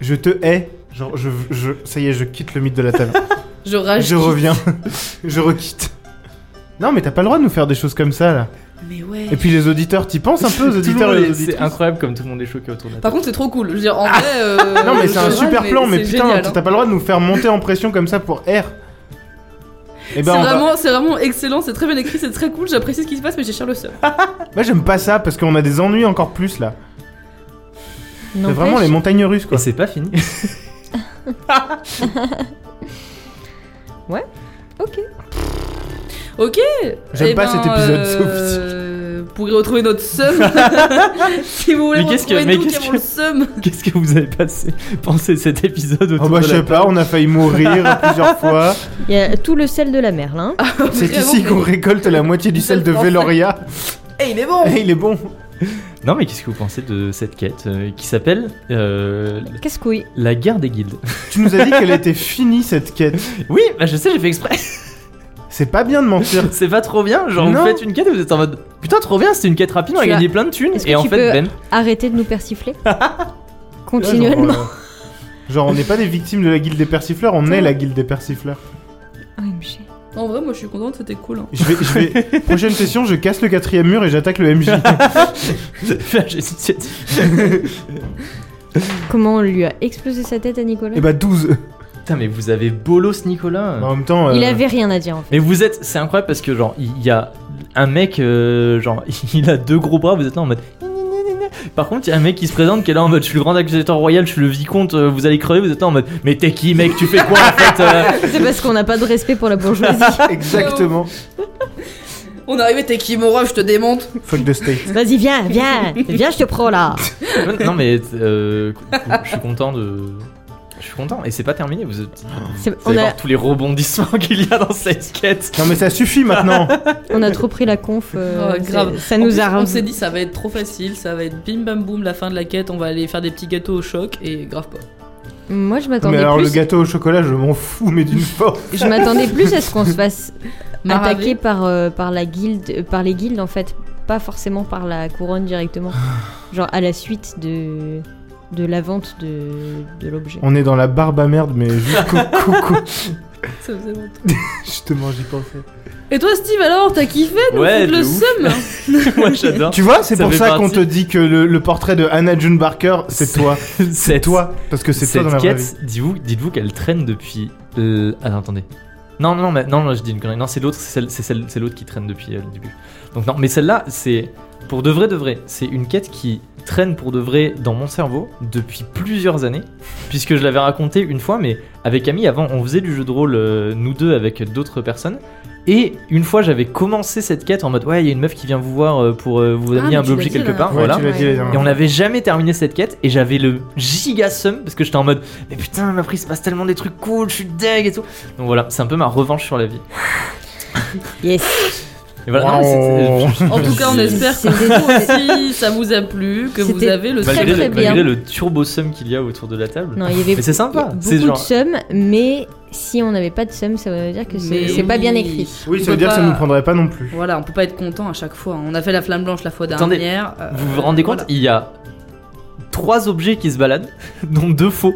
[SPEAKER 2] Je te hais. Genre, je, je- ça y est, je quitte le mythe de la table.
[SPEAKER 3] Ah, Je rage.
[SPEAKER 2] je reviens. [LAUGHS] je requitte. Non, mais t'as pas le droit de nous faire des choses comme ça là.
[SPEAKER 3] Mais ouais.
[SPEAKER 2] Et puis les auditeurs, t'y penses un peu aux
[SPEAKER 1] [LAUGHS] Tout le
[SPEAKER 2] auditeurs et
[SPEAKER 1] monde
[SPEAKER 2] aux
[SPEAKER 1] est- C'est
[SPEAKER 2] auditrices
[SPEAKER 1] incroyable comme tout le monde est choqué autour de la table.
[SPEAKER 3] Par contre, c'est trop cool. Je veux dire, en vrai. euh,
[SPEAKER 2] [LAUGHS] Non, mais c'est un
[SPEAKER 3] je rage,
[SPEAKER 2] super plan, mais
[SPEAKER 3] c'est
[SPEAKER 2] putain,
[SPEAKER 3] génial, hein.
[SPEAKER 2] t'as pas le droit de nous faire monter en pression comme ça pour R. Et ben,
[SPEAKER 3] c'est
[SPEAKER 2] on va-
[SPEAKER 3] vraiment, c'est vraiment excellent, c'est très bien écrit, c'est très cool, j'apprécie ce qui se passe, mais j'ai cher le seum.
[SPEAKER 2] moi j'aime pas ça parce qu'on a des ennuis encore plus là. C'est
[SPEAKER 4] N'empêche,
[SPEAKER 2] vraiment les montagnes russes quoi.
[SPEAKER 1] Et c'est pas fini. [LAUGHS]
[SPEAKER 4] Ok.
[SPEAKER 3] Ok
[SPEAKER 2] J'aime
[SPEAKER 3] eh
[SPEAKER 2] pas
[SPEAKER 3] ben,
[SPEAKER 2] cet épisode,
[SPEAKER 3] euh, Pour y retrouver notre seum, [LAUGHS] si vous voulez
[SPEAKER 1] Mais qu'est-ce que-
[SPEAKER 3] retrouver
[SPEAKER 1] mais
[SPEAKER 3] nous qui
[SPEAKER 1] qu'est-ce
[SPEAKER 3] avons
[SPEAKER 1] que-
[SPEAKER 3] le [LAUGHS] seum,
[SPEAKER 1] Qu'est-ce que vous avez passé, pensé de cet épisode autour
[SPEAKER 2] Oh bah
[SPEAKER 1] de
[SPEAKER 2] je
[SPEAKER 1] la
[SPEAKER 2] sais
[SPEAKER 1] table
[SPEAKER 2] pas, on a failli
[SPEAKER 1] [LAUGHS]
[SPEAKER 2] mourir plusieurs fois.
[SPEAKER 4] Il y a tout le sel de la mer là. hein.
[SPEAKER 2] C'est
[SPEAKER 3] Vraiment,
[SPEAKER 2] ici
[SPEAKER 3] mais-
[SPEAKER 2] qu'on récolte la moitié du sel de
[SPEAKER 3] Français.
[SPEAKER 2] Veloria.
[SPEAKER 3] Eh, il est bon
[SPEAKER 2] Eh, il est bon.
[SPEAKER 1] Non, mais qu'est-ce que vous pensez de cette quête euh, qui s'appelle euh,
[SPEAKER 4] Casse-couille.
[SPEAKER 1] La guerre des guildes [LAUGHS]
[SPEAKER 2] Tu nous as dit qu'elle était finie cette quête.
[SPEAKER 1] Oui, bah je sais, j'ai fait exprès. [LAUGHS]
[SPEAKER 2] C'est pas bien de mentir.
[SPEAKER 1] C'est pas trop bien. Genre,
[SPEAKER 2] Non.
[SPEAKER 1] vous faites une quête et vous êtes en mode Putain, trop bien, c'était une quête rapide, on a
[SPEAKER 4] Tu
[SPEAKER 1] gagné plein de thunes.
[SPEAKER 4] Est-ce que
[SPEAKER 1] Et en
[SPEAKER 4] tu
[SPEAKER 1] fait,
[SPEAKER 4] peux-
[SPEAKER 1] Ben, [LAUGHS]
[SPEAKER 4] Arrêtez de
[SPEAKER 2] [LAUGHS]
[SPEAKER 4] nous persifler.
[SPEAKER 2] Genre,
[SPEAKER 4] Continuellement.
[SPEAKER 2] euh, genre, on n'est pas des victimes de la guilde des persifleurs, on est la guilde des persifleurs.
[SPEAKER 4] OMG.
[SPEAKER 3] En vrai, moi je suis contente, c'était cool. hein.
[SPEAKER 2] Je vais, je vais- Prochaine session, je casse le quatrième mur et j'attaque le MJ.
[SPEAKER 1] fais un jet d'initiative.
[SPEAKER 4] Comment on lui a explosé sa tête à Nicolas
[SPEAKER 2] et bah 12.
[SPEAKER 1] [LAUGHS] Putain, mais vous avez bolos, Nicolas.
[SPEAKER 2] En même temps, euh,
[SPEAKER 4] Il avait rien à dire en fait.
[SPEAKER 1] Mais vous êtes, c'est incroyable parce que genre il y a un mec, euh, genre [LAUGHS] il a deux gros bras, vous êtes là en mode. Par contre, il y a un mec qui se présente qui est là en mode je suis le grand accusateur royal, je suis le vicomte, euh, vous allez crever, vous êtes là en mode mais t'es qui mec, tu fais quoi en fait euh
[SPEAKER 4] [LAUGHS] C'est parce qu'on n'a pas de respect pour la bourgeoisie.
[SPEAKER 3] Ah.
[SPEAKER 2] Exactement.
[SPEAKER 3] On est arrivé, t'es qui mon ref, je te démonte
[SPEAKER 2] Fuck the state.
[SPEAKER 4] [LAUGHS] Vas-y, viens, viens, viens, je te prends là.
[SPEAKER 1] [LAUGHS] Non mais euh, je suis content de. Je suis content et c'est pas terminé, vous, êtes,
[SPEAKER 4] C'est-
[SPEAKER 1] vous
[SPEAKER 4] On
[SPEAKER 1] allez
[SPEAKER 4] a,
[SPEAKER 1] voir tous les rebondissements [LAUGHS] qu'il y a dans cette quête.
[SPEAKER 2] Non mais ça suffit
[SPEAKER 4] [LAUGHS]
[SPEAKER 2] maintenant.
[SPEAKER 4] on a trop pris la conf. euh,
[SPEAKER 3] Ouais, grave.
[SPEAKER 4] c'est- Ça
[SPEAKER 3] En
[SPEAKER 4] nous
[SPEAKER 3] plus,
[SPEAKER 4] a
[SPEAKER 3] On s'est dit, ça va être trop facile, ça va être bim bam boum, la fin de la quête, on va aller faire des petits gâteaux au choc, et grave pas.
[SPEAKER 4] Moi, je
[SPEAKER 2] mais
[SPEAKER 4] m'attendais
[SPEAKER 2] alors le
[SPEAKER 4] plus.
[SPEAKER 2] gâteau au chocolat, je m'en fous, mais d'une force.
[SPEAKER 4] Je m'attendais plus à ce qu'on se fasse attaquer [LAUGHS]
[SPEAKER 3] Maravé.
[SPEAKER 4] par euh, par la guilde, euh, par les guildes en fait, pas forcément par la couronne directement. Genre à la suite de de la vente de, de l'objet.
[SPEAKER 2] On est dans la barbe à merde, mais jusqu'au coucou.
[SPEAKER 3] Ça faisait longtemps.
[SPEAKER 2] Justement, j'y pensais.
[SPEAKER 3] Et toi, Steve, alors, t'as kiffé nous
[SPEAKER 1] Ouais,
[SPEAKER 3] foutre le
[SPEAKER 1] de ouf.
[SPEAKER 3] seum
[SPEAKER 1] Moi j'adore.
[SPEAKER 2] Tu vois, c'est
[SPEAKER 1] Hein Ça
[SPEAKER 2] pour
[SPEAKER 1] fait
[SPEAKER 2] ça
[SPEAKER 1] partie.
[SPEAKER 2] qu'on te dit que le, le portrait de Anna June Barker, c'est
[SPEAKER 1] C'est-
[SPEAKER 2] toi. [LAUGHS] C'est
[SPEAKER 1] Cette-
[SPEAKER 2] toi, parce que c'est toi
[SPEAKER 1] Cette
[SPEAKER 2] dans la vraie vie.
[SPEAKER 1] quête, dites-vous dites-vous qu'elle traîne depuis. euh, ah, attendez. Non, non, non, mais- non, non, je dis une connerie. Non, c'est l'autre, c'est celle- c'est celle- c'est l'autre qui traîne depuis euh, le début. Donc non, mais celle-là, c'est pour de vrai, de vrai. C'est une quête qui traîne pour de vrai dans mon cerveau depuis plusieurs années, puisque je l'avais raconté une fois, mais avec Camille avant, on faisait du jeu de rôle euh, nous deux avec d'autres personnes. Et une fois, j'avais commencé cette quête en mode ouais, il y a une meuf qui vient vous voir euh, pour euh, vous
[SPEAKER 3] Ah, mais
[SPEAKER 1] amener un
[SPEAKER 3] tu l'as
[SPEAKER 1] objet
[SPEAKER 3] dit,
[SPEAKER 1] quelque
[SPEAKER 3] là.
[SPEAKER 1] part.
[SPEAKER 2] Ouais,
[SPEAKER 1] voilà.
[SPEAKER 2] tu l'as dit, les gars.
[SPEAKER 1] Et on n'avait jamais terminé cette quête et j'avais le giga seum parce que j'étais en mode mais putain ma prise se passe tellement des trucs cool, je suis deg et tout. Donc voilà, c'est un peu ma revanche sur la vie.
[SPEAKER 4] Yes.
[SPEAKER 1] Et voilà, non, mais
[SPEAKER 2] Wow.
[SPEAKER 1] c'était-
[SPEAKER 3] En tout cas, on espère que vous aussi, ça vous a plu, que vous
[SPEAKER 4] C'était
[SPEAKER 3] avez le
[SPEAKER 4] très,
[SPEAKER 1] malgré,
[SPEAKER 4] très
[SPEAKER 1] le,
[SPEAKER 4] bien.
[SPEAKER 1] malgré le turbo seum qu'il y a autour de la table.
[SPEAKER 4] [LAUGHS] Non, il y avait
[SPEAKER 1] Mais c'est
[SPEAKER 4] il y a
[SPEAKER 1] sympa, c'est
[SPEAKER 4] beaucoup de
[SPEAKER 1] genre
[SPEAKER 4] sommes, mais si on n'avait pas de sommes, ça veut dire que c'est
[SPEAKER 3] Mais
[SPEAKER 4] c'est pas
[SPEAKER 3] oui.
[SPEAKER 4] bien écrit.
[SPEAKER 3] [LAUGHS]
[SPEAKER 2] Oui,
[SPEAKER 3] On
[SPEAKER 2] ça veut
[SPEAKER 3] peut
[SPEAKER 2] dire que ça
[SPEAKER 3] pas-
[SPEAKER 2] nous prendrait pas non plus.
[SPEAKER 3] Voilà, on peut pas être content à chaque fois. hein. On a fait la flamme blanche la fois
[SPEAKER 1] Attendez,
[SPEAKER 3] dernière. euh,
[SPEAKER 1] vous vous rendez compte,
[SPEAKER 3] voilà.
[SPEAKER 1] il y a trois objets qui se baladent [LAUGHS] dont deux faux.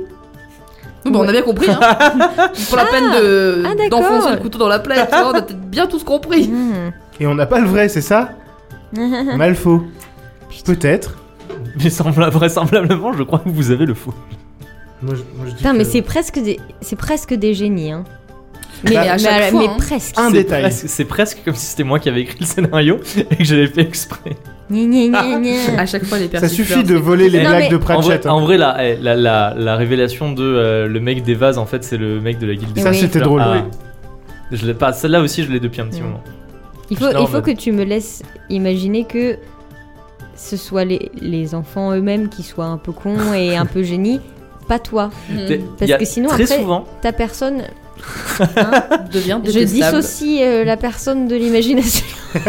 [SPEAKER 3] Oui, bon, on a bien compris.
[SPEAKER 4] [LAUGHS]
[SPEAKER 3] Hein. Pour la peine de
[SPEAKER 4] ah, d'accord.
[SPEAKER 3] d'enfoncer le couteau dans la plaie, tu vois, on a peut-être bien tous compris.
[SPEAKER 4] Mmh.
[SPEAKER 2] Et on n'a pas le vrai, c'est ça On a le faux. Peut-être.
[SPEAKER 1] Mais sembla- vraisemblablement, je crois que vous avez le faux.
[SPEAKER 2] Moi, je- moi, je dis
[SPEAKER 4] Putain, mais
[SPEAKER 2] que-
[SPEAKER 4] c'est presque des, c'est presque des génies. Hein. [LAUGHS] Mais,
[SPEAKER 2] Bah,
[SPEAKER 4] mais
[SPEAKER 3] à chaque
[SPEAKER 4] à la-
[SPEAKER 3] fois,
[SPEAKER 4] mais
[SPEAKER 3] hein.
[SPEAKER 4] presque.
[SPEAKER 2] Un
[SPEAKER 1] C'est
[SPEAKER 2] détail.
[SPEAKER 1] presque- C'est presque comme si c'était moi qui avais écrit le scénario et que j'avais fait exprès.
[SPEAKER 4] Gna, gna,
[SPEAKER 1] Ah.
[SPEAKER 4] gna, gna.
[SPEAKER 3] À chaque fois, les
[SPEAKER 2] Ça
[SPEAKER 3] personnes.
[SPEAKER 2] suffit de voler les
[SPEAKER 4] Non,
[SPEAKER 2] blagues
[SPEAKER 4] mais-
[SPEAKER 2] de
[SPEAKER 1] En vrai,
[SPEAKER 2] Pratchett. hein.
[SPEAKER 1] en vrai, la, eh, la, la- la révélation de euh, le mec des vases, en fait, c'est le mec de la guilde. des
[SPEAKER 2] Ça,
[SPEAKER 4] Oui.
[SPEAKER 2] c'était
[SPEAKER 1] Genre,
[SPEAKER 2] drôle.
[SPEAKER 1] ah, Je l'ai pas. Celle-là aussi, je l'ai depuis un petit
[SPEAKER 4] Mm.
[SPEAKER 1] moment.
[SPEAKER 4] Il faut,
[SPEAKER 1] J'étais en
[SPEAKER 4] il faut
[SPEAKER 1] mode-
[SPEAKER 4] que tu me laisses imaginer que ce soit les, les enfants eux-mêmes qui soient un peu cons et un peu génies, [LAUGHS] pas toi. [LAUGHS]
[SPEAKER 1] T'es-
[SPEAKER 3] devient
[SPEAKER 4] Mm. Parce
[SPEAKER 1] y a
[SPEAKER 4] que sinon,
[SPEAKER 1] très
[SPEAKER 4] après-
[SPEAKER 1] souvent,
[SPEAKER 4] Ta personne. Je
[SPEAKER 3] détestable.
[SPEAKER 4] dissocie euh, la personne de l'imagination.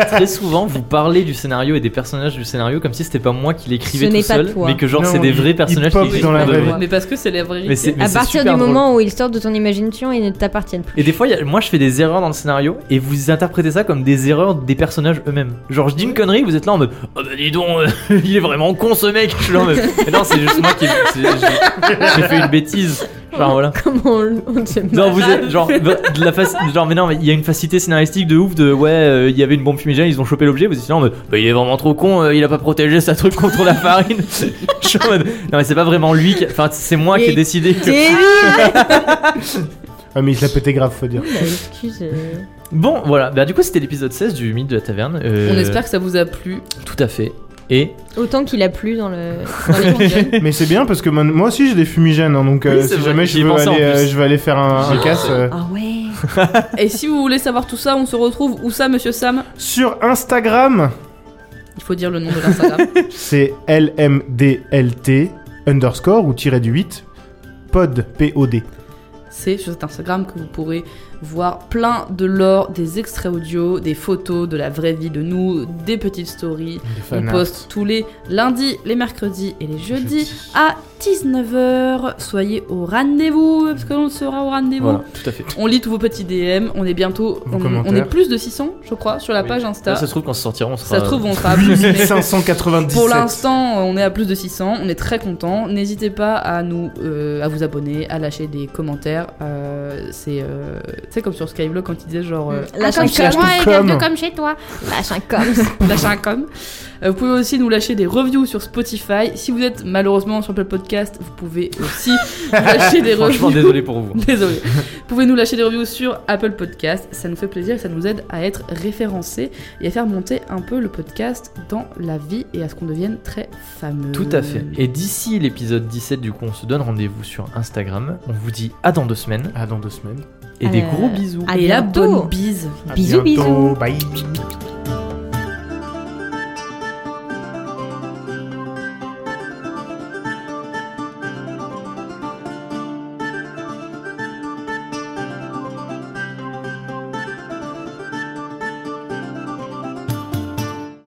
[SPEAKER 1] très souvent, vous parlez du scénario et des personnages du scénario comme si c'était pas moi qui l'écrivais
[SPEAKER 4] Ce
[SPEAKER 1] tout
[SPEAKER 4] n'est pas
[SPEAKER 1] seul,
[SPEAKER 4] toi.
[SPEAKER 1] mais que genre
[SPEAKER 2] Non,
[SPEAKER 1] c'est des
[SPEAKER 2] il-
[SPEAKER 1] vrais
[SPEAKER 2] il
[SPEAKER 1] personnages
[SPEAKER 2] pop
[SPEAKER 1] qui
[SPEAKER 2] dans la
[SPEAKER 1] écrivent
[SPEAKER 2] vraie
[SPEAKER 1] de
[SPEAKER 2] vie.
[SPEAKER 1] moi.
[SPEAKER 3] Mais parce que c'est la vérité.
[SPEAKER 1] Mais c'est- mais
[SPEAKER 4] [LAUGHS] à
[SPEAKER 1] c'est
[SPEAKER 4] partir du
[SPEAKER 1] super drôle.
[SPEAKER 4] moment où il sort de ton imagination, ils ne t'appartiennent plus. [LAUGHS]
[SPEAKER 1] Et des fois, il y a- moi je fais des erreurs dans le scénario et vous interprétez ça comme des erreurs des personnages eux-mêmes. Genre, je dis une connerie, vous êtes là en mode Oh bah dis donc, [LAUGHS] euh, il est vraiment con ce mec. Je suis là en mode Mais Non, c'est juste moi qui. c'est- J'ai j'ai fait une bêtise. Genre voilà.
[SPEAKER 4] Comment on, on te
[SPEAKER 1] Non, vous êtes genre, de la faci- genre, mais non, mais il y a une facilité scénaristique de ouf de ouais, euh, il y avait une bombe fumigène, ils ont chopé l'objet, vous étiez là en mode, bah, il est vraiment trop con, euh, il a pas protégé sa truc contre la farine. [LAUGHS] Je suis en mode, non, mais c'est pas vraiment lui, qui- enfin, c'est moi qui ai
[SPEAKER 4] Et-
[SPEAKER 1] décidé que.
[SPEAKER 4] T'es
[SPEAKER 2] Ah, mais il se la pétait grave, faut dire.
[SPEAKER 4] Excuse. euh.
[SPEAKER 1] Bon, voilà, bah, du coup, c'était l'épisode 16 du mythe de la taverne. euh,
[SPEAKER 3] On espère que ça vous a plu.
[SPEAKER 1] Tout à fait. Et
[SPEAKER 4] Autant qu'il a plu [LAUGHS] dans le.
[SPEAKER 1] [LAUGHS]
[SPEAKER 2] Mais c'est bien parce que mon- moi aussi j'ai des fumigènes, hein, donc euh,
[SPEAKER 1] Oui, c'est
[SPEAKER 2] si
[SPEAKER 1] vrai,
[SPEAKER 2] jamais
[SPEAKER 1] j'y ai
[SPEAKER 2] je veux,
[SPEAKER 1] pensé en
[SPEAKER 2] aller, euh,
[SPEAKER 1] plus.
[SPEAKER 2] je vais aller faire un, un casse euh,
[SPEAKER 4] Ah ouais.
[SPEAKER 3] Et si vous voulez savoir tout ça, on se retrouve où ça, monsieur Sam
[SPEAKER 2] sur Instagram.
[SPEAKER 3] Il faut dire le nom de
[SPEAKER 4] [LAUGHS]
[SPEAKER 3] l'Instagram.
[SPEAKER 2] C'est LMDLT underscore ou tiré du 8 pod POD.
[SPEAKER 3] C'est sur cet Instagram que vous pourrez voir plein de lore, des extraits audio, des photos de la vraie vie de nous, des petites stories. On poste tous les lundis, les mercredis et les jeudis à 19h. Soyez au rendez-vous, parce que l'on sera au rendez-vous.
[SPEAKER 1] voilà, tout à fait.
[SPEAKER 3] On lit tous vos petits DM, on est bientôt.
[SPEAKER 2] Vos
[SPEAKER 3] On,
[SPEAKER 2] commentaires.
[SPEAKER 3] on est plus de 600, je crois, sur la
[SPEAKER 1] Oui.
[SPEAKER 3] page Insta.
[SPEAKER 1] Là, ça se trouve, quand se sortira, on sera. euh,
[SPEAKER 3] Ça se trouve, on sera à plus. mais-
[SPEAKER 2] 8597.
[SPEAKER 3] Pour l'instant, on est à plus de 600, on est très content. N'hésitez pas à nous, euh, à vous abonner, à lâcher des commentaires. euh, c'est, euh, tu sais, comme sur Skyblock quand il disait genre, euh,
[SPEAKER 4] Mmh. Lâche
[SPEAKER 2] comme
[SPEAKER 4] un
[SPEAKER 2] chez
[SPEAKER 4] com.
[SPEAKER 2] moi et garde-le Comme.
[SPEAKER 6] comme chez toi.
[SPEAKER 4] Lâche un com.
[SPEAKER 3] lâche un com. Euh, vous pouvez aussi nous lâcher des reviews sur Spotify. Si vous êtes malheureusement sur Apple Podcast, vous pouvez
[SPEAKER 1] [LAUGHS]
[SPEAKER 3] aussi nous lâcher des
[SPEAKER 1] Franchement,
[SPEAKER 3] reviews.
[SPEAKER 1] désolé pour
[SPEAKER 3] [LAUGHS]
[SPEAKER 1] vous.
[SPEAKER 3] Désolé. Vous pouvez nous lâcher des reviews sur Apple Podcast, ça nous fait plaisir, et ça nous aide à être référencés et à faire monter un peu le podcast dans la vie et à ce qu'on devienne très fameux.
[SPEAKER 1] Tout à fait. Et d'ici l'épisode 17, du coup, on se donne rendez-vous sur Instagram. On vous dit à dans deux semaines.
[SPEAKER 2] Ah, dans deux semaines.
[SPEAKER 1] Et des
[SPEAKER 4] Euh,
[SPEAKER 1] gros bisous.
[SPEAKER 4] à
[SPEAKER 3] et la
[SPEAKER 4] bientôt.
[SPEAKER 3] bonne bise.
[SPEAKER 2] À
[SPEAKER 4] Bisous,
[SPEAKER 2] bientôt. Bye.